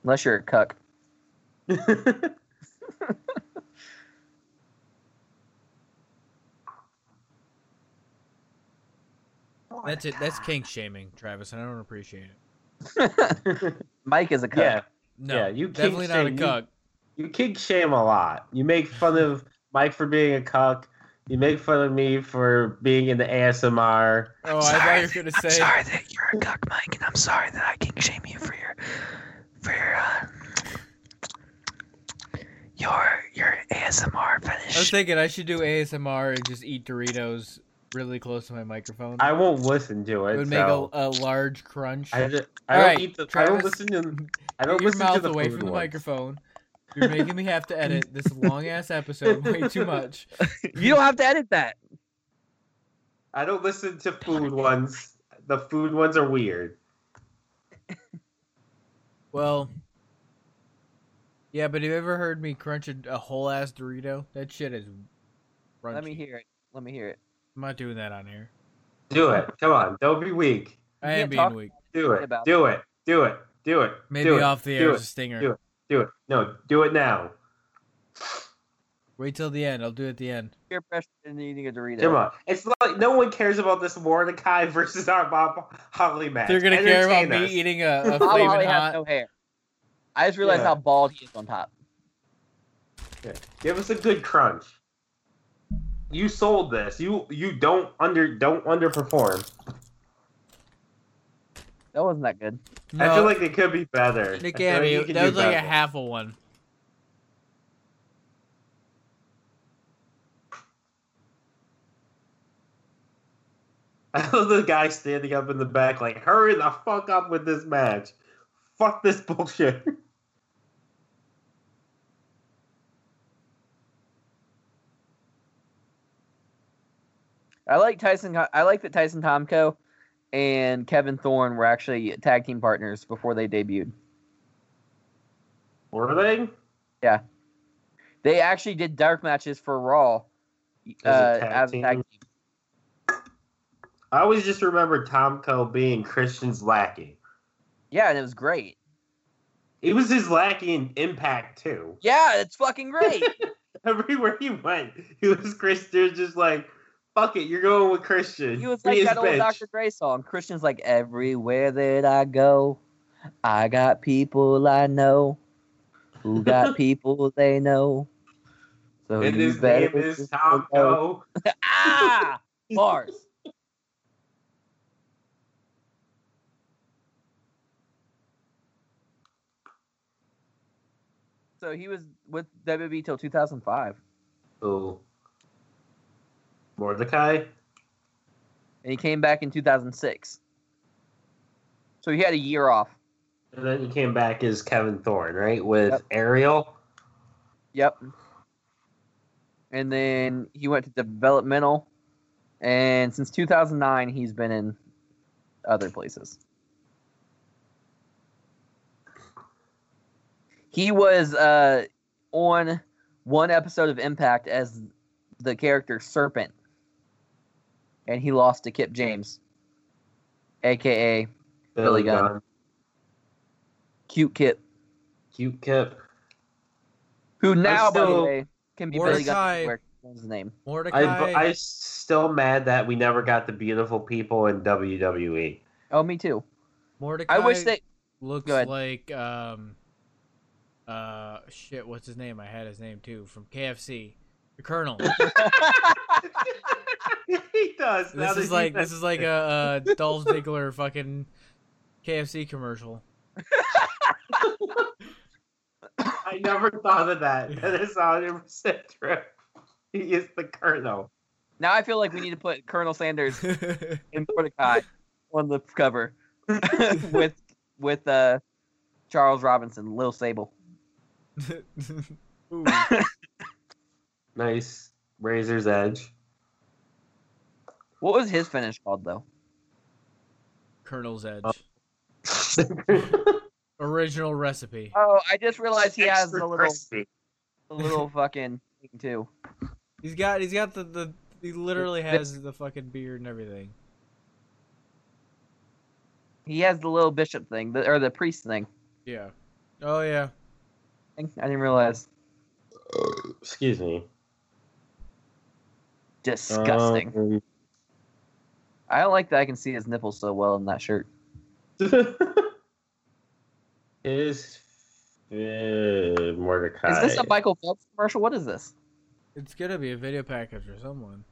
C: Unless you're a cuck.
A: That's it. That's kink shaming, Travis, and I don't appreciate it.
C: Mike is a cuck.
B: yeah.
A: No,
B: Yeah, you kink
A: definitely not a
B: shame. You-
A: cuck.
B: You kick shame a lot. You make fun of Mike for being a cuck. You make fun of me for being in the ASMR.
A: Oh, I thought you were gonna say.
C: that you're a cuck, Mike, and I'm sorry that I can shame you for your for your uh, your your ASMR
A: I was
C: fetish.
A: thinking I should do ASMR and just eat Doritos really close to my microphone.
B: I won't listen to it.
A: it would make a,
B: so
A: a large crunch.
B: I ju- I
A: All
B: don't
A: right,
B: eat the. I
A: Travis,
B: don't listen to. I
A: Get
B: don't
A: your
B: listen
A: mouth
B: to the
A: away
B: food
A: from the
B: ones.
A: microphone. You're making me have to edit this long ass episode way too much.
C: You don't have to edit that.
B: I don't listen to food ones. The food ones are weird.
A: Well, yeah, but have you ever heard me crunch a, a whole ass Dorito? That shit is. Crunchy.
C: Let me hear it. Let me hear it.
A: I'm not doing that on here.
B: Do it. Come on. Don't be weak.
A: I
C: You
A: am
C: can't
A: being
C: talk
A: weak.
B: Do it.
C: About
B: Do it. Do it. Do it.
A: Maybe
B: do it.
A: off the
B: do
A: air
B: it.
A: as a stinger.
B: Do it. Do it. No, do it now.
A: Wait till the end. I'll do it at the end.
C: Peer pressure and eating a Dorito.
B: Come on. It's like no one cares about this Mordecai versus our Bob Holly match.
A: They're gonna care about
B: Entertain
A: me
B: us.
A: eating a, a
C: Bob
A: flaming
C: Holly
A: hot.
C: has no hair. I just realized
B: Yeah.
C: how bald he is on top.
B: Give us a good crunch. You sold this. You you don't under don't underperform.
C: That wasn't that good.
A: no,
B: I feel like it could be better.
A: Nick
B: I feel like
A: Abbey,
B: you could
A: that
B: do
A: was like a
B: better.
A: half a one.
B: I love the guy standing up in the back, like, hurry the fuck up with this match. Fuck this bullshit.
C: I like Tyson. I like that Tyson Tomko and Kevin Thorne were actually tag team partners before they debuted.
B: Were they?
C: They actually did dark matches for Raw uh,
B: As a tag
C: as a tag
B: team?
C: team.
B: I always just remember Tomko being Christian's lackey.
C: Yeah, and it was great.
B: He was his lackey in Impact too.
C: Yeah, it's fucking great.
B: Everywhere he went, he was Christian's just like, fuck it, you're going with Christian.
C: He was
B: Be
C: like
B: his
C: that old
B: bitch.
C: Dr. Dre song. Christian's like, everywhere that I go, I got people I know who got people they know. So
B: And
C: Oh, you
B: his
C: better
B: name is
C: just know.
B: Tomko.
C: Ah, bars. So he was with WWE till 2005,
B: Oh. Mordecai?
C: and he came back in 2006. So he had a year off.
B: And then he came back as Kevin Thorne, right? With
C: Yep.
B: Ariel.
C: Yep. And then he went to developmental, and since 2009 he's been in other places. He was uh, on one episode of Impact as the character Serpent, and he lost to Kip James, aka Billy Gunn. Cute Kip,
B: Cute Kip.
C: who now, by the
B: still-
C: way, can be Billy
A: Mordecai-
C: Gunn's name.
A: Mordecai.
B: I, I'm still mad that we never got the beautiful people in E. WWE.
C: Oh, me too.
A: Mordecai.
C: I wish they
A: looks
C: Go ahead.
A: like um uh shit what's his name i had his name too from kfc the colonel
B: he does.
A: this
B: now that
A: is
B: you
A: like this
B: mention
A: is like
B: it.
A: a, a dolph ziggler fucking kfc commercial
B: I never thought of that. That is 100% true. He is the Colonel.
C: now I feel like we need to put Colonel Sanders
A: yeah
C: and Mordecai on the cover with with uh Charles Robinson, Lil Sable.
A: Ooh.
B: Nice. Razor's Edge.
C: What was his finish called though?
A: colonel's edge
B: he
A: original recipe
C: Oh, I just realized he has the little the little fucking thing too.
A: he's got he's got the, the he literally has the fucking beard and everything
C: He has the little bishop thing, the, or the priest thing.
A: yeah oh yeah
C: I didn't realize.
B: Excuse me.
C: Disgusting.
B: Um,
C: I don't like that I can see his nipples so well in that shirt.
B: Um, is uh, Mordecai?
C: Is this a Michael Phelps commercial? What is this?
A: it's gonna be a video package or someone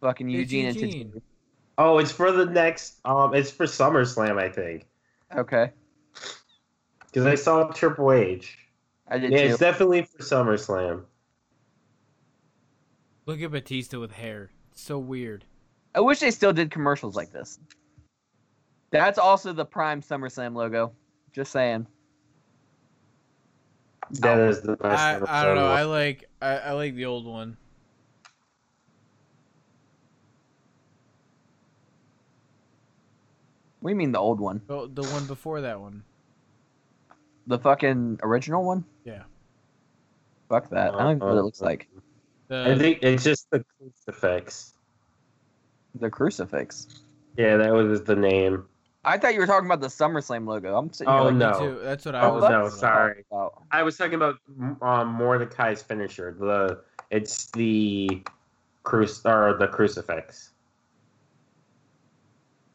C: Fucking
A: It's
C: Eugene,
A: Eugene.
C: and Tatsuya.
B: Oh, it's for the next. Um, it's for SummerSlam, I think,
C: Okay,
B: because I saw Triple H.
C: I did
B: Yeah,
C: too.
B: it's definitely for SummerSlam.
A: look at batista with hair it's so weird
C: I wish they still did commercials like this. That's also the Prime SummerSlam logo. Just saying.
B: That
C: Oh.
B: is the best.
A: I, I don't
B: SummerSlam
A: know. I
B: one.
A: like I, I like the old one.
C: What do you mean the old one?
A: Oh, the one before that one.
C: The fucking original one?
A: Yeah.
C: Fuck that. I don't know what it looks like.
A: The,
B: I think it's just the crucifix.
C: The crucifix.
B: Yeah, that was the name.
C: I thought you were talking about the SummerSlam logo. I'm sitting
B: Oh,
C: here like,
A: me
B: no.
A: too. That's what I
B: Oh,
A: was.
C: what
B: no,
C: the fuck
B: sorry.
C: about?
B: I was talking about um, Mordecai's finisher. The it's the cruc or the crucifix.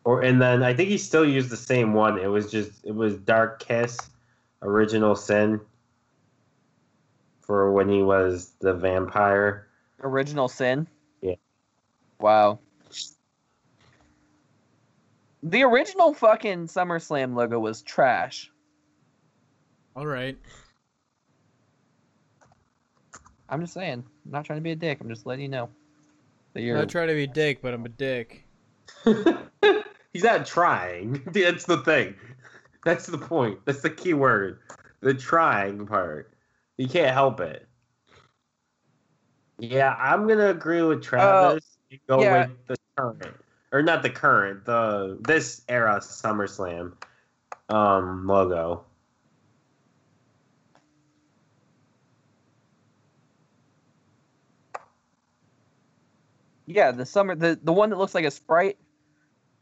B: Or and then I think he still used the same one. It was just it was Dark Kiss, Original Sin. For when he was the vampire.
C: Original Sin.
B: Yeah.
C: Wow. The original fucking SummerSlam logo was trash.
A: All right.
C: I'm just saying. I'm not trying to be a dick. I'm just letting you know. That
A: I'm
C: you're
A: not trying to be a dick, but I'm a dick.
B: He's not trying. That's the thing. That's the point. That's the key word. The trying part. You can't help it. Yeah, I'm gonna agree with Travis. You go
C: yeah.
B: with the current, or not the current, the this era SummerSlam um, logo.
C: Yeah, the summer the, the one that looks like a sprite,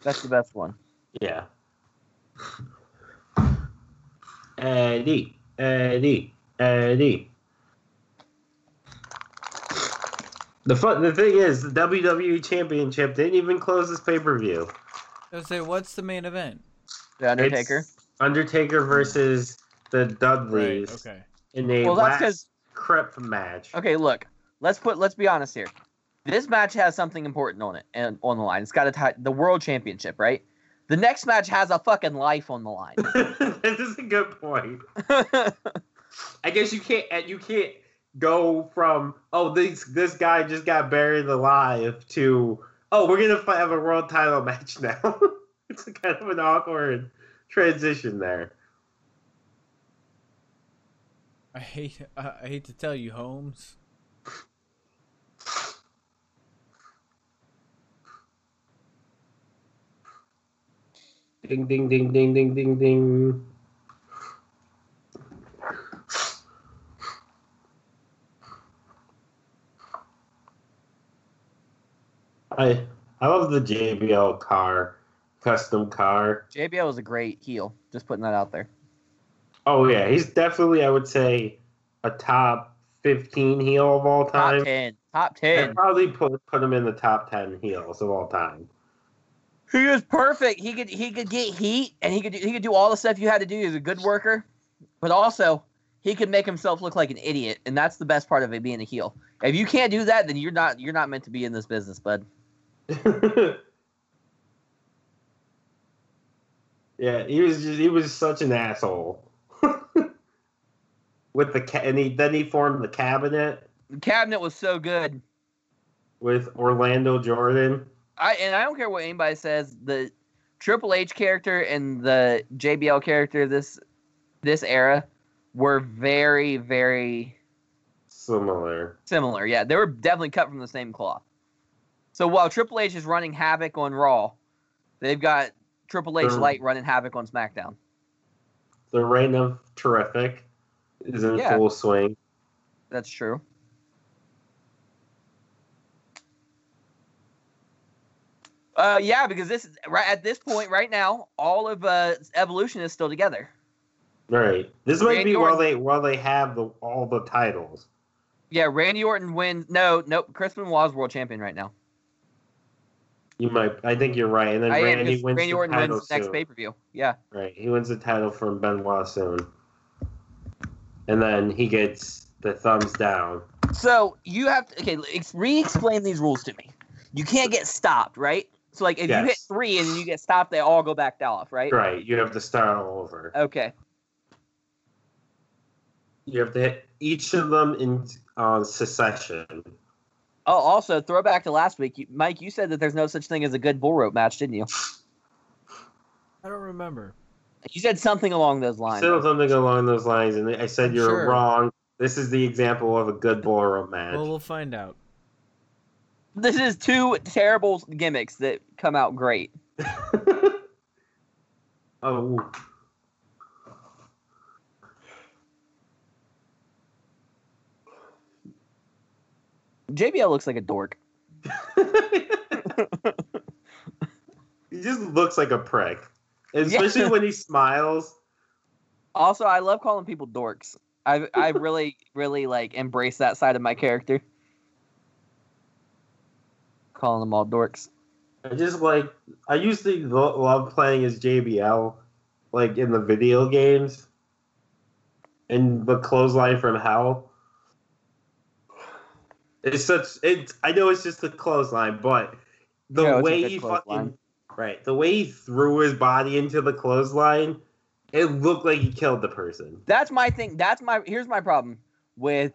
C: that's the best one.
B: Yeah. Eddie, Eddie, Eddie. The fun, the thing is, the WWE Championship didn't even close this pay per view.
A: I say, what's the main event?
C: The Undertaker.
B: Undertaker versus the Dudleys
A: Right. Okay.
B: in a
C: Well,
B: last
C: that's 'cause-
B: crep match.
C: Okay, look. Let's put let's be honest here. This match has something important on it and on the line. It's got a ti- the world championship, right? The next match has a fucking life on the line.
B: this is a good point. I guess you can't and you can't go from oh this this guy just got buried alive to oh we're gonna fi- have a world title match now. it's a kind of an awkward transition there.
A: I hate. I I hate to tell you, Holmes.
B: Ding ding ding ding ding ding ding. I I love the JBL car, custom car.
C: JBL is a great heel. Just putting that out there.
B: Oh yeah, he's definitely I would say a top fifteen heel of all
C: Top
B: time.
C: ten. Top
B: I'd
C: ten.
B: probably put put him in the top ten heels of all time.
C: He is perfect. He could he could get heat and he could do, he could do all the stuff you had to do. He's a good worker, but also he could make himself look like an idiot, and that's the best part of it being a heel. If you can't do that, then you're not you're not meant to be in this business, bud.
B: yeah, he was just he was such an asshole. with the ca- and he then he formed the cabinet
C: The cabinet was so good.
B: with Orlando Jordan.
C: I and I don't care what anybody says. The Triple H character and the JBL character this this era were very very
B: Similar.
C: similar. Yeah, they were definitely cut from the same cloth. So while Triple H is running havoc on Raw, they've got Triple H
B: Mm.
C: Light running havoc on SmackDown.
B: The reign of terrific is in
C: Yeah.
B: full swing.
C: That's true. Uh, yeah, because this is right at this point right now, all of uh, Evolution is still together.
B: Right. This might
C: Randy
B: be while
C: Orton-
B: they while they have the all the titles.
C: Yeah, Randy Orton wins. No, nope. Chris Benoit's world champion right now.
B: You might. I think you're right. And then
C: I am,
B: Randy
C: 'cause
B: wins
C: Randy
B: the
C: Orton
B: title
C: wins the next
B: soon.
C: pay per view. Yeah,
B: Right. He wins the title from Benoit soon. And then he gets the thumbs down.
C: So you have to okay. ex- Re-explain these rules to me. You can't get stopped, right? So like if you hit
B: Yes.
C: three and you get stopped, they all go back off, right?
B: Right. You have to start all over.
C: Okay.
B: You have to hit each of them in uh, succession.
C: Oh, also throwback to last week, you, Mike. You said that there's no such thing as a good bull rope match, didn't you?
A: I don't remember.
C: You said something along those
B: I
C: lines.
B: said something along those lines, and I said you're
A: Sure.
B: wrong. This is the example of a good bull rope match.
A: Well, we'll find out.
C: this is two terrible gimmicks that come out great.
B: Oh, ooh.
C: JBL looks like a dork.
B: he just looks like a prick, especially when he smiles.
C: Also, I love calling people dorks. I I really really like embrace that side of my character. Calling them all dorks.
B: I just like I used to lo- love playing as JBL, like in the video games, and the clothesline from hell. It's such it. I know it's just the clothesline, but the
C: Yeah, it's a
B: way
C: good
B: he
C: clothesline.
B: fucking right, the way he threw his body into the clothesline, it looked like he killed the person.
C: That's my thing. That's my here's my problem with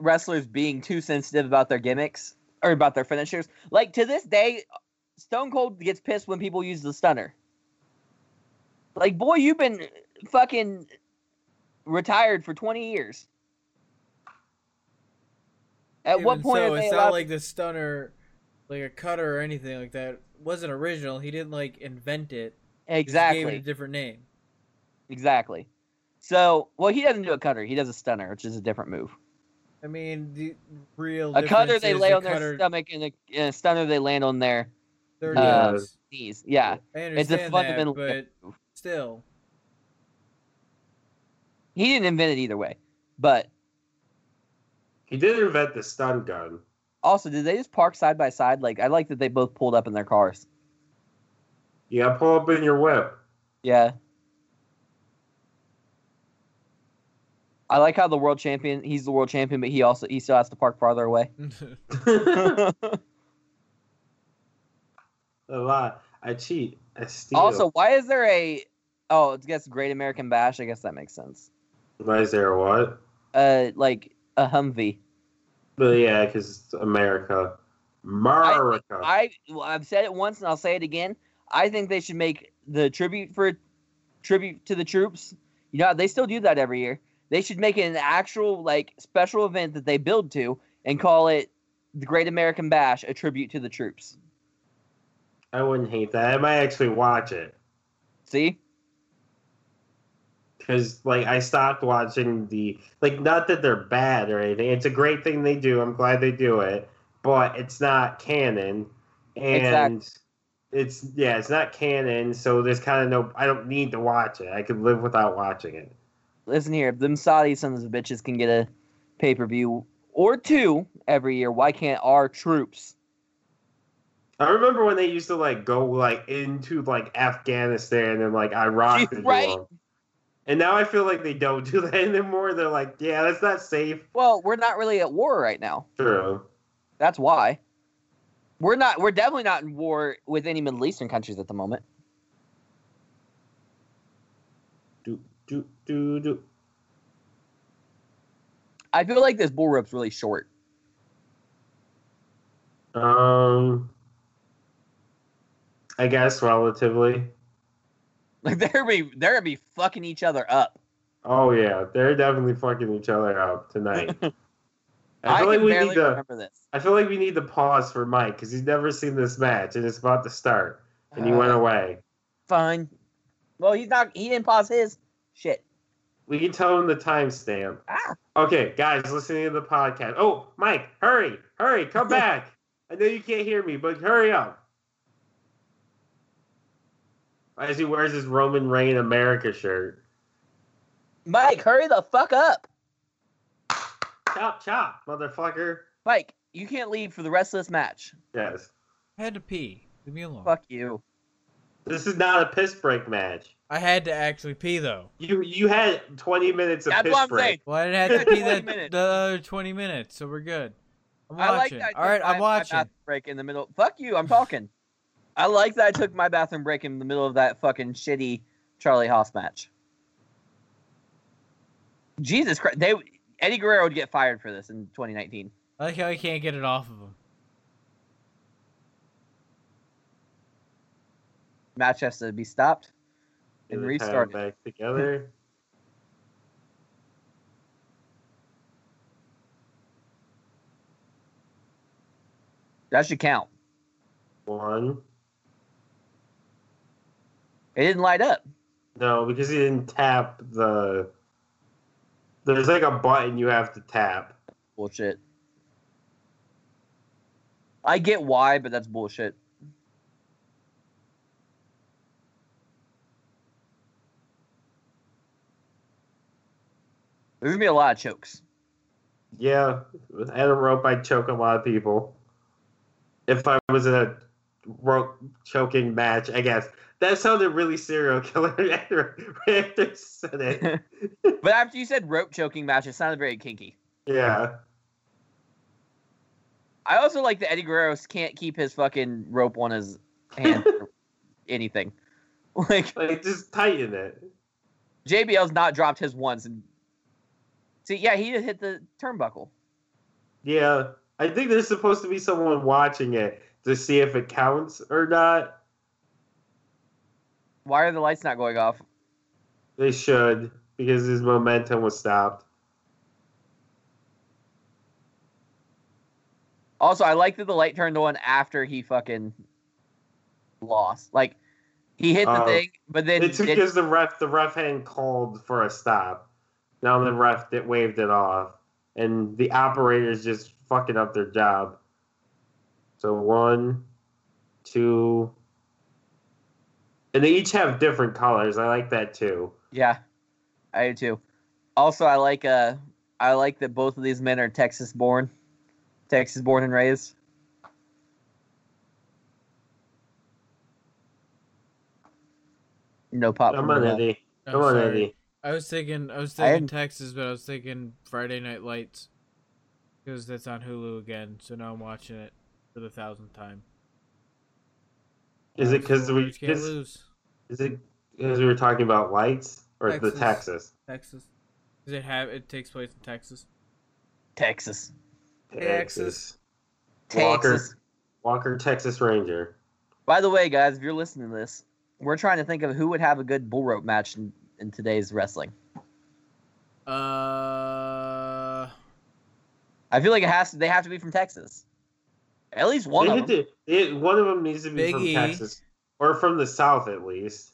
C: wrestlers being too sensitive about their gimmicks or about their finishers. Like to this day, Stone Cold gets pissed when people use the stunner. Like, boy, you've been fucking retired for twenty years. At what
A: Even
C: point
A: so,
C: are they
A: it's
C: allowed
A: not like the stunner, like a cutter or anything like that, wasn't original. He didn't like invent it. He just
C: exactly?
A: gave it a different name.
C: Exactly. So, well, he doesn't do a cutter. He does a stunner, which is a different move.
A: I mean, the real
C: A cutter
A: difference
C: they
A: is
C: lay
A: the
C: on their
A: cutter-
C: stomach, and a, and a stunner they land on their
A: their
C: uh,
A: knees.
C: knees. Yeah,
A: I
C: a
A: understand
C: fundamental-
A: that, but still,
C: he didn't invent it either way. But
B: He did invent the stun gun.
C: also, did they just park side by side? Like, I like that they both pulled up in their cars.
B: Yeah, pull up in your whip.
C: Yeah. I like how the world champion. He's the world champion, but he also he still has to park farther away.
B: a lot. I cheat. I steal.
C: Also, why is there a? Oh, it's guess Great American Bash. I guess that makes sense.
B: why is there a what?
C: Uh, like a Humvee.
B: But yeah, because America, America.
C: I well, I've said it once and I'll say it again. I think they should make the tribute for tribute to the troops. You know, they still do that every year. They should make it an actual like special event that they build to and call it the Great American Bash, a tribute to the troops.
B: I wouldn't hate that. I might actually watch it
C: See?
B: because, like, I stopped watching the like. Not that they're bad or anything. It's a great thing they do. I'm glad they do it, but it's not canon, and it's yeah, it's not canon. So there's kind of no. I don't need to watch it. I could live without watching it.
C: Listen here, if them Saudi sons of bitches can get a pay per view or two every year, why can't our troops?
B: I remember when they used to like go like into like Afghanistan and like Iraq, to do
C: Right.
B: them. And now I feel like they don't do that anymore. They're like, yeah, that's not safe.
C: Well, we're not really at war right now.
B: True.
C: That's why. We're not. We're definitely not in war with any Middle Eastern countries at the moment.
B: Do do do do.
C: I feel like this bull rope's really short.
B: Um, I guess relatively.
C: Like they're gonna be they're gonna be fucking each other up.
B: Oh yeah, they're definitely fucking each other up tonight. I feel
C: I, can
B: like we
C: barely
B: need to.
C: remember this.
B: I feel like we need to pause for Mike because he's never seen this match and it's about to start, and he went
C: Uh,
B: away.
C: Fine. Well, he's not. He didn't pause his shit.
B: We can tell him the timestamp.
C: Ah.
B: Okay, guys, listening to the podcast. Oh, Mike, hurry, hurry, come back. I know you can't hear me, but hurry up. As he wears his Roman Reign America shirt.
C: Mike, hurry the fuck up.
B: Chop, chop, motherfucker.
C: Mike, you can't leave for the rest of this match.
B: Yes.
A: I had to pee. Leave me alone.
C: Fuck you.
B: This is not a piss break match.
A: I had to actually pee though.
B: You you had 20 minutes of
C: That's
B: piss
C: what I'm
B: break.
C: saying.
A: Well, I didn't have to pee
C: 20
A: that
C: minutes.
A: the other twenty minutes, so we're good. I'm
C: I like
A: watching.
C: that. I
A: All right,
C: took
A: I'm
C: my- my
A: watching.
C: bathroom break in the middle. Fuck you. I'm talking. I like that I took my bathroom break in the middle of that fucking shitty Charlie Haas match. Jesus Christ! They Eddie Guerrero would get fired for this in 2019.
A: I like how he can't get it off of him.
C: The Match has to be stopped
B: Get
C: and
B: the town
C: restarted.
B: Back together.
C: That should count.
B: One.
C: It didn't light up.
B: No, because he didn't tap the. There's like a button you have to tap.
C: Bullshit. I get why, but that's bullshit. There's gonna be a lot of chokes.
B: Yeah, at a rope, I'd choke a lot of people. If I was in a rope choking match, I guess. That sounded really serial killer after, after I said it.
C: But after you said rope choking match, it sounded very kinky.
B: yeah.
C: I also like that Eddie Guerrero can't keep his fucking rope on his hand for anything. Like
B: Like, just tighten it.
C: JBL's not dropped his once. And see, yeah, he hit the turnbuckle.
B: Yeah. I think there's supposed to be someone watching it to see if it counts or not.
C: Why are the lights not going off?
B: They should, because his momentum was stopped.
C: Also, I like that the light turned on after he fucking lost. Like he hit the
B: Oh.
C: thing, but then
B: it's
C: did-
B: because the ref the ref hadn't called for a stop. Now the ref that waved it off, and the operator's just fucking up their job. So one, two, and they each have different colors. I like that too.
C: yeah, I do too. Also, I like uh, I like that both of these men are Texas born, Texas born and raised. No pop.
B: Come on, Eddie.
A: I'm
B: Come on,
A: Oh, sorry.
B: Eddie.
A: I was thinking, I was
C: I
A: thinking
C: hadn't-
A: Texas, but I was thinking Friday Night Lights because that's on Hulu again. So now I'm watching it for the thousandth time.
B: Is it because we?
A: Warriors can't
B: Cause,
A: lose
B: is it because we were talking about lights or
A: Texas.
B: the Texas?
A: Texas? Does it have? It takes place in Texas.
C: Texas.
A: Texas.
B: Walker.
C: Texas.
B: Walker, Texas Ranger.
C: By the way, guys, if you're listening to this, we're trying to think of who would have a good bull rope match in, in today's wrestling.
A: Uh,
C: I feel like it has to. They have to be from Texas. At least one
B: They
C: of
B: had
C: them.
B: to- it- one of them needs to be
A: Big
B: from
A: E.
B: Texas or from the South at least.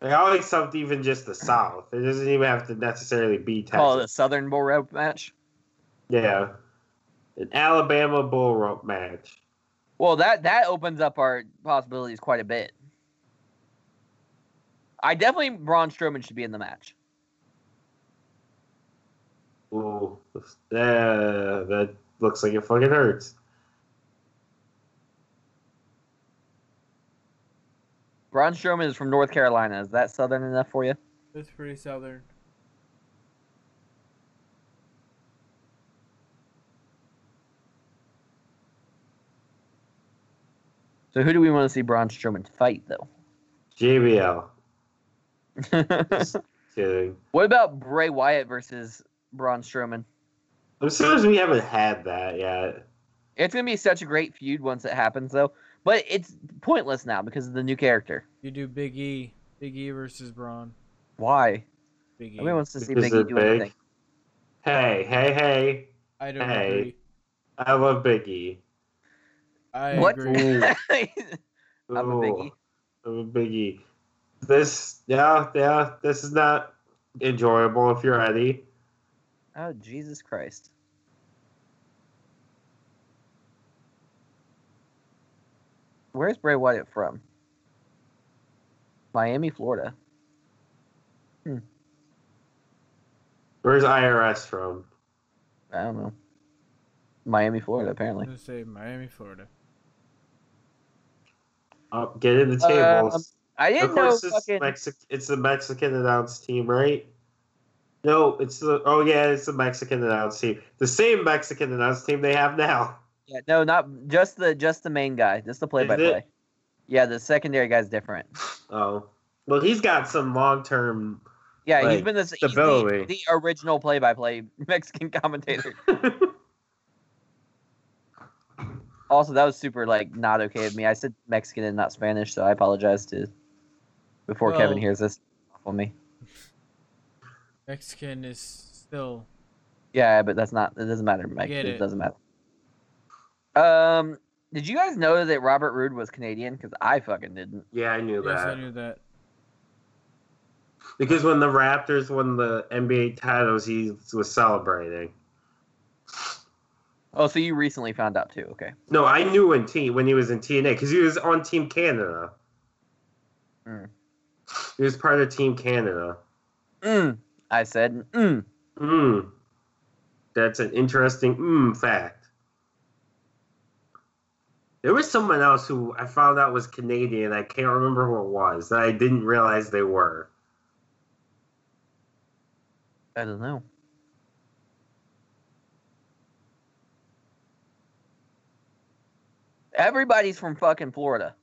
B: Like, I like something even just the South. It doesn't even have to necessarily be Texas.
C: Call it a Southern bull rope match.
B: Yeah, an Alabama bull rope match.
C: Well, that that opens up our possibilities quite a bit. I definitely Braun Strowman should be in the match.
B: Ooh, yeah, that looks like it fucking hurts.
C: Braun Strowman is from North Carolina. Is that Southern enough for you?
A: that's pretty southern.
C: So who do we want to see Braun Strowman fight though?
B: JBL. Kidding.
C: what about Bray Wyatt versus Braun Strowman?
B: I'm surprised we haven't had that yet.
C: It's gonna be such a great feud once it happens, though. But it's pointless now because of the new character.
A: You do Big E, Big E versus Braun.
C: Why?
A: Big E.
C: Nobody wants to see
B: Because
C: Biggie
B: they're
C: do anything.
B: Hey, hey, hey!
A: I don't
B: Hey.
A: agree.
B: I love Biggie.
A: I
C: What?
A: agree.
C: I'm a Biggie.
B: I'm a biggie. This, yeah, yeah, this is not enjoyable if you're Eddie.
C: oh Jesus Christ! Where's Bray Wyatt from? Miami, Florida.
B: Where's IRS from?
C: I don't know. Miami, Florida,
A: I'm
C: apparently.
A: gonna say Miami, Florida.
B: Up, Uh, get in the
C: Um,
B: tables.
C: I
B: of
C: didn't know.
B: course, it's,
C: Fucking,
B: Mexi- it's the Mexican announced team, right? No, it's the oh yeah, it's the Mexican announced team. The same Mexican announced team they have now.
C: yeah, no, not just the just the main guy, just the play-by-play. Yeah, the secondary guy's different.
B: Oh, well, he's got some long term.
C: Yeah, he's
B: like,
C: been this, he's the,
B: stability.
C: the original play-by-play Mexican commentator. also, that was super like not okay of me. I said Mexican and not Spanish, so I apologize to before Kevin
A: Well-
C: hears this on me.
A: Mexican is still
C: Yeah, but that's not. It doesn't matter. Mex-
A: Get
C: it.
A: it.
C: doesn't matter. Um, did you guys know that Robert Roode was Canadian? Because I fucking didn't.
B: Yeah, I knew
A: Yes, I
B: that.
A: knew that.
B: Because when the Raptors won the NBA titles, he was celebrating.
C: Oh, so you recently found out too. Okay.
B: No, I knew in T when he was in TNA because he was on Team Canada.
C: Mm.
B: He was part of Team Canada.
C: Mm. I said, mm.
B: Mm. That's an interesting mm fact. There was someone else who I found out was Canadian. I can't remember who it was. That I didn't realize they were.
C: I don't know. Everybody's from fucking Florida.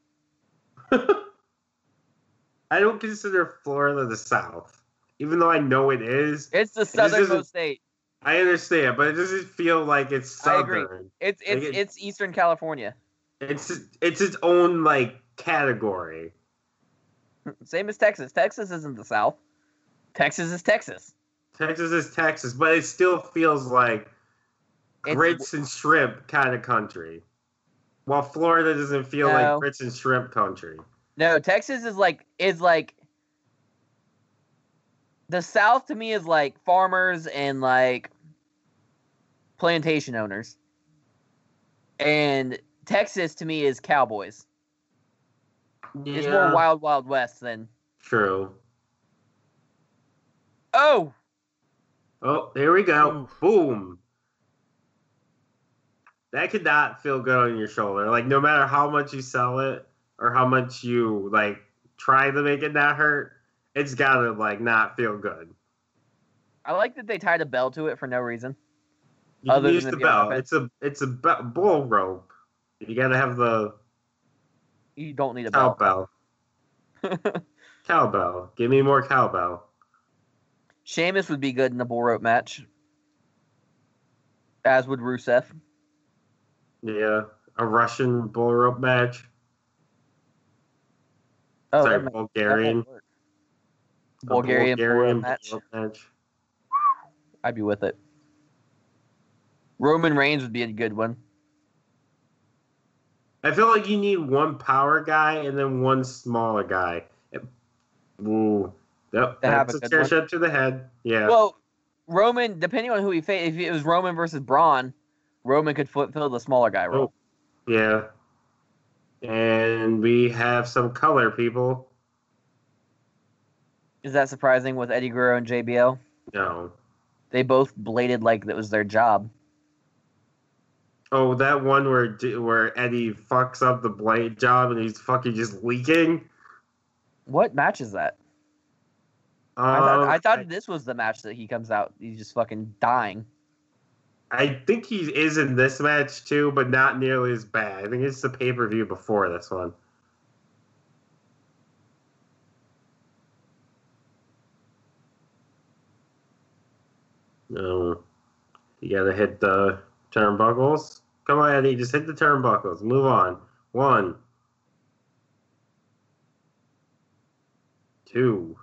B: I don't consider Florida the South, even though I know it is.
C: It's the
B: isn't-
C: southernmost state.
B: I understand, but it doesn't feel like it's
C: I agree.
B: southern.
C: It's it's
B: Like it-
C: it's Eastern California.
B: It's it's its own like category.
C: Same as Texas. Texas isn't the South. Texas is Texas.
B: Texas is Texas, but it still feels like
C: It's-
B: grits and shrimp kind of country. While Florida doesn't feel
C: No.
B: like grits and shrimp country.
C: No, Texas is like is like the South to me is like farmers and like plantation owners. And Texas to me is cowboys. It's more wild wild west than
B: True.
C: Oh,
B: Oh, here we go. Boom. That could not feel good on your shoulder. Like no matter how much you sell it or how much you like try to make it not hurt, it's gotta like not feel good.
C: I like that they tied a bell to it for no reason.
B: You
C: Other
B: can
C: than
B: use
C: the
B: the
C: piano
B: bell.
C: pad.
B: It's a it's a be- bull rope. You gotta have the
C: You don't need a bell.
B: cowbell. cowbell. Give me more cowbell.
C: Sheamus would be good in the bull rope match. As would Rusev.
B: Yeah, a Russian bull rope match.
C: Oh, that
B: Sorry,
C: might- that might
B: Bulgarian.
C: work.
B: A
C: Bulgarian, Bulgarian match.
B: bull rope match.
C: I'd be with it. Roman Reigns would be a good one.
B: I feel like you need one power guy and then one smaller guy. Ooh, yep,
C: To have
B: that's
C: a
B: a
C: good
B: chair
C: one.
B: shot to the head. Yeah,
C: Well, Roman, depending on who he faced, if it was Roman versus Braun, Roman could fulfill the smaller guy
B: Oh.
C: role.
B: yeah. And we have some color people.
C: Is that surprising with Eddie Guerrero and JBL?
B: No.
C: They both bladed like that was their job.
B: Oh, that one where D- where Eddie fucks up the blade job and he's fucking just leaking.
C: What match is that?
B: Um,
C: I thought, I
B: I-
C: thought this was the match that he comes out. He's just fucking dying.
B: I think he is in this match too, but not nearly as bad. I think it's the pay per view before this one. No. You Oh. gotta hit the turnbuckles. Come on, Eddie, just hit the turnbuckles. Move on. One. Two.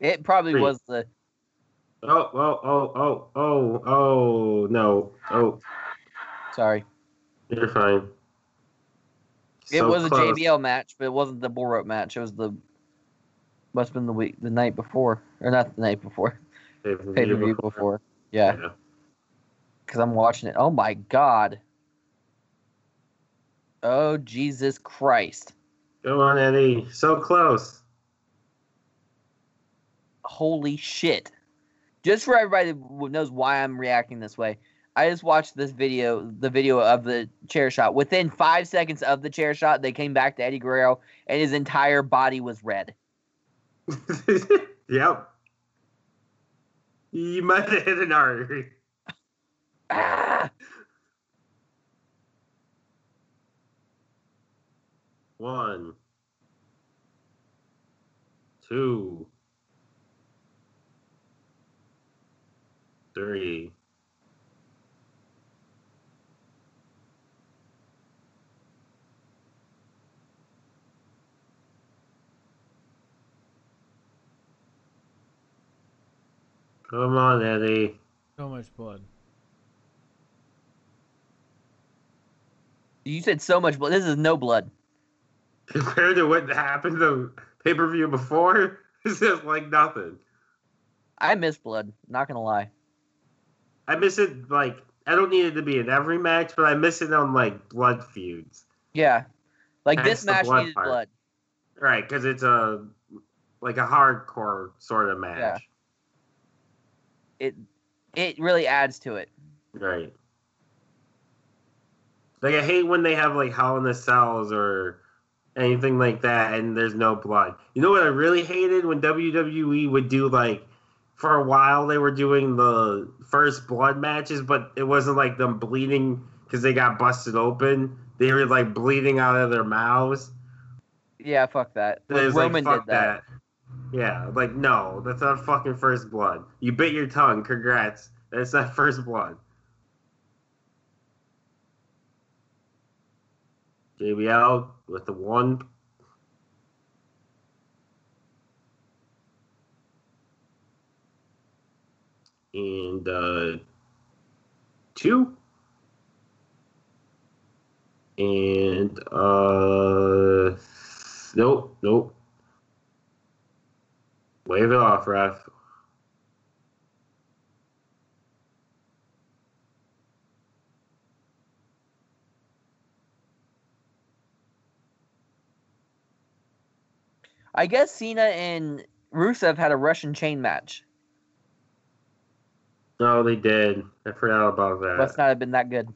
C: It probably
B: Three.
C: was the
B: Oh, oh, oh, oh, oh, oh, no. Oh,
C: sorry.
B: you're fine.
C: It
B: So
C: was a
B: close.
C: JBL match, but it wasn't the bull rope match. It was the must have been the week the night before. Or not the night before.
B: Pay-per-view
C: Pay per view
B: before.
C: before. Yeah. because I'm watching it. Oh my god. Oh Jesus Christ.
B: Come on, Eddie. So close.
C: Holy shit. Just for everybody who knows why I'm reacting this way, I just watched this video, the video of the chair shot. Within five seconds of the chair shot, they came back to Eddie Guerrero and his entire body was red.
B: yep. You might have hit an artery.
C: Ah!
B: One. Two. Three. Come on, Eddie.
A: So much blood.
C: You said so much blood. This is no blood.
B: Compared to what happened to pay per view before. This is like nothing.
C: I miss blood. Not gonna lie.
B: I miss it like I don't need it to be in every match, but I miss it on like blood feuds.
C: Yeah, like
B: Hence
C: this
B: the
C: match
B: blood
C: needed
B: part.
C: blood.
B: Right, because it's a like a hardcore sort of match.
C: Yeah. It it really adds to it.
B: Right. Like I hate when they have like Hell in the Cells or anything like that, and there's no blood. You know what I really hated when WWE would do like for a while they were doing the first blood matches, but it wasn't like them bleeding because they got busted open. They were like bleeding out of their mouths.
C: Yeah, fuck that.
B: It was
C: Roman
B: like, fuck
C: did that.
B: Yeah, like no, that's not fucking first blood. You bit your tongue. Congrats. That's not first blood. JBL with the one. And uh, two. And uh, nope, nope. Wave it off, ref.
C: I guess Cena and Rusev had a Russian chain match.
B: No, they did. I forgot about that.
C: Must not have been that good.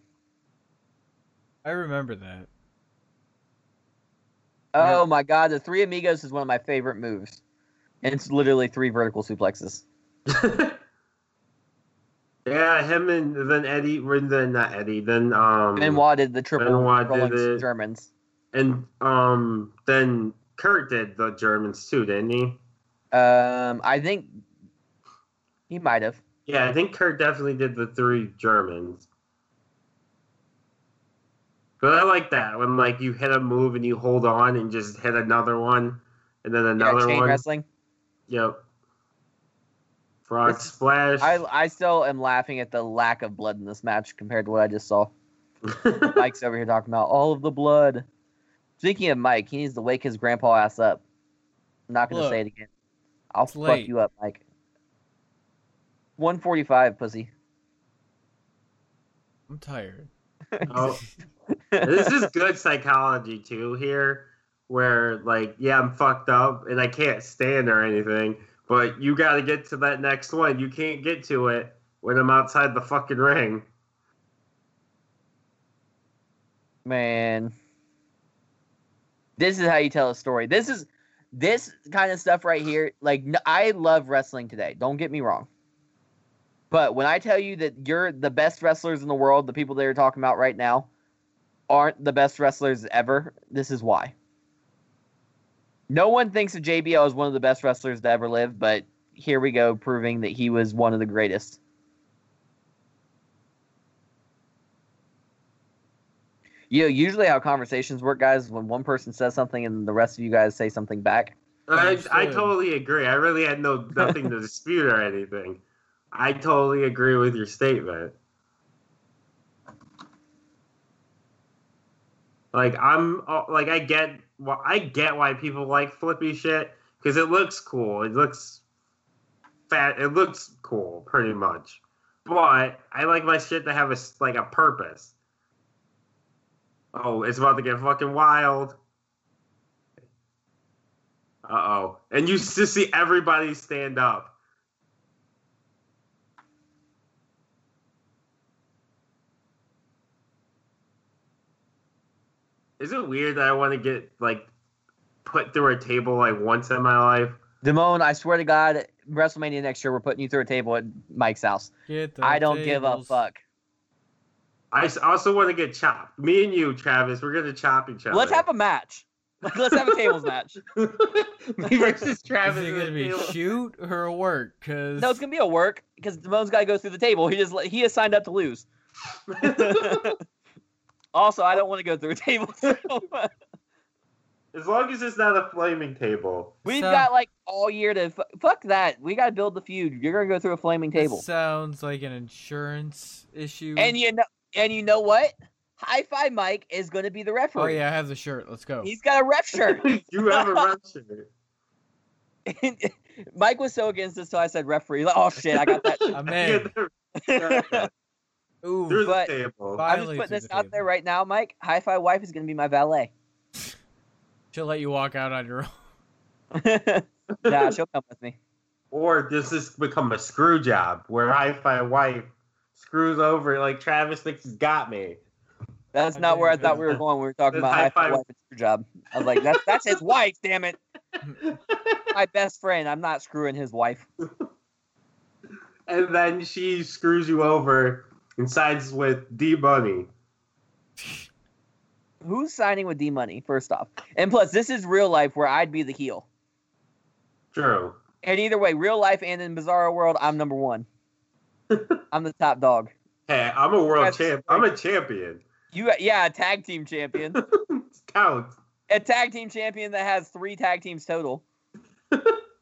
A: I remember that.
C: Oh my god, the Three Amigos is one of my favorite moves, and it's literally three vertical suplexes.
B: yeah, him and then Eddie, or then not Eddie, then um,
C: Benoit did the triple
B: Benoit
C: rolling
B: did it.
C: Germans.
B: and um, then Kurt did the Germans too, didn't he?
C: Um, I think he might have.
B: Yeah, I think Kurt definitely did the three Germans. But I like that when like you hit a move and you hold on and just hit another one, and then
C: Yeah,
B: another
C: chain
B: one.
C: wrestling.
B: Yep. Frog
C: It's-
B: splash.
C: I I still am laughing at the lack of blood in this match compared to what I just saw. Mike's over here talking about all of the blood. Speaking of Mike, he needs to wake his grandpa ass up. I'm not gonna
A: Look,
C: say it again. I'll
A: it's
C: fuck
A: late.
C: you up, Mike. 145, pussy.
A: I'm tired.
B: Oh. this is good psychology too here where like yeah i'm fucked up and i can't stand or anything but you got to get to that next one you can't get to it when i'm outside the fucking ring
C: Man. This is how you tell a story. This is this kind of stuff right here. Like n- I love wrestling today. Don't get me wrong. But when I tell you that you're the best wrestlers in the world, the people that you're talking about right now aren't the best wrestlers ever, this is why. No one thinks of JBL as one of the best wrestlers to ever live, but here we go proving that he was one of the greatest. You know, usually how conversations work, guys, when one person says something and the rest of you guys say something back.
B: I, I
A: Understood.
B: totally agree i really had no nothing to dispute or anything i totally agree with your statement like i'm uh, like i get why i get why people like flippy shit because it looks cool it looks fat it looks cool pretty much but i like my shit to have a s- like a purpose oh it's about to get fucking wild uh-oh and you s- just see everybody stand up is it weird that i want to get like put through a table like once in my life
C: Damone, I swear to God, WrestleMania next year, we're putting you through a table at Mike's house.
A: Get the
C: I don't give a
A: tables.
C: fuck.
B: I s- also want to get chopped. Me and you, Travis, we're gonna chop each other.
C: Let's have a match. Like, let's have a tables match.
B: me versus
A: Is
B: Travis.
A: it
B: in
A: gonna
B: the
A: be
B: field.
A: shoot or work? Cause
C: No, it's gonna be a work because Damone's got to go through the table. He just he has signed up to lose. also, I don't want to go through a table.
B: as long as it's not a flaming table.
C: We've
A: So-
C: got like all year to fu- fuck that. We got to build the feud. You're gonna go through a flaming
A: That
C: table,
A: sounds like an insurance issue.
C: and you know, and you know what? High Five Mike is gonna be the referee.
A: oh yeah, I have the shirt. Let's go.
C: He's got a ref shirt.
B: you have a rupture.
C: Mike was so against this till I said referee. Like, oh shit, I got that.
A: I'm in.
B: Through
A: Ooh,
B: the
C: But-
B: table.
C: I'm just
A: finally
C: putting
A: through
C: this
A: the
C: out
A: table.
C: there right now, Mike. Hi Fi Wife is gonna be my valet.
A: She'll let you walk out on your own.
C: nah, she'll come with me.
B: Or does this become a screw job where hi fi wife screws over like Travis Nick's got me?
C: That's not where I thought we were going. when We were talking about
B: High
C: high five
B: five.
C: wife and screw job. I was like, that's that's his wife, damn it. My best friend. I'm not screwing his wife.
B: And then she screws you over and sides with D Bunny.
C: Who's signing with D Money? First off, and plus, this is real life where I'd be the heel.
B: True.
C: And either way, real life and in Bizarro World, I'm number one. I'm the top dog.
B: Hey, I'm a world
C: That's-
B: champ. I'm a champion.
C: You, yeah, tag team champion.
B: It counts.
C: a tag team champion that has three tag teams total.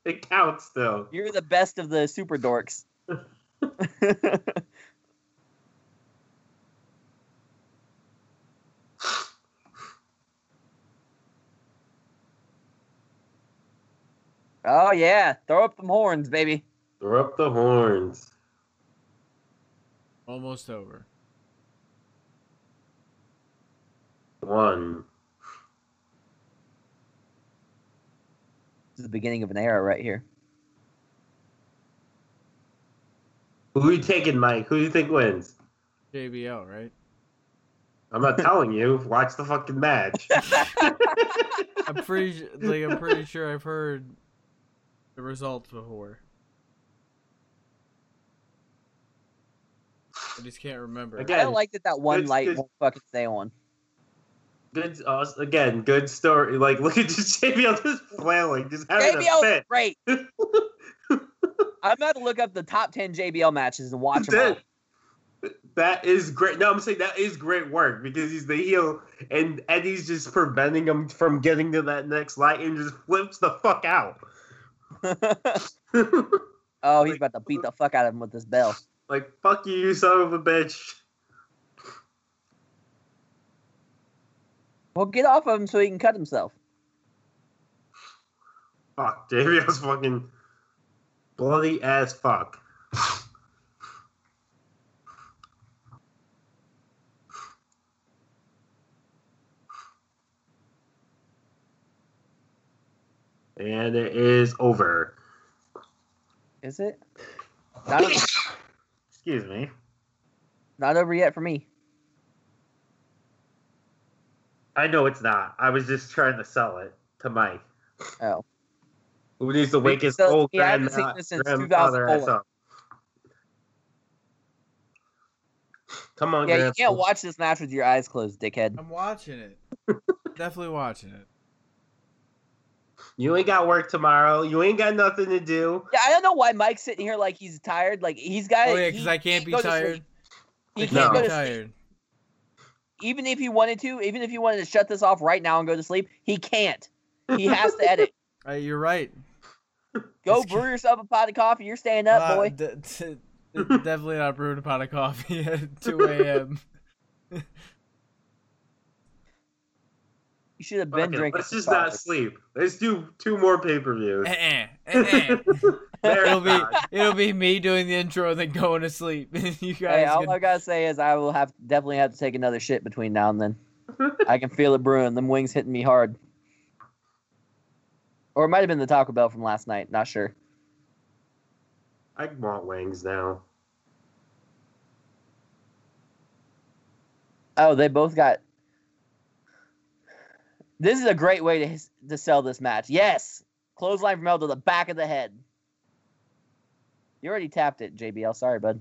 B: It counts still.
C: You're the best of the super dorks. oh yeah, throw up them horns, baby.
B: Throw up the horns.
A: Almost over.
B: One.
C: This is the beginning of an era right here.
B: Who you taking, Mike? Who do you think wins?
A: JBL, right?
B: I'm not telling you. Watch the fucking match.
A: I'm pretty su- like I'm pretty sure I've heard the results before. I just can't remember.
B: Again,
C: I don't like that that one
B: It's-
C: light
B: it's-
C: won't fucking stay on.
B: Good. Uh, again, good story. Like, look at just JBL just flailing, just having a
C: JBL,
B: fit.
C: great. I'm about to look up the top ten JBL matches and watch them. all.
B: That- that is great. No, I'm saying that is great work because he's the heel, and Eddie's just preventing him from getting to that next light, and just flips the fuck out.
C: Oh, he's
B: Like-
C: about to beat
A: uh,
C: the fuck out of him with this bell.
B: like, fuck you, you son of a bitch.
C: Well, get off of him so he can cut himself.
B: Fuck, JBL's fucking bloody ass fuck. And it is over.
C: Is it? Not, o-
B: Excuse me.
C: not over yet for me.
B: I know it's not. I was just trying to sell it to Mike.
C: Oh.
B: Who needs to wake his
C: So,
B: old
C: yeah, I haven't
B: grandma,
C: seen this since
B: grandfather ass
C: 2004.
B: up? Come on,
C: Yeah, you can't
B: Gramps.
C: watch this match with your eyes closed, dickhead.
A: I'm watching it. Definitely watching it.
B: You ain't got work tomorrow. You ain't got nothing to do.
C: Yeah, I don't know why Mike's sitting here like he's tired. Like he's got.
A: Oh yeah,
C: Uh, he
A: because I can't be
C: go to sleep.
A: tired.
C: He
A: I
C: can't
A: can't
C: go
A: be
C: to sleep.
A: tired.
C: Even if he wanted to, even if he wanted to shut this off right now and go to sleep, he can't. He has to edit.
A: Uh, you're right.
C: Go
A: Just
C: brew yourself a pot of coffee. You're staying up,
A: Uh,
C: boy.
A: d- d- d- definitely not brewing a pot of coffee at 2 a.m.
C: You should have
B: Fuck
C: been
B: it.
C: drinking.
B: Let's
C: some
B: just not
C: coffee.
B: sleep. Let's do two more pay per views.
A: Eh-eh, eh-eh. It'll be
B: Marathon.
A: it'll be me doing the intro and then going to sleep. you guys.
C: Hey, all
A: can-
C: I gotta say is I will have definitely have to take another shit between now and then. I can feel it brewing. Them wings hitting me hard. Or it might have been the Taco Bell from last night. Not sure.
B: I want wings now.
C: Oh, they both got. This is a great way to to sell this match. Yes, clothesline from El to the back of the head. You already tapped it, JBL. Sorry, bud.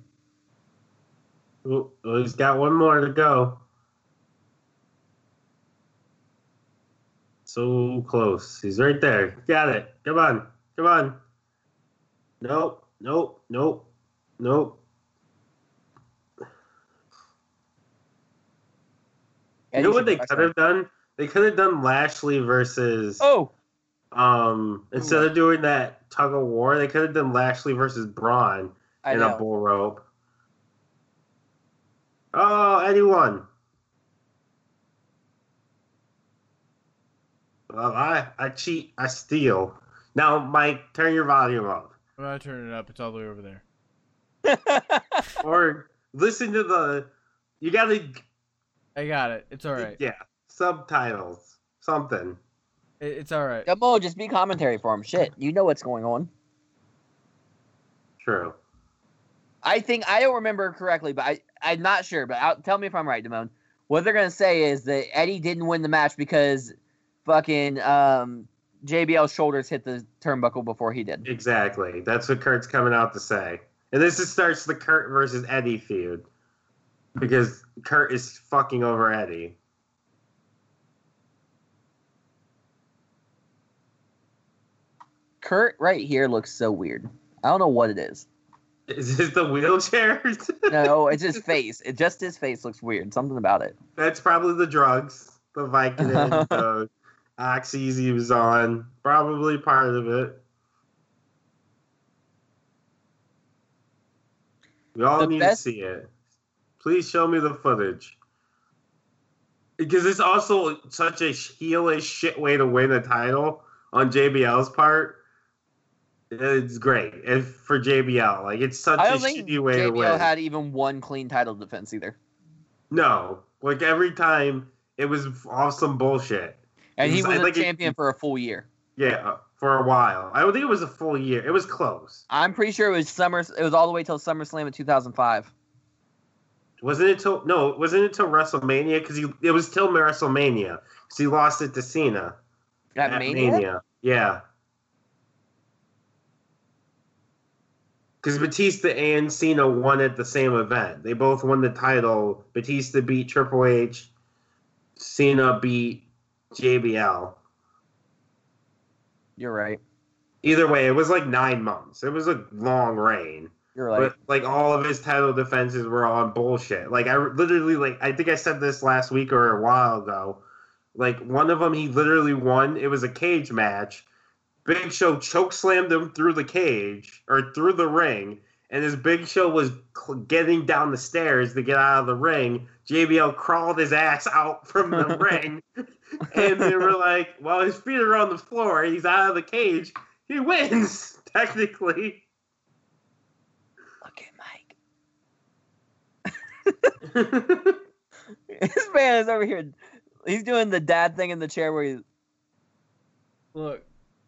B: Ooh, He's got one more to go. So close. He's right there. Got it. Come on. Come on. Nope. Nope. Nope. Nope. You know
C: Eddie
B: what they
C: Shepard.
B: could have done? They could have done Lashley versus
C: Oh,
B: um instead of doing that tug of war, they could have done Lashley versus Braun
C: I
B: in a
C: know.
B: bull rope. Oh, Eddie won. Well, I I cheat, I steal. Now, Mike, turn your volume up.
A: When I turn it up, it's all the way over there.
B: Or listen to the. You gotta.
A: I got it. It's all right.
B: Yeah. Subtitles. Something.
A: It- It's all right.
C: Come on, just be commentary for him. Shit, you know what's going on.
B: True.
C: I think I don't remember correctly, but I I'm not sure. But i tell me if I'm right, Damone. What they're gonna say is that Eddie didn't win the match because fucking um, JBL's shoulders hit the turnbuckle before he did.
B: Exactly. That's what Kurt's coming out to say. And this is, starts the Kurt versus Eddie feud. Because Kurt is fucking over Eddie.
C: Kurt right here looks so weird. I don't know what it is.
B: Is this the wheelchair?
C: No, it's his face. It just his face looks weird. Something about it.
B: That's probably the drugs. The Vicodin, the oxys he was on. Probably part of it. We all
C: The
B: need
C: best-
B: to see it. Please show me the footage. Because it's also such a heelish shit way to win a title on JBL's part. It's great. And for JBL, like it's such
C: I
B: a
C: don't think
B: shitty way to
C: JBL
B: win.
C: had even one clean title defense either.
B: No, like every time it was off some bullshit.
C: And he
B: Because
C: was
B: I
C: a
B: think it-
C: champion for a full year.
B: Yeah, uh, for a while. I don't think it was a full year. It was close.
C: I'm pretty sure it was summer. It was all the way till SummerSlam in 2005.
B: Wasn't it till no? Wasn't it till WrestleMania? Because he it was till WrestleMania. Because he lost it to Cena
C: That
B: at
C: Mania?
B: Yeah. Because Batista and Cena won at the same event. They both won the title. Batista beat Triple H. Cena beat JBL.
C: You're right.
B: Either way, it was like nine months. It was a long reign.
C: You're right.
B: but like all of his title defenses were on bullshit. Like I literally like I think I said this last week or a while ago. Like one of them he literally won. It was a cage match. Big Show choke slammed him through the cage or through the ring, and as Big Show was cl- getting down the stairs to get out of the ring, JBL crawled his ass out from the ring, and they were like, "Well, his feet are on the floor. He's out of the cage. He wins technically."
C: Look at Mike. this man is over here. He's doing the dad thing in the chair where he,
A: Look,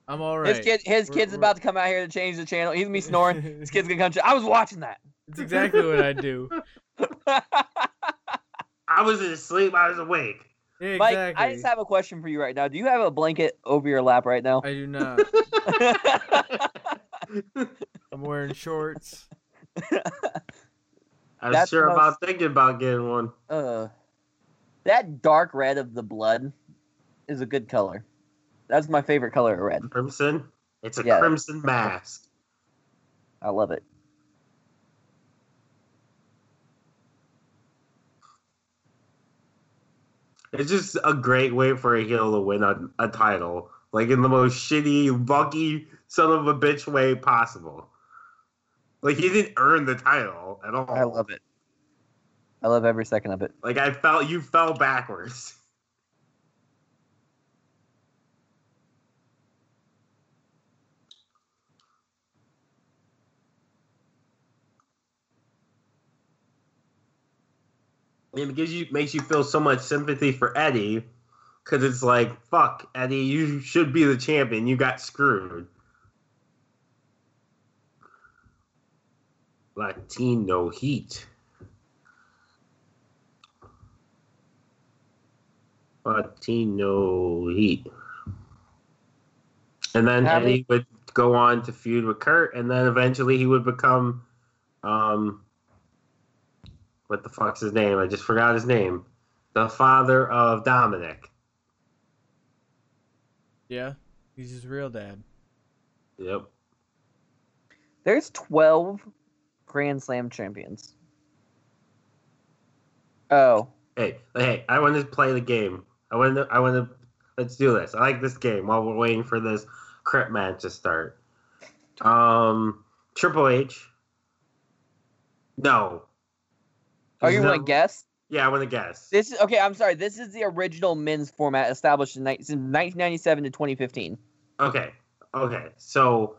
A: I'm all
C: his
A: right.
C: kid his
A: We're-
C: kid's
A: we're-
C: about to come out here to change the channel. He's gonna be snoring. His kid's gonna come. ch- I was watching that.
A: it's exactly what I do.
B: I was asleep. I was awake.
A: Yeah,
C: Mike,
A: exactly.
C: I just have a question for you right now. Do you have a blanket over your lap right now?
A: I do not. I'm wearing shorts.
B: I was
C: That's
B: sure
C: most-
B: about thinking about getting one.
C: uh, that dark red of the blood is a good color. That's my favorite color of red.
B: Crimson. It's a
C: Yeah.
B: crimson mask.
C: I love it.
B: It's just a great way for a heel to win a, a title, like in the most shitty, lucky son of a bitch way possible. Like he didn't earn the title at all.
C: I love it. I love every second of it.
B: Like I felt you fell backwards. It gives you makes you feel so much sympathy for Eddie, because it's like fuck Eddie, you should be the champion. You got screwed. Latino heat. Latino Heat. And then
C: Have
B: Eddie would go on to feud with Kurt, and then eventually he would become, um, what the fuck's his name? I just forgot his name. The father of Dominic.
A: Yeah, he's his real dad.
B: Yep.
C: There's 12 Grand Slam champions. Oh,
B: Hey, hey, I want to play the game. I want to, I want to, let's do this. I like this game while we're waiting for this crap match to start. Um, Triple H. No.
C: are Oh, you
B: No.
C: going to guess?
B: Yeah, I want to guess.
C: This is okay. I'm sorry. This is the original men's format established in, ni- since 1997 to 2015.
B: Okay. Okay, so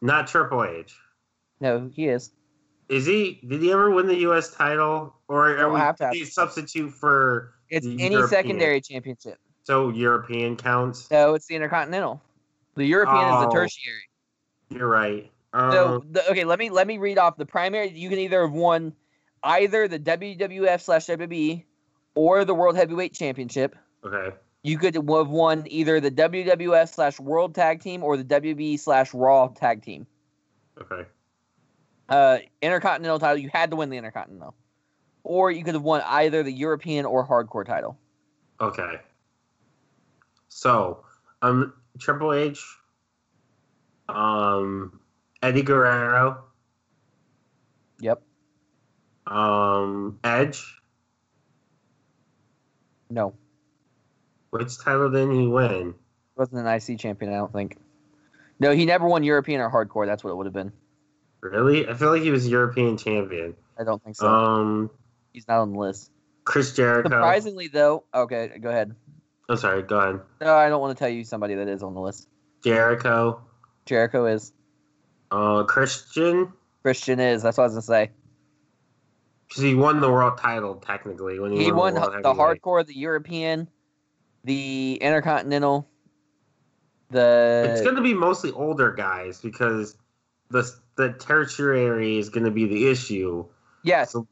B: not Triple H.
C: No, he is.
B: Is he? Did he ever win the U.S. title, or
C: Don't
B: are we,
C: have to
B: do
C: have-
B: you substitute for
C: It's
B: The
C: any
B: Mm, European.
C: secondary championship.
B: so European counts?
C: No, it's the intercontinental. The European is
B: Oh.
C: the tertiary.
B: You're right. Um,
C: So the, okay, let me let me read off the primary. You can either have won either the WWF slash WWE or the World Heavyweight Championship.
B: okay,
C: You could have won either the WWF slash World Tag Team or the WWE slash Raw Tag Team.
B: okay,
C: Uh, Intercontinental title. You had to win the Intercontinental, or you could have won either the European or Hardcore title.
B: okay. So um, Triple H, um, Eddie Guerrero,
C: Yep.
B: um, Edge.
C: No,
B: Which title didn't he win?
C: wasn't an IC champion. I don't think. No, he never won European or Hardcore. That's what it would have been.
B: Really? I feel like he was European champion.
C: I don't think so.
B: Um,
C: He's not on the list.
B: Chris Jericho.
C: Surprisingly, though, okay, go ahead.
B: I'm sorry. Go ahead.
C: No, I don't want to tell you somebody that is on the list.
B: Jericho.
C: Jericho is.
B: Uh, Christian,
C: Christian is. That's what I was gonna say.
B: because he won the world title technically when he,
C: He won
B: the, world
C: the
B: heavyweight.
C: hardcore, the European, the Intercontinental,
B: it's
C: the
B: going to be mostly older guys because the the tertiary is going to be the issue.
C: yes.
B: So-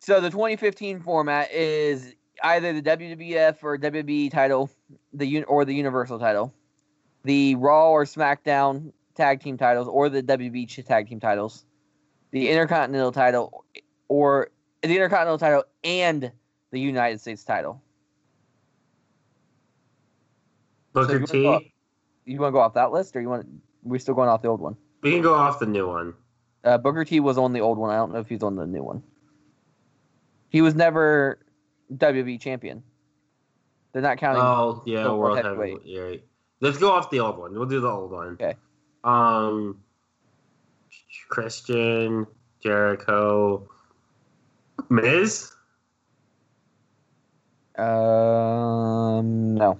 C: So the 2015 format is either the WWF or WWE title, the un- or the Universal title, the Raw or SmackDown tag team titles, or the WWE ch- tag team titles, the Intercontinental title, or the Intercontinental title and the United States title.
B: Booker
C: you
B: T.
C: wanna go- You want to go off that list, or you want? We're still going off the old one.
B: We can go off the new one.
C: Uh, Booker T was on the old one. I don't know if he's on the new one. He was never WWE champion. They're not counting.
B: Oh yeah,
C: the world
B: world
C: heavyweight.
B: heavyweight. You're right. Let's go off the old one. We'll do the old one.
C: Okay.
B: Um, Christian, Jericho, Miz.
C: Um, no.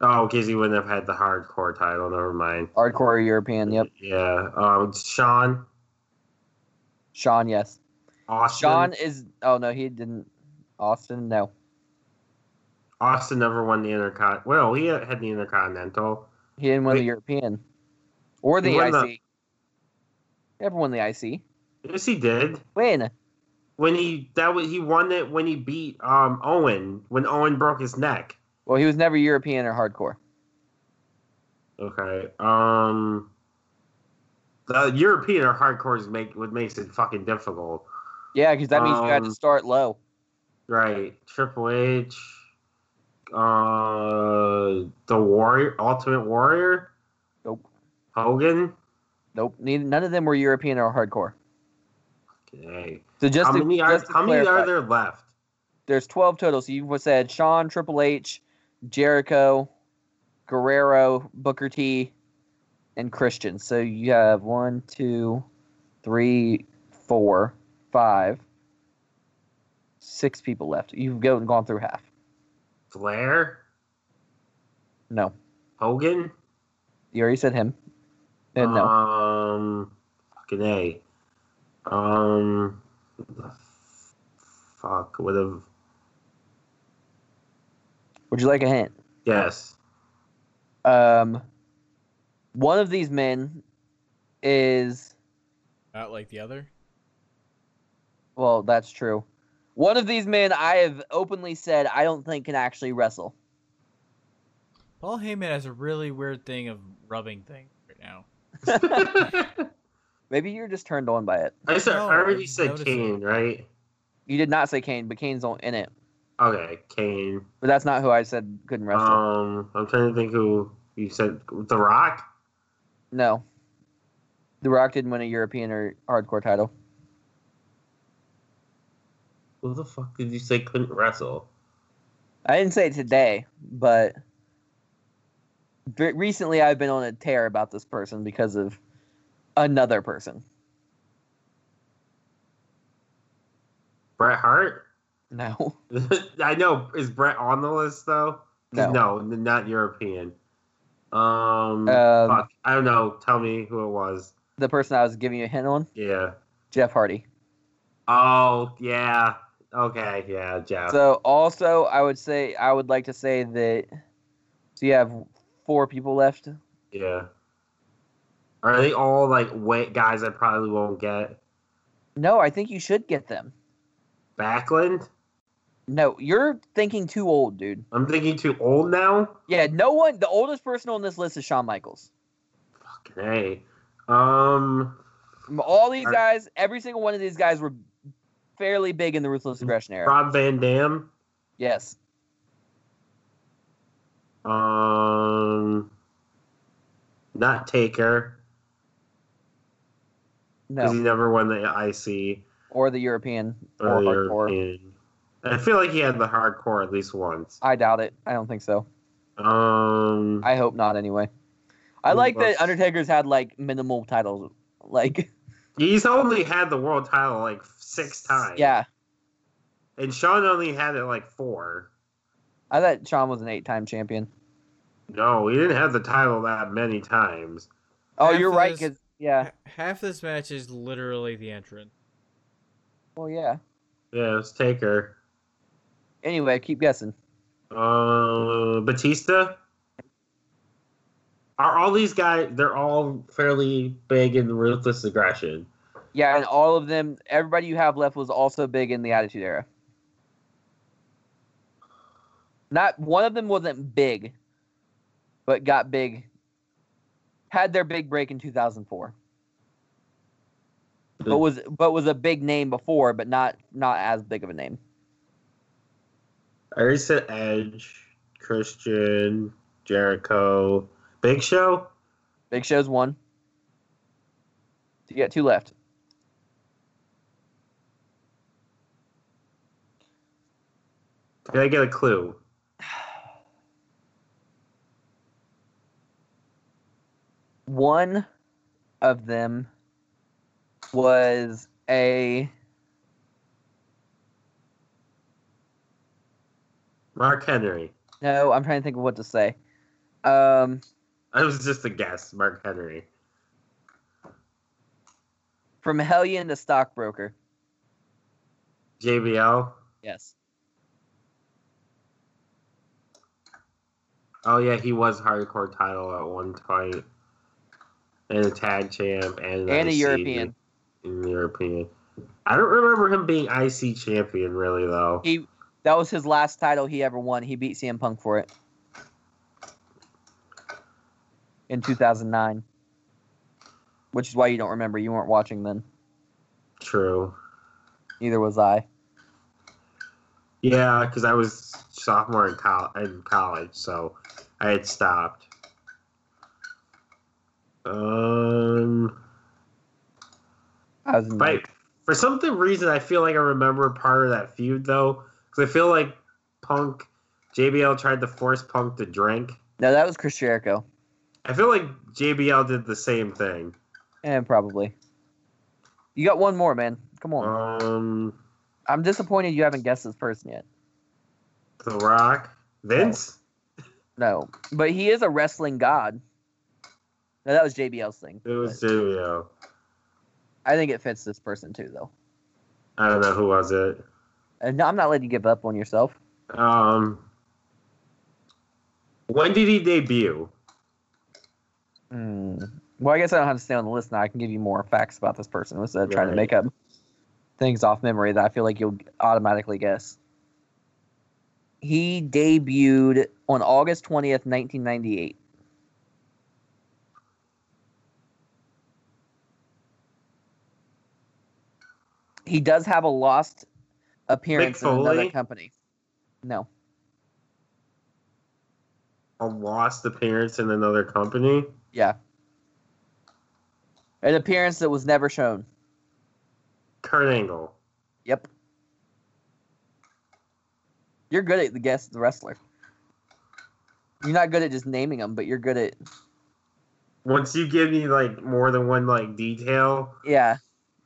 B: Oh, because he wouldn't have had the hardcore title. Never mind.
C: Hardcore European. Yep.
B: Yeah. Um, Sean.
C: Sean. Yes.
B: Austin.
C: Sean is. Oh no, he didn't. Austin. No.
B: Austin never won the Intercont. Well, he had the Intercontinental.
C: He didn't win
B: Wait.
C: the European. Or the
B: He won
C: IC.
B: the-
C: Never won the IC.
B: Yes, he did.
C: Win.
B: When he that was, he won it when he beat um Owen when Owen broke his neck.
C: Well, he was never European or hardcore.
B: Okay. Um. The European or hardcore is make what makes it fucking difficult,
C: Yeah, because that means you had to
B: Um,
C: start low.
B: right? Triple H. Uh, the Warrior, Ultimate Warrior,
C: Nope.
B: Hogan.
C: Nope. Neither, none of them were European or hardcore.
B: Okay.
C: So just
B: How
C: to,
B: many are
C: just to
B: how many
C: clarify,
B: are there left?
C: There's 12 total. So you said Sean, Triple H, Jericho, Guerrero, Booker T, and Christian. So you have one, two, three, four, five, six people left. You've go- gone through half.
B: Flair,
C: No,
B: Hogan,
C: you already said him. And Uh, no,
B: um, fucking a, um, what the f- fuck would have
C: would you like a hint?
B: yes.
C: Um, one of these men is
A: Not like the other.
C: Well, that's true. One of these men I have openly said I don't think can actually wrestle.
A: Paul Heyman has a really weird thing of rubbing things right now.
C: Maybe you're just turned on by it.
B: I said
A: No,
B: I
A: I
B: already said
A: noticed
B: Kane, right?
C: You did not say Kane, but Kane's on in it.
B: Okay, Kane.
C: But that's not who I said couldn't wrestle.
B: Um, I'm trying to think who you said The Rock.
C: no. The Rock didn't win a European or hardcore title.
B: Who the fuck did you say couldn't wrestle?
C: I didn't say it today, but ve- recently I've been on a tear about this person because of another person.
B: Bret Hart.
C: No.
B: I know. Is Bret on the list though?
C: No.
B: No, n- not European. Um,
C: Um,
B: fuck. I don't know. Tell me who it was.
C: The person I was giving you a hint on,
B: Yeah.
C: Jeff Hardy.
B: Oh yeah. Okay. Yeah, Jeff.
C: So also, I would say I would like to say that. So you have four people left.
B: yeah. Are they all like wait guys? I probably won't get
C: No, I think you should get them.
B: Backlund.
C: No, you're thinking too old, dude.
B: I'm thinking too old now.
C: Yeah, no one. The oldest person on this list is Shawn Michaels.
B: Fucking a. Um.
C: From all these
B: Are-
C: guys, every single one of these guys were fairly big in the
B: Mm,
C: ruthless aggression era.
B: Rob Van Dam.
C: Yes.
B: Um. Not Taker because he
C: No.
B: never won the IC.
C: Or the European or
B: Mm. or the
C: hardcore.
B: European. I feel like he had the hardcore at least once.
C: I doubt it. I don't think so.
B: Um,
C: I hope not. Anyway, I
B: Who
C: like
B: was-
C: that Undertaker's had like minimal titles. Like
B: he's only had the world title like six times.
C: Yeah,
B: and Sean only had it like four.
C: I thought Shawn was an eight-time champion.
B: No, he didn't have the title that many times.
C: Oh,
A: Half
C: you're
A: of
C: right.
A: this-
C: 'cause- yeah.
A: Half this match is literally the entrance.
C: Well, yeah.
B: Yeah, it's Taker.
C: Anyway, keep guessing.
B: Uh, Batista. Are all these guys? They're all fairly big in ruthless aggression.
C: Yeah, and all of them, everybody you have left was also big in the Attitude Era. Not one of them wasn't big, but got big. Had their big break in 2004. But was but was a big name before, but not not as big of a name.
B: I already said Edge, Christian, Jericho, Big Show.
C: Big Show's one. You got two left.
B: Did I get a clue?
C: one of them was a
B: Mark Henry.
C: no i'm trying to think of what to say um
B: I was just a guess. Mark Henry.
C: from hellion to stockbroker
B: JBL.
C: yes
B: Oh yeah, he was hardcore title at one point, and a tag champ, and
C: and a
B: IC
C: european
B: And European. I don't remember him being IC champion really though.
C: he that was his last title he ever won he beat cm punk for it in 2009 which is why you don't remember you weren't watching then
B: True.
C: neither was i
B: Yeah, because I was sophomore in, col- in college, so I had stopped. Um,
C: i was in
B: Right. For some th- reason, I feel like I remember part of that feud though, because I feel like Punk, JBL tried to force Punk to drink.
C: no that was chris jericho
B: I feel like JBL did the same thing.
C: and probably you got one more man come on
B: Um,
C: I'm disappointed you haven't guessed this person yet.
B: The Rock, Vince.
C: No, but he is a wrestling god. No, that was JBL's thing.
B: It was
C: but
B: JBL.
C: I think it fits this person too, though.
B: I don't know who was it.
C: And I'm not letting you give up on yourself.
B: Um, when did he debut?
C: Hmm. Well, I guess I don't have to stay on the list now. I can give you more facts about this person instead of trying to
B: Right.
C: make up things off memory that I feel like you'll automatically guess. He debuted on August 20th, 1998. He does have a lost appearance in another
B: Foley?
C: company. No.
B: A lost appearance in another company.
C: Yeah. An appearance that was never shown.
B: Kurt Angle.
C: Yep. You're good at the guess the wrestler. You're not good at just naming them, but you're good at
B: Once you give me like more than one like detail,
C: yeah.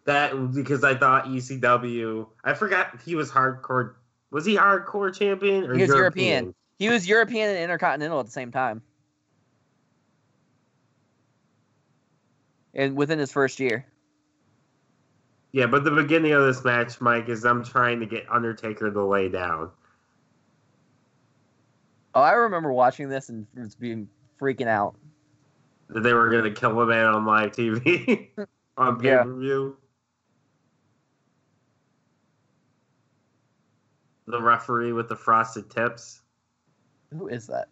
B: That because I thought E ECW. I forgot he was hardcore. Was he hardcore champion or
C: He was European. He was European and Intercontinental at the same time. And within his first year.
B: Yeah, but the beginning of this match, Mike, is I'm trying to get Undertaker to lay down.
C: Oh, I remember watching this and just being freaking out.
B: That they were gonna kill a man on live TV on pay
C: Yeah.
B: per view. The referee with the frosted tips.
C: Who is that?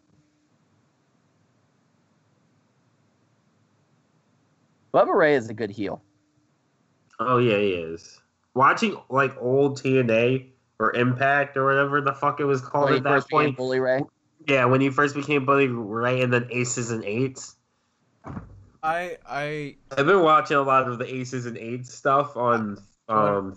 C: Bubba Ray is a good heel.
B: Oh yeah, he is. Watching like old TNA or Impact or whatever the fuck it was called
C: When he
B: at that
C: first became
B: point.
C: Bully Ray.
B: Yeah, when he first became Buddy Ray and then Aces and Eights.
A: I I
B: I've been watching a lot of the Aces and Eights stuff on um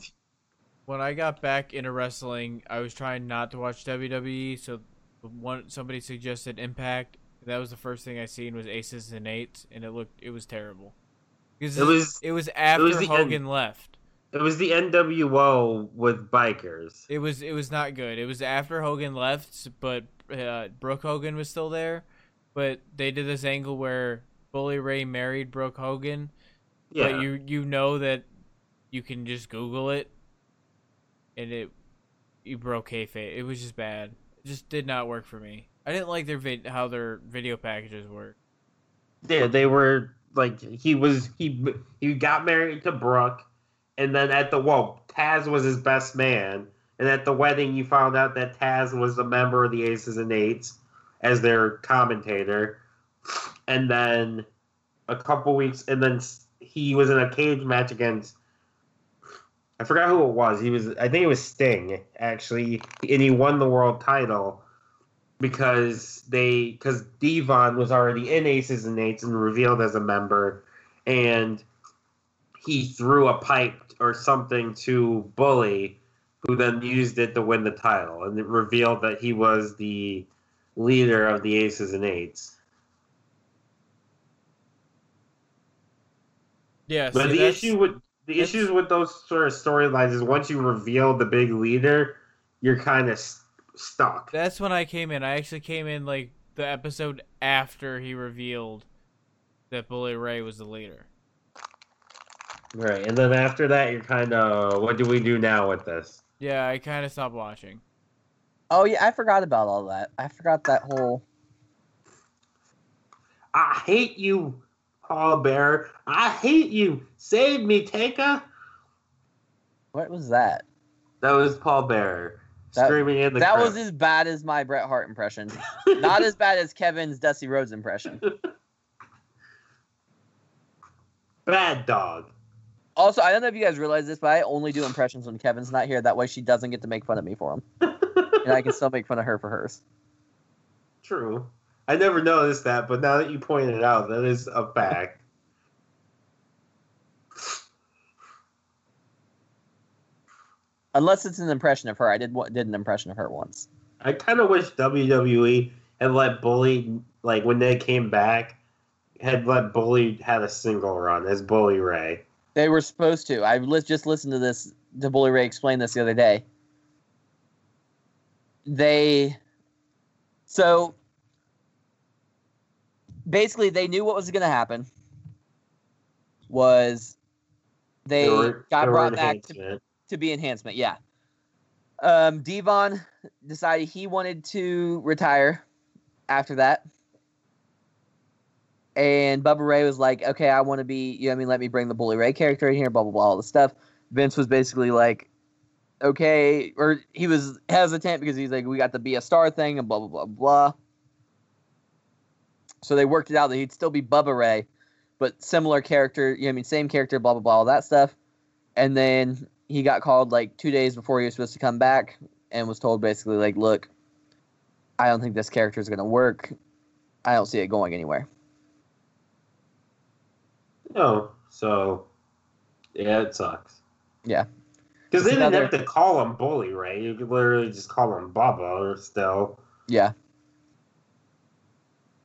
A: when I got back into wrestling, I was trying not to watch WWE. So one somebody suggested Impact. That was the first thing I seen was Aces and Eights, and it looked it was terrible. 'Cause
B: It was-
A: it was after
B: was the
A: Hogan
B: end.
A: left.
B: it was the NWO with bikers.
A: It was it was not good. It was after Hogan left, but uh, Brooke Hogan was still there. But they did this angle where Bully Ray married Brooke Hogan,
B: Yeah.
A: but you you know that you can just Google it, and it you broke kayfabe. It was just bad. It just did not work for me. I didn't like their vid- how their video packages work.
B: Yeah, they were like he was he he got married to Brooke, and then at the well Taz was his best man, and at the wedding you found out that Taz was a member of the Aces and Eights as their commentator, and then a couple weeks and then s- he was in a cage match against. I forgot who it was. He was, I think it was Sting actually, and he won the world title because they because Devon was already in Aces and Eights and revealed as a member, and he threw a pipe or something to Bully, who then used it to win the title, and it revealed that he was the leader of the Aces and Eights.
A: Yeah,
B: But the issue with the
A: that's-
B: issues with those sort of storylines is once you reveal the big leader, you're kind of st- stuck.
A: That's when I came in. I actually came in like the episode after he revealed that Bully Ray was the leader.
B: Right, and then after that, you're kind of what do we do now with this?
A: Yeah, I kind of stopped watching.
C: Oh yeah, I forgot about all that. I forgot that whole.
B: I hate you, pallbearer. I hate you. Save me, Taka.
C: What was that?
B: That was pallbearer
C: That-
B: screaming in the.
C: that
B: crowd.
C: was as bad as my Bret Hart impression. Not as bad as Kevin's Dusty Rhodes impression.
B: bad dog.
C: Also, I don't know if you guys realize this, but I only do impressions when Kevin's not here. That way, she doesn't get to make fun of me for him, and I can still make fun of her for hers.
B: True. I never noticed that, but now that you pointed it out, that is a fact.
C: Unless it's an impression of her. I did wa- did an impression of her once.
B: I kind of wish WWE had let Bully like when they came back, had let Bully had a single run as Bully Ray.
C: They were supposed to. I li- just listened to this. To Bully Ray explain this the other day. They, so basically, they knew what was going to happen. Was they,
B: were-
C: got
B: they were
C: brought back to,
B: enhancement.
C: to be enhancement? Yeah. Um, Devon decided he wanted to retire after that. And Bubba Ray was like, okay, I want to be, you know what I mean? Let me bring the Bully Ray character in here, blah, blah, blah, all this stuff. Vince was basically like, okay, or he was hesitant because he's like, we got the be a star thing and blah, blah, blah, blah. So they worked it out that he'd still be Bubba Ray, but similar character, you know what I mean? Same character, blah, blah, blah, all that stuff. And then he got called like two days before he was supposed to come back and was told basically, like, look, I don't think this character is going to work. I don't see it going anywhere.
B: No, so yeah, it sucks.
C: Yeah.
B: because they
C: It's
B: didn't
C: another-
B: have to call him Bully Ray. You could literally just call him Bubba or still,
C: Yeah.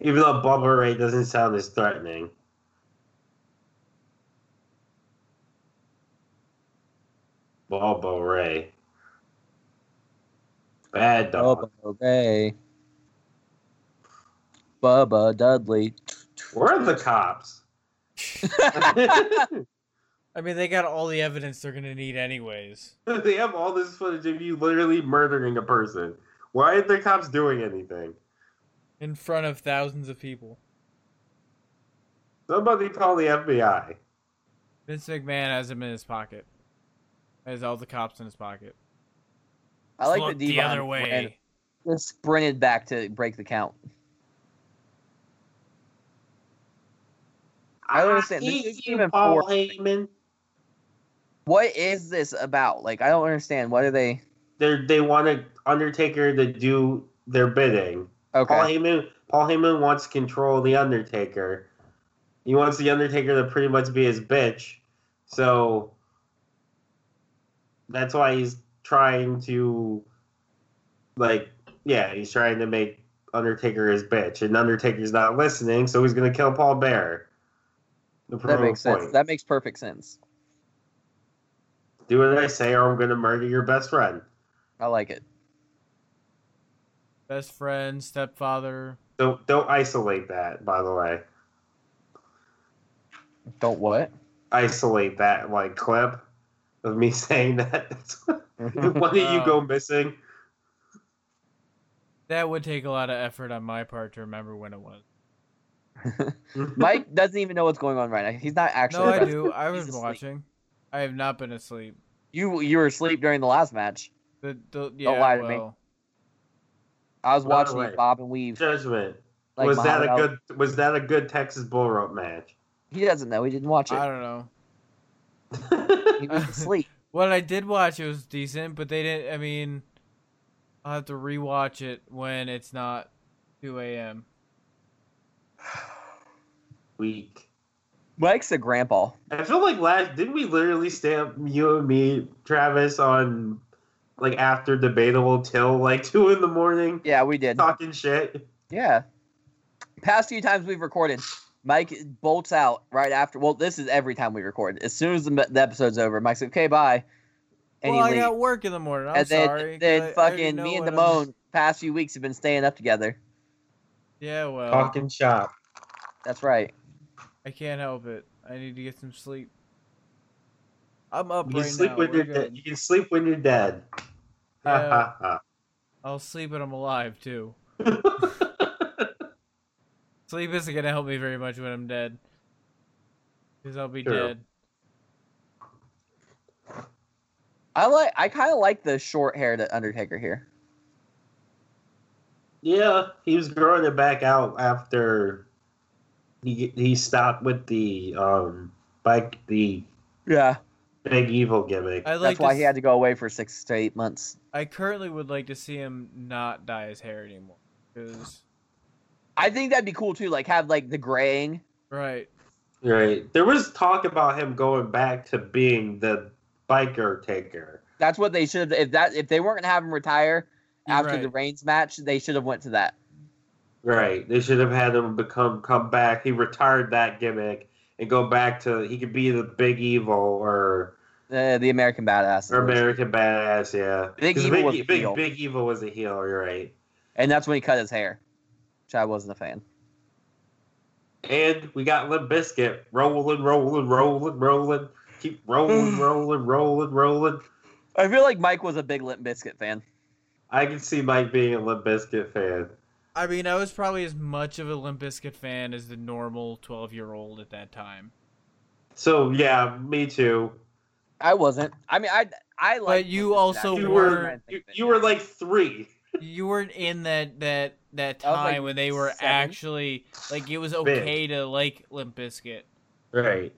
B: even though Bubba Ray doesn't sound as threatening. Bubba Ray, bad dog.
C: Oh, okay. Bubba Dudley.
B: We're the cops.
A: I mean, they got all the evidence they're gonna need, anyways.
B: they have all this footage of you literally murdering a person. Why aren't the cops doing anything?
A: In front of thousands of people,
B: Somebody call the FBI.
A: Vince McMahon has him in his pocket. Has all the cops in his pocket.
C: I like
A: Look
C: the
A: the
C: Devon
A: other way.
C: and just sprinted back to break the count. I don't understand. This
B: hate
C: is
B: you,
C: even
B: Paul
C: four.
B: Heyman.
C: What is this about? Like, I don't understand. What are they?
B: They they want Undertaker to do their bidding.
C: Okay.
B: Paul Heyman Paul Heyman wants to control the Undertaker. He wants the Undertaker to pretty much be his bitch. So that's why he's trying to like yeah, he's trying to make Undertaker his bitch and Undertaker's not listening, so he's going to kill Paul Bear.
C: that makes sense. That makes perfect sense.
B: Do what I say or I'm going to murder your best friend.
C: I like it.
A: Best friend, stepfather.
B: Don't don't isolate that, by the way.
C: Don't what?
B: Isolate that like clip of me saying that. if one of you
A: Oh.
B: go missing,
A: That would take a lot of effort on my part to remember when it was.
C: Mike doesn't even know what's going on right now. He's not actually.
A: No, I
C: present.
A: do. I was
C: asleep.
A: watching. I have not been asleep.
C: You you were asleep during the last match.
A: The, the, yeah,
C: lie to me.
A: well,
C: I was
B: By the
C: watching you
B: way,
C: bob and weave.
B: judgment.
C: Like
B: was that
C: Muhammad
B: a
C: Ali.
B: good? Was that a good Texas bull rope match?
C: He doesn't know. He didn't watch
A: I
C: it.
A: don't know.
C: He was asleep.
A: What I did watch it was decent, but they didn't. I mean, I'll have to rewatch it when it's not 2 a.m.
B: Week.
C: Mike's a grandpa.
B: I feel like last didn't we literally stay up you and me, Travis, on like after debatable till like two in the morning
C: Yeah, we did.
B: talking shit.
C: Yeah. Past few times we've recorded, Mike bolts out right after. Well, this is every time we record. As soon as the, the episode's over, Mike's like, "Okay, bye," and
A: well, I
C: he leaves.
A: got work in the morning. I'm
C: and then,
A: sorry.
C: then
A: 'cause I- I already
C: fucking
A: know
C: me and
A: what I'm-
C: Damone, past few weeks have been staying up together.
A: Yeah, well,
B: Talking shop.
C: That's right.
A: I can't help it. I need to get some sleep. I'm up
B: You
A: right
B: sleep
A: now.
B: when
A: We're
B: you're dead.
A: good.
B: You can sleep when you're dead. Ha, ha, ha.
A: I'll sleep when I'm alive too. sleep isn't gonna help me very much when I'm dead, because I'll be
B: True.
A: dead.
C: I like. I kind of like the short hair to Undertaker here.
B: Yeah, he was growing it back out after he he stopped with the um like the
C: Yeah,
B: big evil gimmick.
A: I like.
C: that's why
A: to
C: he
A: s-
C: had to go away for six to eight months.
A: I currently would like to see him not dye his hair anymore. 'cause-
C: I think that'd be cool too. Like have like the graying.
A: right,
B: Right. There was talk about him going back to being the biker taker.
C: That's what they should have. If that if they weren't gonna have him retire
A: You're
C: after the
A: right.
C: Reigns match, they should have went to that.
B: Right. They should have had him become come back. He retired that gimmick and go back to he could be the big evil or
C: Uh, the American Badass.
B: or American badass, yeah.
C: Big
B: 'Cause
C: Evil was a
B: big, big,
C: heel.
B: big evil was a heel, you're right.
C: And that's when he cut his hair, which I wasn't a fan.
B: And we got Limp Biscuit rolling, rolling, rolling, rolling. Keep rolling, rolling, rolling, rolling.
C: I feel like Mike was a big Limp Biscuit fan.
B: I can see Mike being a Limp Biscuit fan.
A: I mean, I was probably as much of a Limp Bizkit fan as the normal twelve-year-old at that time.
B: So yeah, me too.
C: I wasn't. I mean, I I like.
A: you also
B: You
A: Or-
B: were you, you were like three.
A: You weren't in that that that
C: I was, like,
A: time when they were
C: seven.
A: actually like it was okay to like Limp Bizkit.
B: Right.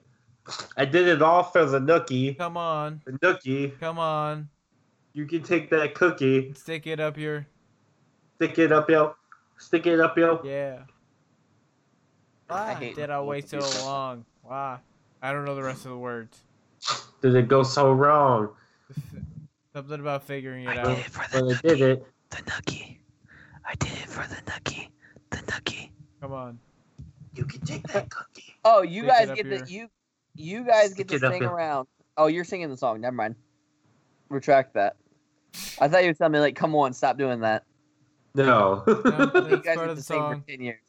B: I did it all for the nookie.
A: Come on,
B: The nookie.
A: come on,
B: You can take that cookie,
A: stick it up your
B: stick it up yo, stick it up yo.
A: yeah. Why
C: hate
A: did I
C: Limp
A: wait so
C: Bizkit.
A: long? Why? I don't know the rest of the words.
B: Did it go so wrong?
A: Something about figuring it out.
E: for
B: But it did it.
E: the nookie. I did it for the nookie. The nookie.
A: Come on.
B: You can take that cookie.
C: Oh,
A: Stick
C: you
A: it
C: guys
A: up
C: get
A: your-
C: the you you guys
B: Stick
C: get this
B: it up
C: thing
B: your-
C: around. Oh, you're singing the song. Never mind. Retract that. I thought you were telling me like, come on, stop doing that.
B: No.
A: No,
C: You
A: that's part
C: guys did
A: of
C: the
A: the
C: same
A: song.
C: for ten years.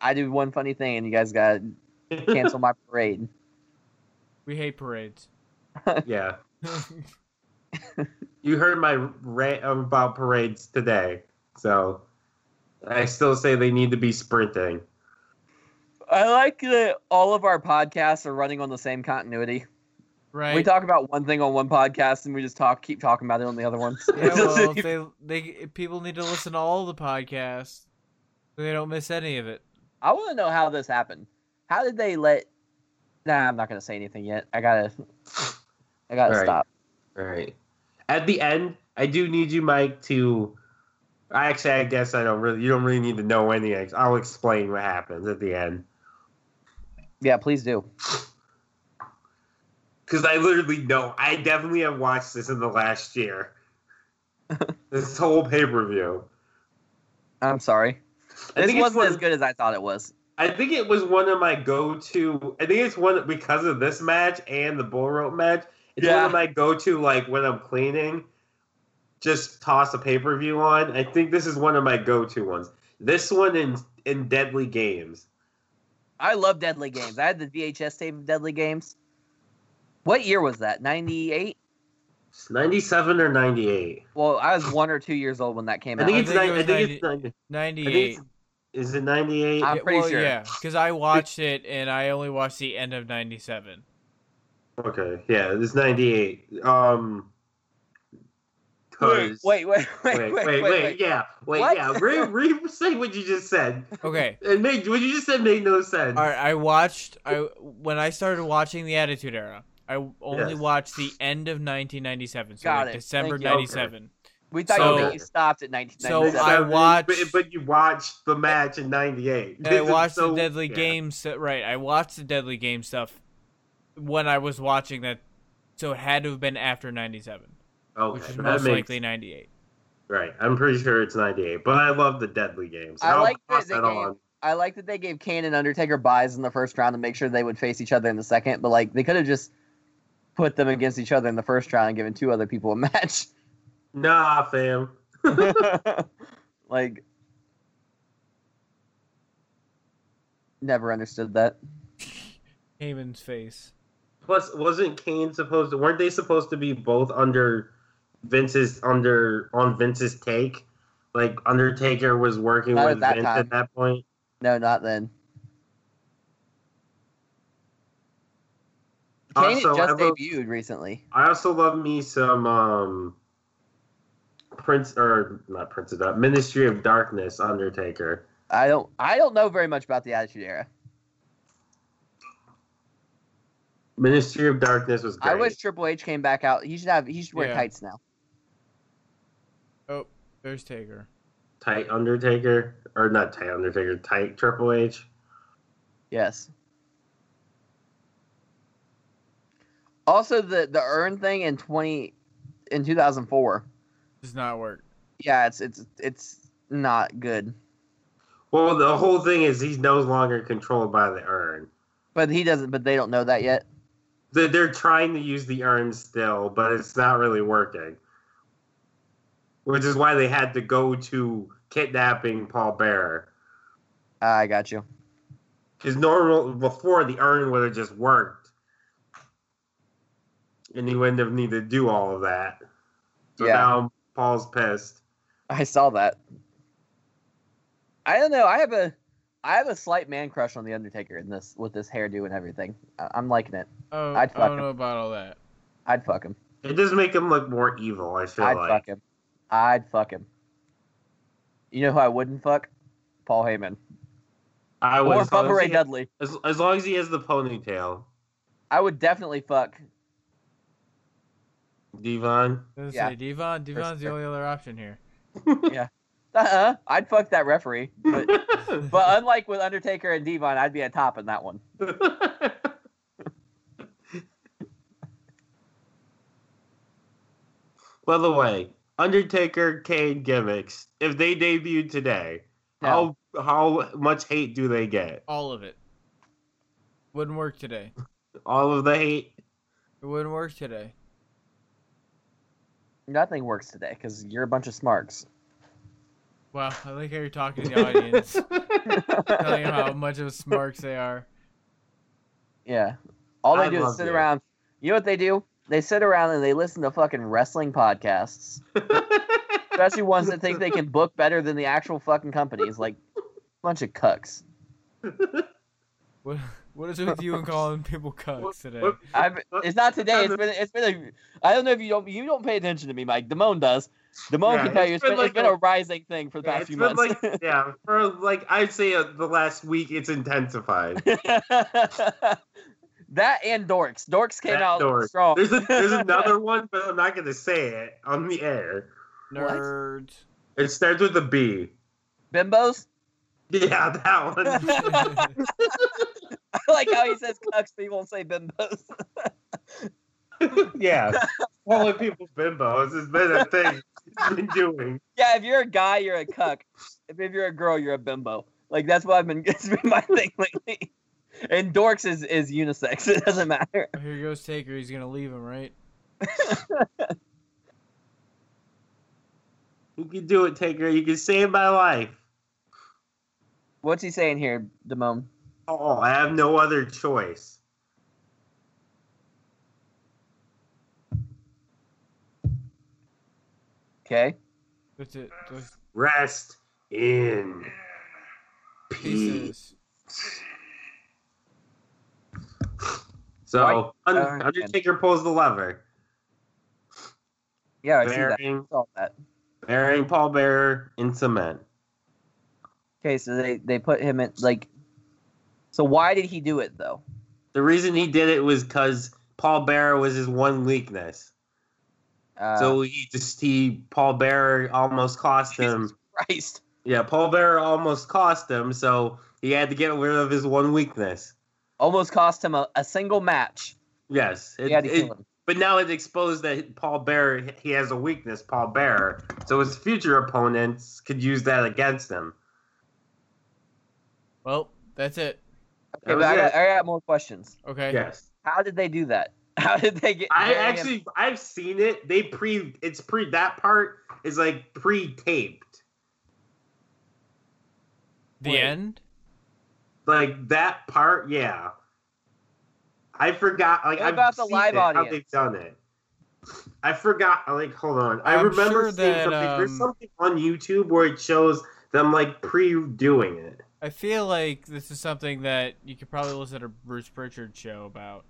C: I do one funny thing, and you guys got to cancel my parade.
A: We hate parades.
B: yeah. You heard my rant about parades today, so I still say they need to be sprinting.
C: I like that all of our podcasts are running on the same continuity.
A: right.
C: We talk about one thing on one podcast, and we just talk, keep talking about it on the other ones.
A: Yeah, well, if they, they if people need to listen to all the podcasts. so They don't miss any of it.
C: I want to know how this happened. How did they let? Nah, I'm not gonna say anything yet. I gotta, I gotta
B: All right.
C: stop.
B: All right. At the end, I do need you, Mike, to. I actually, I guess I don't really. You don't really need to know anything. I'll explain what happens at the end
C: Yeah, please do.
B: because I literally know. I definitely have watched this in the last year. this whole pay per view.
C: I'm sorry.
B: I
C: This
B: think it's
C: wasn't
B: one-
C: as good as I thought it was.
B: I think it was one of my go-to. I think it's one because of this match and the bull rope match. It's one
C: Yeah.
B: of my go-to, like when I'm cleaning, just toss a pay-per-view on. I think this is one of my go-to ones. This one in in Deadly Games.
C: I love Deadly Games. I had the VHS tape of Deadly Games. What year was that? 98?
B: It's 97 or 98.
C: Well, I was one or two years old when that came
B: I
C: out.
B: think it's.
A: think
B: nine
A: it
B: I
A: was
B: think it's. 90, I think
A: 98.
B: it's- is it 98?
C: I'm
A: Yeah,
C: pretty
A: well,
C: sure.
A: Yeah, because I watched it and I only watched the end of 97.
B: okay, yeah, it's 98. Um. 'cause-
C: wait, wait, wait,
B: wait, wait, wait, yeah, wait,
C: What?
B: yeah. Re, re, say what you just said.
A: Okay.
B: It made what you just said made no sense.
A: All right. I watched. I When I started watching the Attitude Era, I only
B: Yes.
A: watched the end of 1997. So
C: Got
A: like
C: it.
A: December
C: Thank you.
A: 97.
C: We thought
A: So-
C: you, that you stopped at
A: So I
C: 1997.
A: watched-
B: but, but you watched the match in '98.
A: And I watched the Deadly Games. Right. I watched the Deadly Game stuff when I was watching that. So it had to have been after 97,
B: Oh,
A: which is
B: that
A: most
B: makes,
A: likely 98.
B: right. I'm pretty sure it's '98, but I love the Deadly Games.
C: I
B: I'll
C: like that
B: pass
C: they gave- I like that they gave Kane and Undertaker buys in the first round to make sure they would face each other in the second, but like they could have just put them against each other in the first round and given two other people a match.
B: Nah, fam.
C: like never understood that.
A: Heyman's face.
B: Plus, wasn't Kane supposed to? Weren't they supposed to be both under Vince's under on Vince's take? Like Undertaker was working
C: Not
B: with
C: at that
B: Vince
C: time.
B: at that point.
C: No, not then. Kane had
B: Also, Uh, I
C: just
B: love-
C: debuted recently.
B: I also love me some um Prince or not Prince of Dark Ministry of Darkness Undertaker.
C: I don't I don't know very much about the Attitude Era.
B: Ministry of Darkness was great.
C: I wish Triple H came back out. He should have he should wear
A: Yeah.
C: tights now.
A: Oh, there's Taker.
B: tight Undertaker or not tight Undertaker, tight Triple H.
C: Yes. Also, the the urn thing in twenty in two thousand four.
A: Does not work.
C: Yeah, it's it's it's not good.
B: Well, the whole thing is he's no longer controlled by the urn.
C: But he doesn't. But they don't know that yet.
B: They- They're trying to use the urn still, but it's not really working. Which is why they had to go to kidnapping Paul Bearer.
C: Ah, I got you.
B: Because normal before the urn would have just worked, and he wouldn't have needed to do all of that. So
C: Yeah.
B: now Paul's pissed.
C: I saw that. I don't know. I have a I have a slight man crush on the Undertaker in this with this hairdo and everything. I, I'm liking it.
A: Oh, I
C: I'd fuck
A: don't
C: him.
A: know about all that.
C: I'd fuck him.
B: It does make him look more evil. I feel
C: I'd
B: like
C: fuck him. I'd fuck him. You know who I wouldn't fuck? Paul Heyman
B: I would.
C: or
B: as long
C: Bubba
B: as
C: Ray
B: he-
C: Dudley.
B: As, as long as he has the ponytail,
C: I would definitely fuck.
B: Devon.
A: I was gonna
C: Yeah.
A: say, Devon, Devon's the
C: sure.
A: only other option here.
C: Uh-uh. I'd fuck that referee. But, but unlike with Undertaker and Devon, I'd be at top in that one.
B: By the way, Undertaker Kane gimmicks. If they debuted today,
C: No.
B: how how much hate do they get?
A: All of it wouldn't work today.
B: All of the hate.
A: It wouldn't work today.
C: Nothing works today because you're a bunch of smarks.
A: Wow, I like how you're talking to the audience. Tell you how much of smarks they are.
C: Yeah. All they
B: I
C: do
B: love
C: is sit
B: you.
C: around. You know what they do? They sit around and they listen to fucking wrestling podcasts, especially ones that think they can book better than the actual fucking companies. Like, bunch of cucks.
A: What what is with you and calling people cucks today?
B: What-
C: I've, it's not today. It's been. It's been a. I don't know if you don't. You don't pay attention to me, Mike. Damone does. Damone
B: Yeah,
C: can tell
B: it's
C: you. It's
B: been
C: been,
B: like
C: it's been
B: a-
C: a rising thing for the
B: yeah,
C: past
B: it's
C: few
B: been
C: months.
B: like yeah, for like I'd say uh, the last week it's intensified.
C: that and Dorks. Dorks came
B: That
C: out
B: dork.
C: strong.
B: There's a, there's another one, but I'm not gonna say it on the air.
A: Nerds.
B: It starts with a B.
C: bimbos.
B: Yeah, that one.
C: I like how he says cucks, but he won't say bimbos.
B: yeah, calling people bimbos has been a thing it's been doing.
C: Yeah, if you're a guy, you're a cuck. If, if you're a girl, you're a bimbo. Like that's what I've been. It's been my thing lately. And dorks is is unisex. It doesn't matter.
A: Here goes Taker. He's gonna leave him, right?
B: You can do it, Taker. You can save my life.
C: What's he saying here, Damone?
B: Oh, I have no other choice.
C: Okay.
A: That's it. Those
B: Rest in peace.
A: pieces.
B: So
C: Why-
B: Un-
C: uh,
B: Undertaker pulls the lever,
C: Yeah, I see that.
B: burying,
C: Saw that.
B: burying Paul Bearer in cement.
C: Okay, so they they put him in like. So why did he do it though?
B: The reason he did it was because Paul Bearer was his one weakness.
C: Uh,
B: so he just he Paul Bearer almost cost him.
C: Christ.
B: Yeah, Paul Bearer almost cost him. So he had to get rid of his one weakness.
C: Almost cost him a, a single match.
B: Yes, it-
C: He had to
B: it-
C: kill him.
B: but now it's exposed that Paul Bearer he has a weakness, Paul Bearer. So his future opponents could use that against him.
A: Well, that's it.
C: Okay,
B: That
C: but I
B: was
C: got,
B: it.
C: I got more questions.
A: Okay.
B: Yes.
C: How did they do that? How did they get?
B: I
C: bury him?
B: actually I've seen it. They pre it's pre that part is like pre-taped.
A: The
C: Wait.
A: end.
B: Like that part, yeah. I forgot like
C: What
B: I've
C: about the
B: seen
C: live
B: it, how
C: audience?
B: they've done it. I forgot like hold on. I
A: I'm
B: remember
A: sure
B: seeing
A: that,
B: something there's
A: um,
B: something on YouTube where it shows them like pre-doing it.
A: I feel like this is something that you could probably listen to Bruce Pritchard show about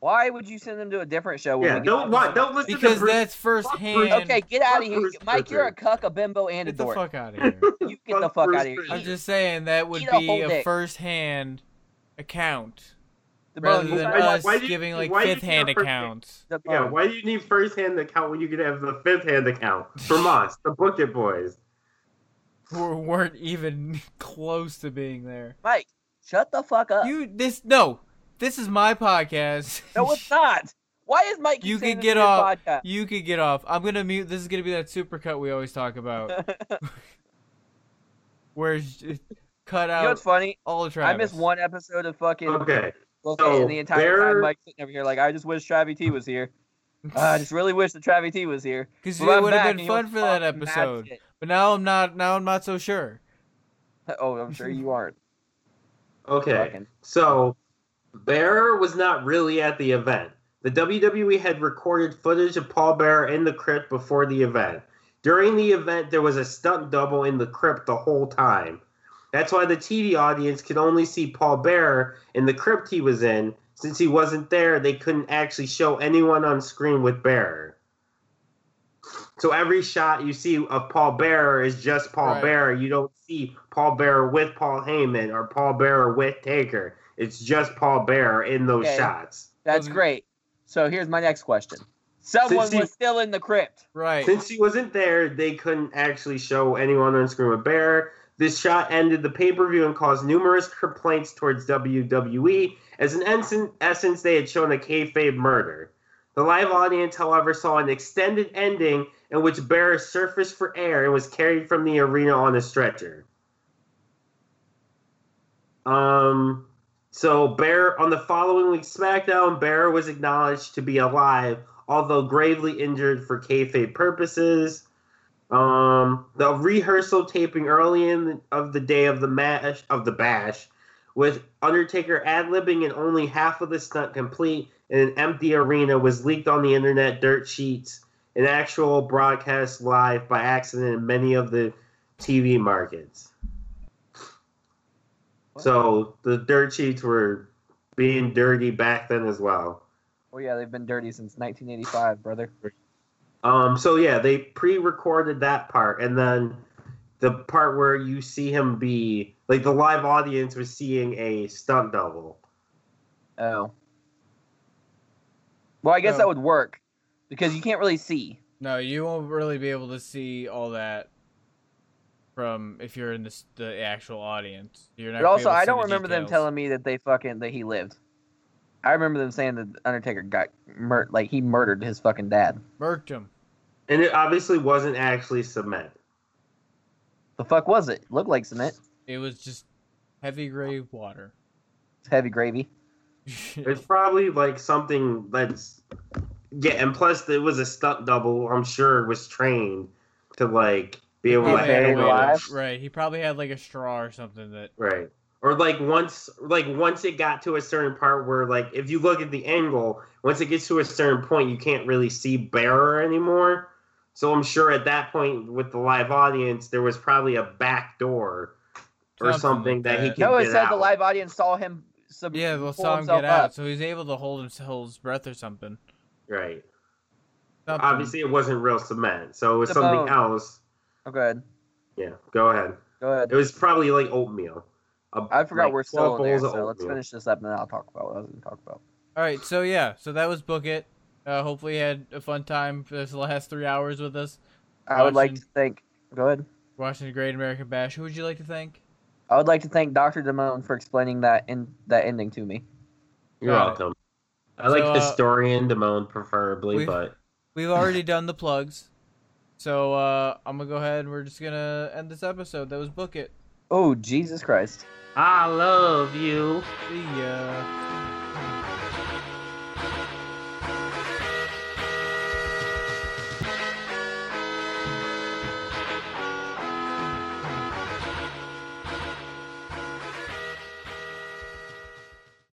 C: Why would you send him to a different show? when
B: Yeah,
C: we get
B: don't
C: to-
B: why, don't listen
A: because
B: to Bruce.
A: that's firsthand.
C: Okay, get out
B: Fuck
C: of here,
B: Bruce
C: Mike. You're a cuck, a bimbo, and a
A: Get the
C: dork.
A: fuck out of here.
C: You get the
B: Fuck
C: fuck
B: Bruce
C: out of here.
B: Pritchard.
A: I'm just saying that would
C: Eat a
A: be
C: whole
A: a
C: dick.
A: first-hand account
C: The
A: rather
C: bimbo-
A: than
B: why-
A: us
B: why do you-
A: giving like
B: why do you
A: fifth-hand
B: need a first hand?
A: accounts.
C: the
B: Yeah,
C: bone.
B: why do you need first hand account when you could have the fifth hand account from us, the Book It Boys?
A: who weren't even close to being there.
C: Mike, shut the fuck up.
A: You this no, this is my podcast.
C: no, it's not. Why is Mike? keep
A: You
C: saying
A: could
C: this
A: get
C: in your
A: off.
C: podcast?
A: you could get off. I'm gonna mute. This is gonna be that supercut we always talk about, where it's just cut
C: You
A: out
C: know what's funny?
A: all of Travis.
C: I missed one episode of fucking
B: Okay.
C: location
B: Uh, so
C: the entire
B: there-
C: time Mike's sitting over here. Like, I just wish Travi T was here. Uh, I just really wish that Travi T was here.
A: because
C: But
A: it
C: I'm
A: would
C: back
A: have
C: and
A: been
C: he
A: fun
C: was
A: for that
C: talking mad
A: episode.
C: shit.
A: But now I'm not. Now I'm not so sure.
C: Oh, I'm sure you aren't.
B: Okay.
C: Fucking.
B: So Bearer was not really at the event. The WWE had recorded footage of Paul Bearer in the crypt before the event. During the event, there was a stunt double in the crypt the whole time. That's why the TV audience could only see Paul Bearer in the crypt he was in. Since he wasn't there, they couldn't actually show anyone on screen with Bearer. So every shot you see of Paul Bearer is just Paul
A: Right.
B: Bearer. You don't see Paul Bearer with Paul Heyman or Paul Bearer with Taker. It's just Paul Bearer in those
C: Okay.
B: shots.
C: That's
A: Doesn't-
C: great. So here's my next question. Someone
B: Since you-
C: was still in the crypt.
A: Right.
B: Since he wasn't there, they couldn't actually show anyone on screen with Bear. This shot ended the pay per view and caused numerous complaints towards WWE, as in ens- essence, they had shown a kayfabe murder. The live audience, however, saw an extended ending in which Bear surfaced for air and was carried from the arena on a stretcher. Um, so Bear on the following week SmackDown, Bear was acknowledged to be alive, although gravely injured for kayfabe purposes. Um, the rehearsal taping early in the, of the day of the mash of the bash, with Undertaker ad libbing and only half of the stunt complete in an empty arena, was leaked on the internet dirt sheets and actual broadcast live by accident in many of the TV markets.
C: What?
B: So the dirt sheets were being dirty back then as well.
C: Oh yeah, they've been dirty since 1985, brother.
B: Um, so yeah, they pre-recorded that part, and then the part where you see him be like the live audience was seeing a stunt double.
C: Oh. Well, I guess
A: No.
C: that would work because you can't really see.
A: No, you won't really be able to see all that from if you're in this, the actual audience. You're not. gonna
C: But
A: be
C: also,
A: able to
C: I
A: see
C: don't
A: the
C: remember them
A: details.
C: telling me that they fucking that he lived. I remember them saying that Undertaker got mur- like he murdered his fucking dad.
A: Murked him.
B: And it obviously wasn't actually cement.
C: The fuck was it? Looked like cement.
A: It was just heavy gray water.
C: It's heavy gravy.
B: It's probably like something that's yeah, and plus it was a stunt double. I'm sure was trained to like be able
C: Yeah,
B: to
A: Probably had a
C: buried
B: handle
A: way-
C: alive.
A: Right. He probably had like a straw or something that.
B: Right. Or like once like once it got to a certain part where like if you look at the angle, once it gets to a certain point you can't really see bearer anymore. So I'm sure at that point with the live audience there was probably a back door or
A: Something
B: something
A: like
B: that he
A: that.
B: could
C: No, it
B: get
C: said
B: out.
C: the live audience saw him. Sub-
A: Yeah, well,
C: pull
A: saw him
C: himself
A: get out,
C: up.
A: so he's able to hold his, hold his breath or something.
B: Right.
A: Something.
B: Obviously it wasn't real cement, so it was
C: The
B: something
C: bone.
B: else.
C: Oh, good.
B: Yeah, go ahead.
C: Go ahead.
B: It was probably like oatmeal. A-
C: I forgot
B: like
C: we're
B: 12
C: still in there,
B: bowls of
C: so let's
B: oatmeal.
C: finish this up and then I'll talk about what I was going to talk about.
A: All right, so yeah, so that was Book It. Uh, hopefully, you had a fun time for this last three hours with us
C: I would like to
A: Watching-
C: thank. Go ahead.
A: watching the Great American Bash. Who would you like to thank?
C: I would like to thank Doctor Damone for explaining that in that ending to me.
B: You're
A: Got it.
B: welcome. I like
A: So, uh,
B: historian Damone preferably,
A: we've-
B: but
A: We've already done the plugs, so uh, I'm gonna go ahead and we're just gonna end this episode. That was Book It.
C: Oh Jesus Christ!
B: I love you.
A: See ya.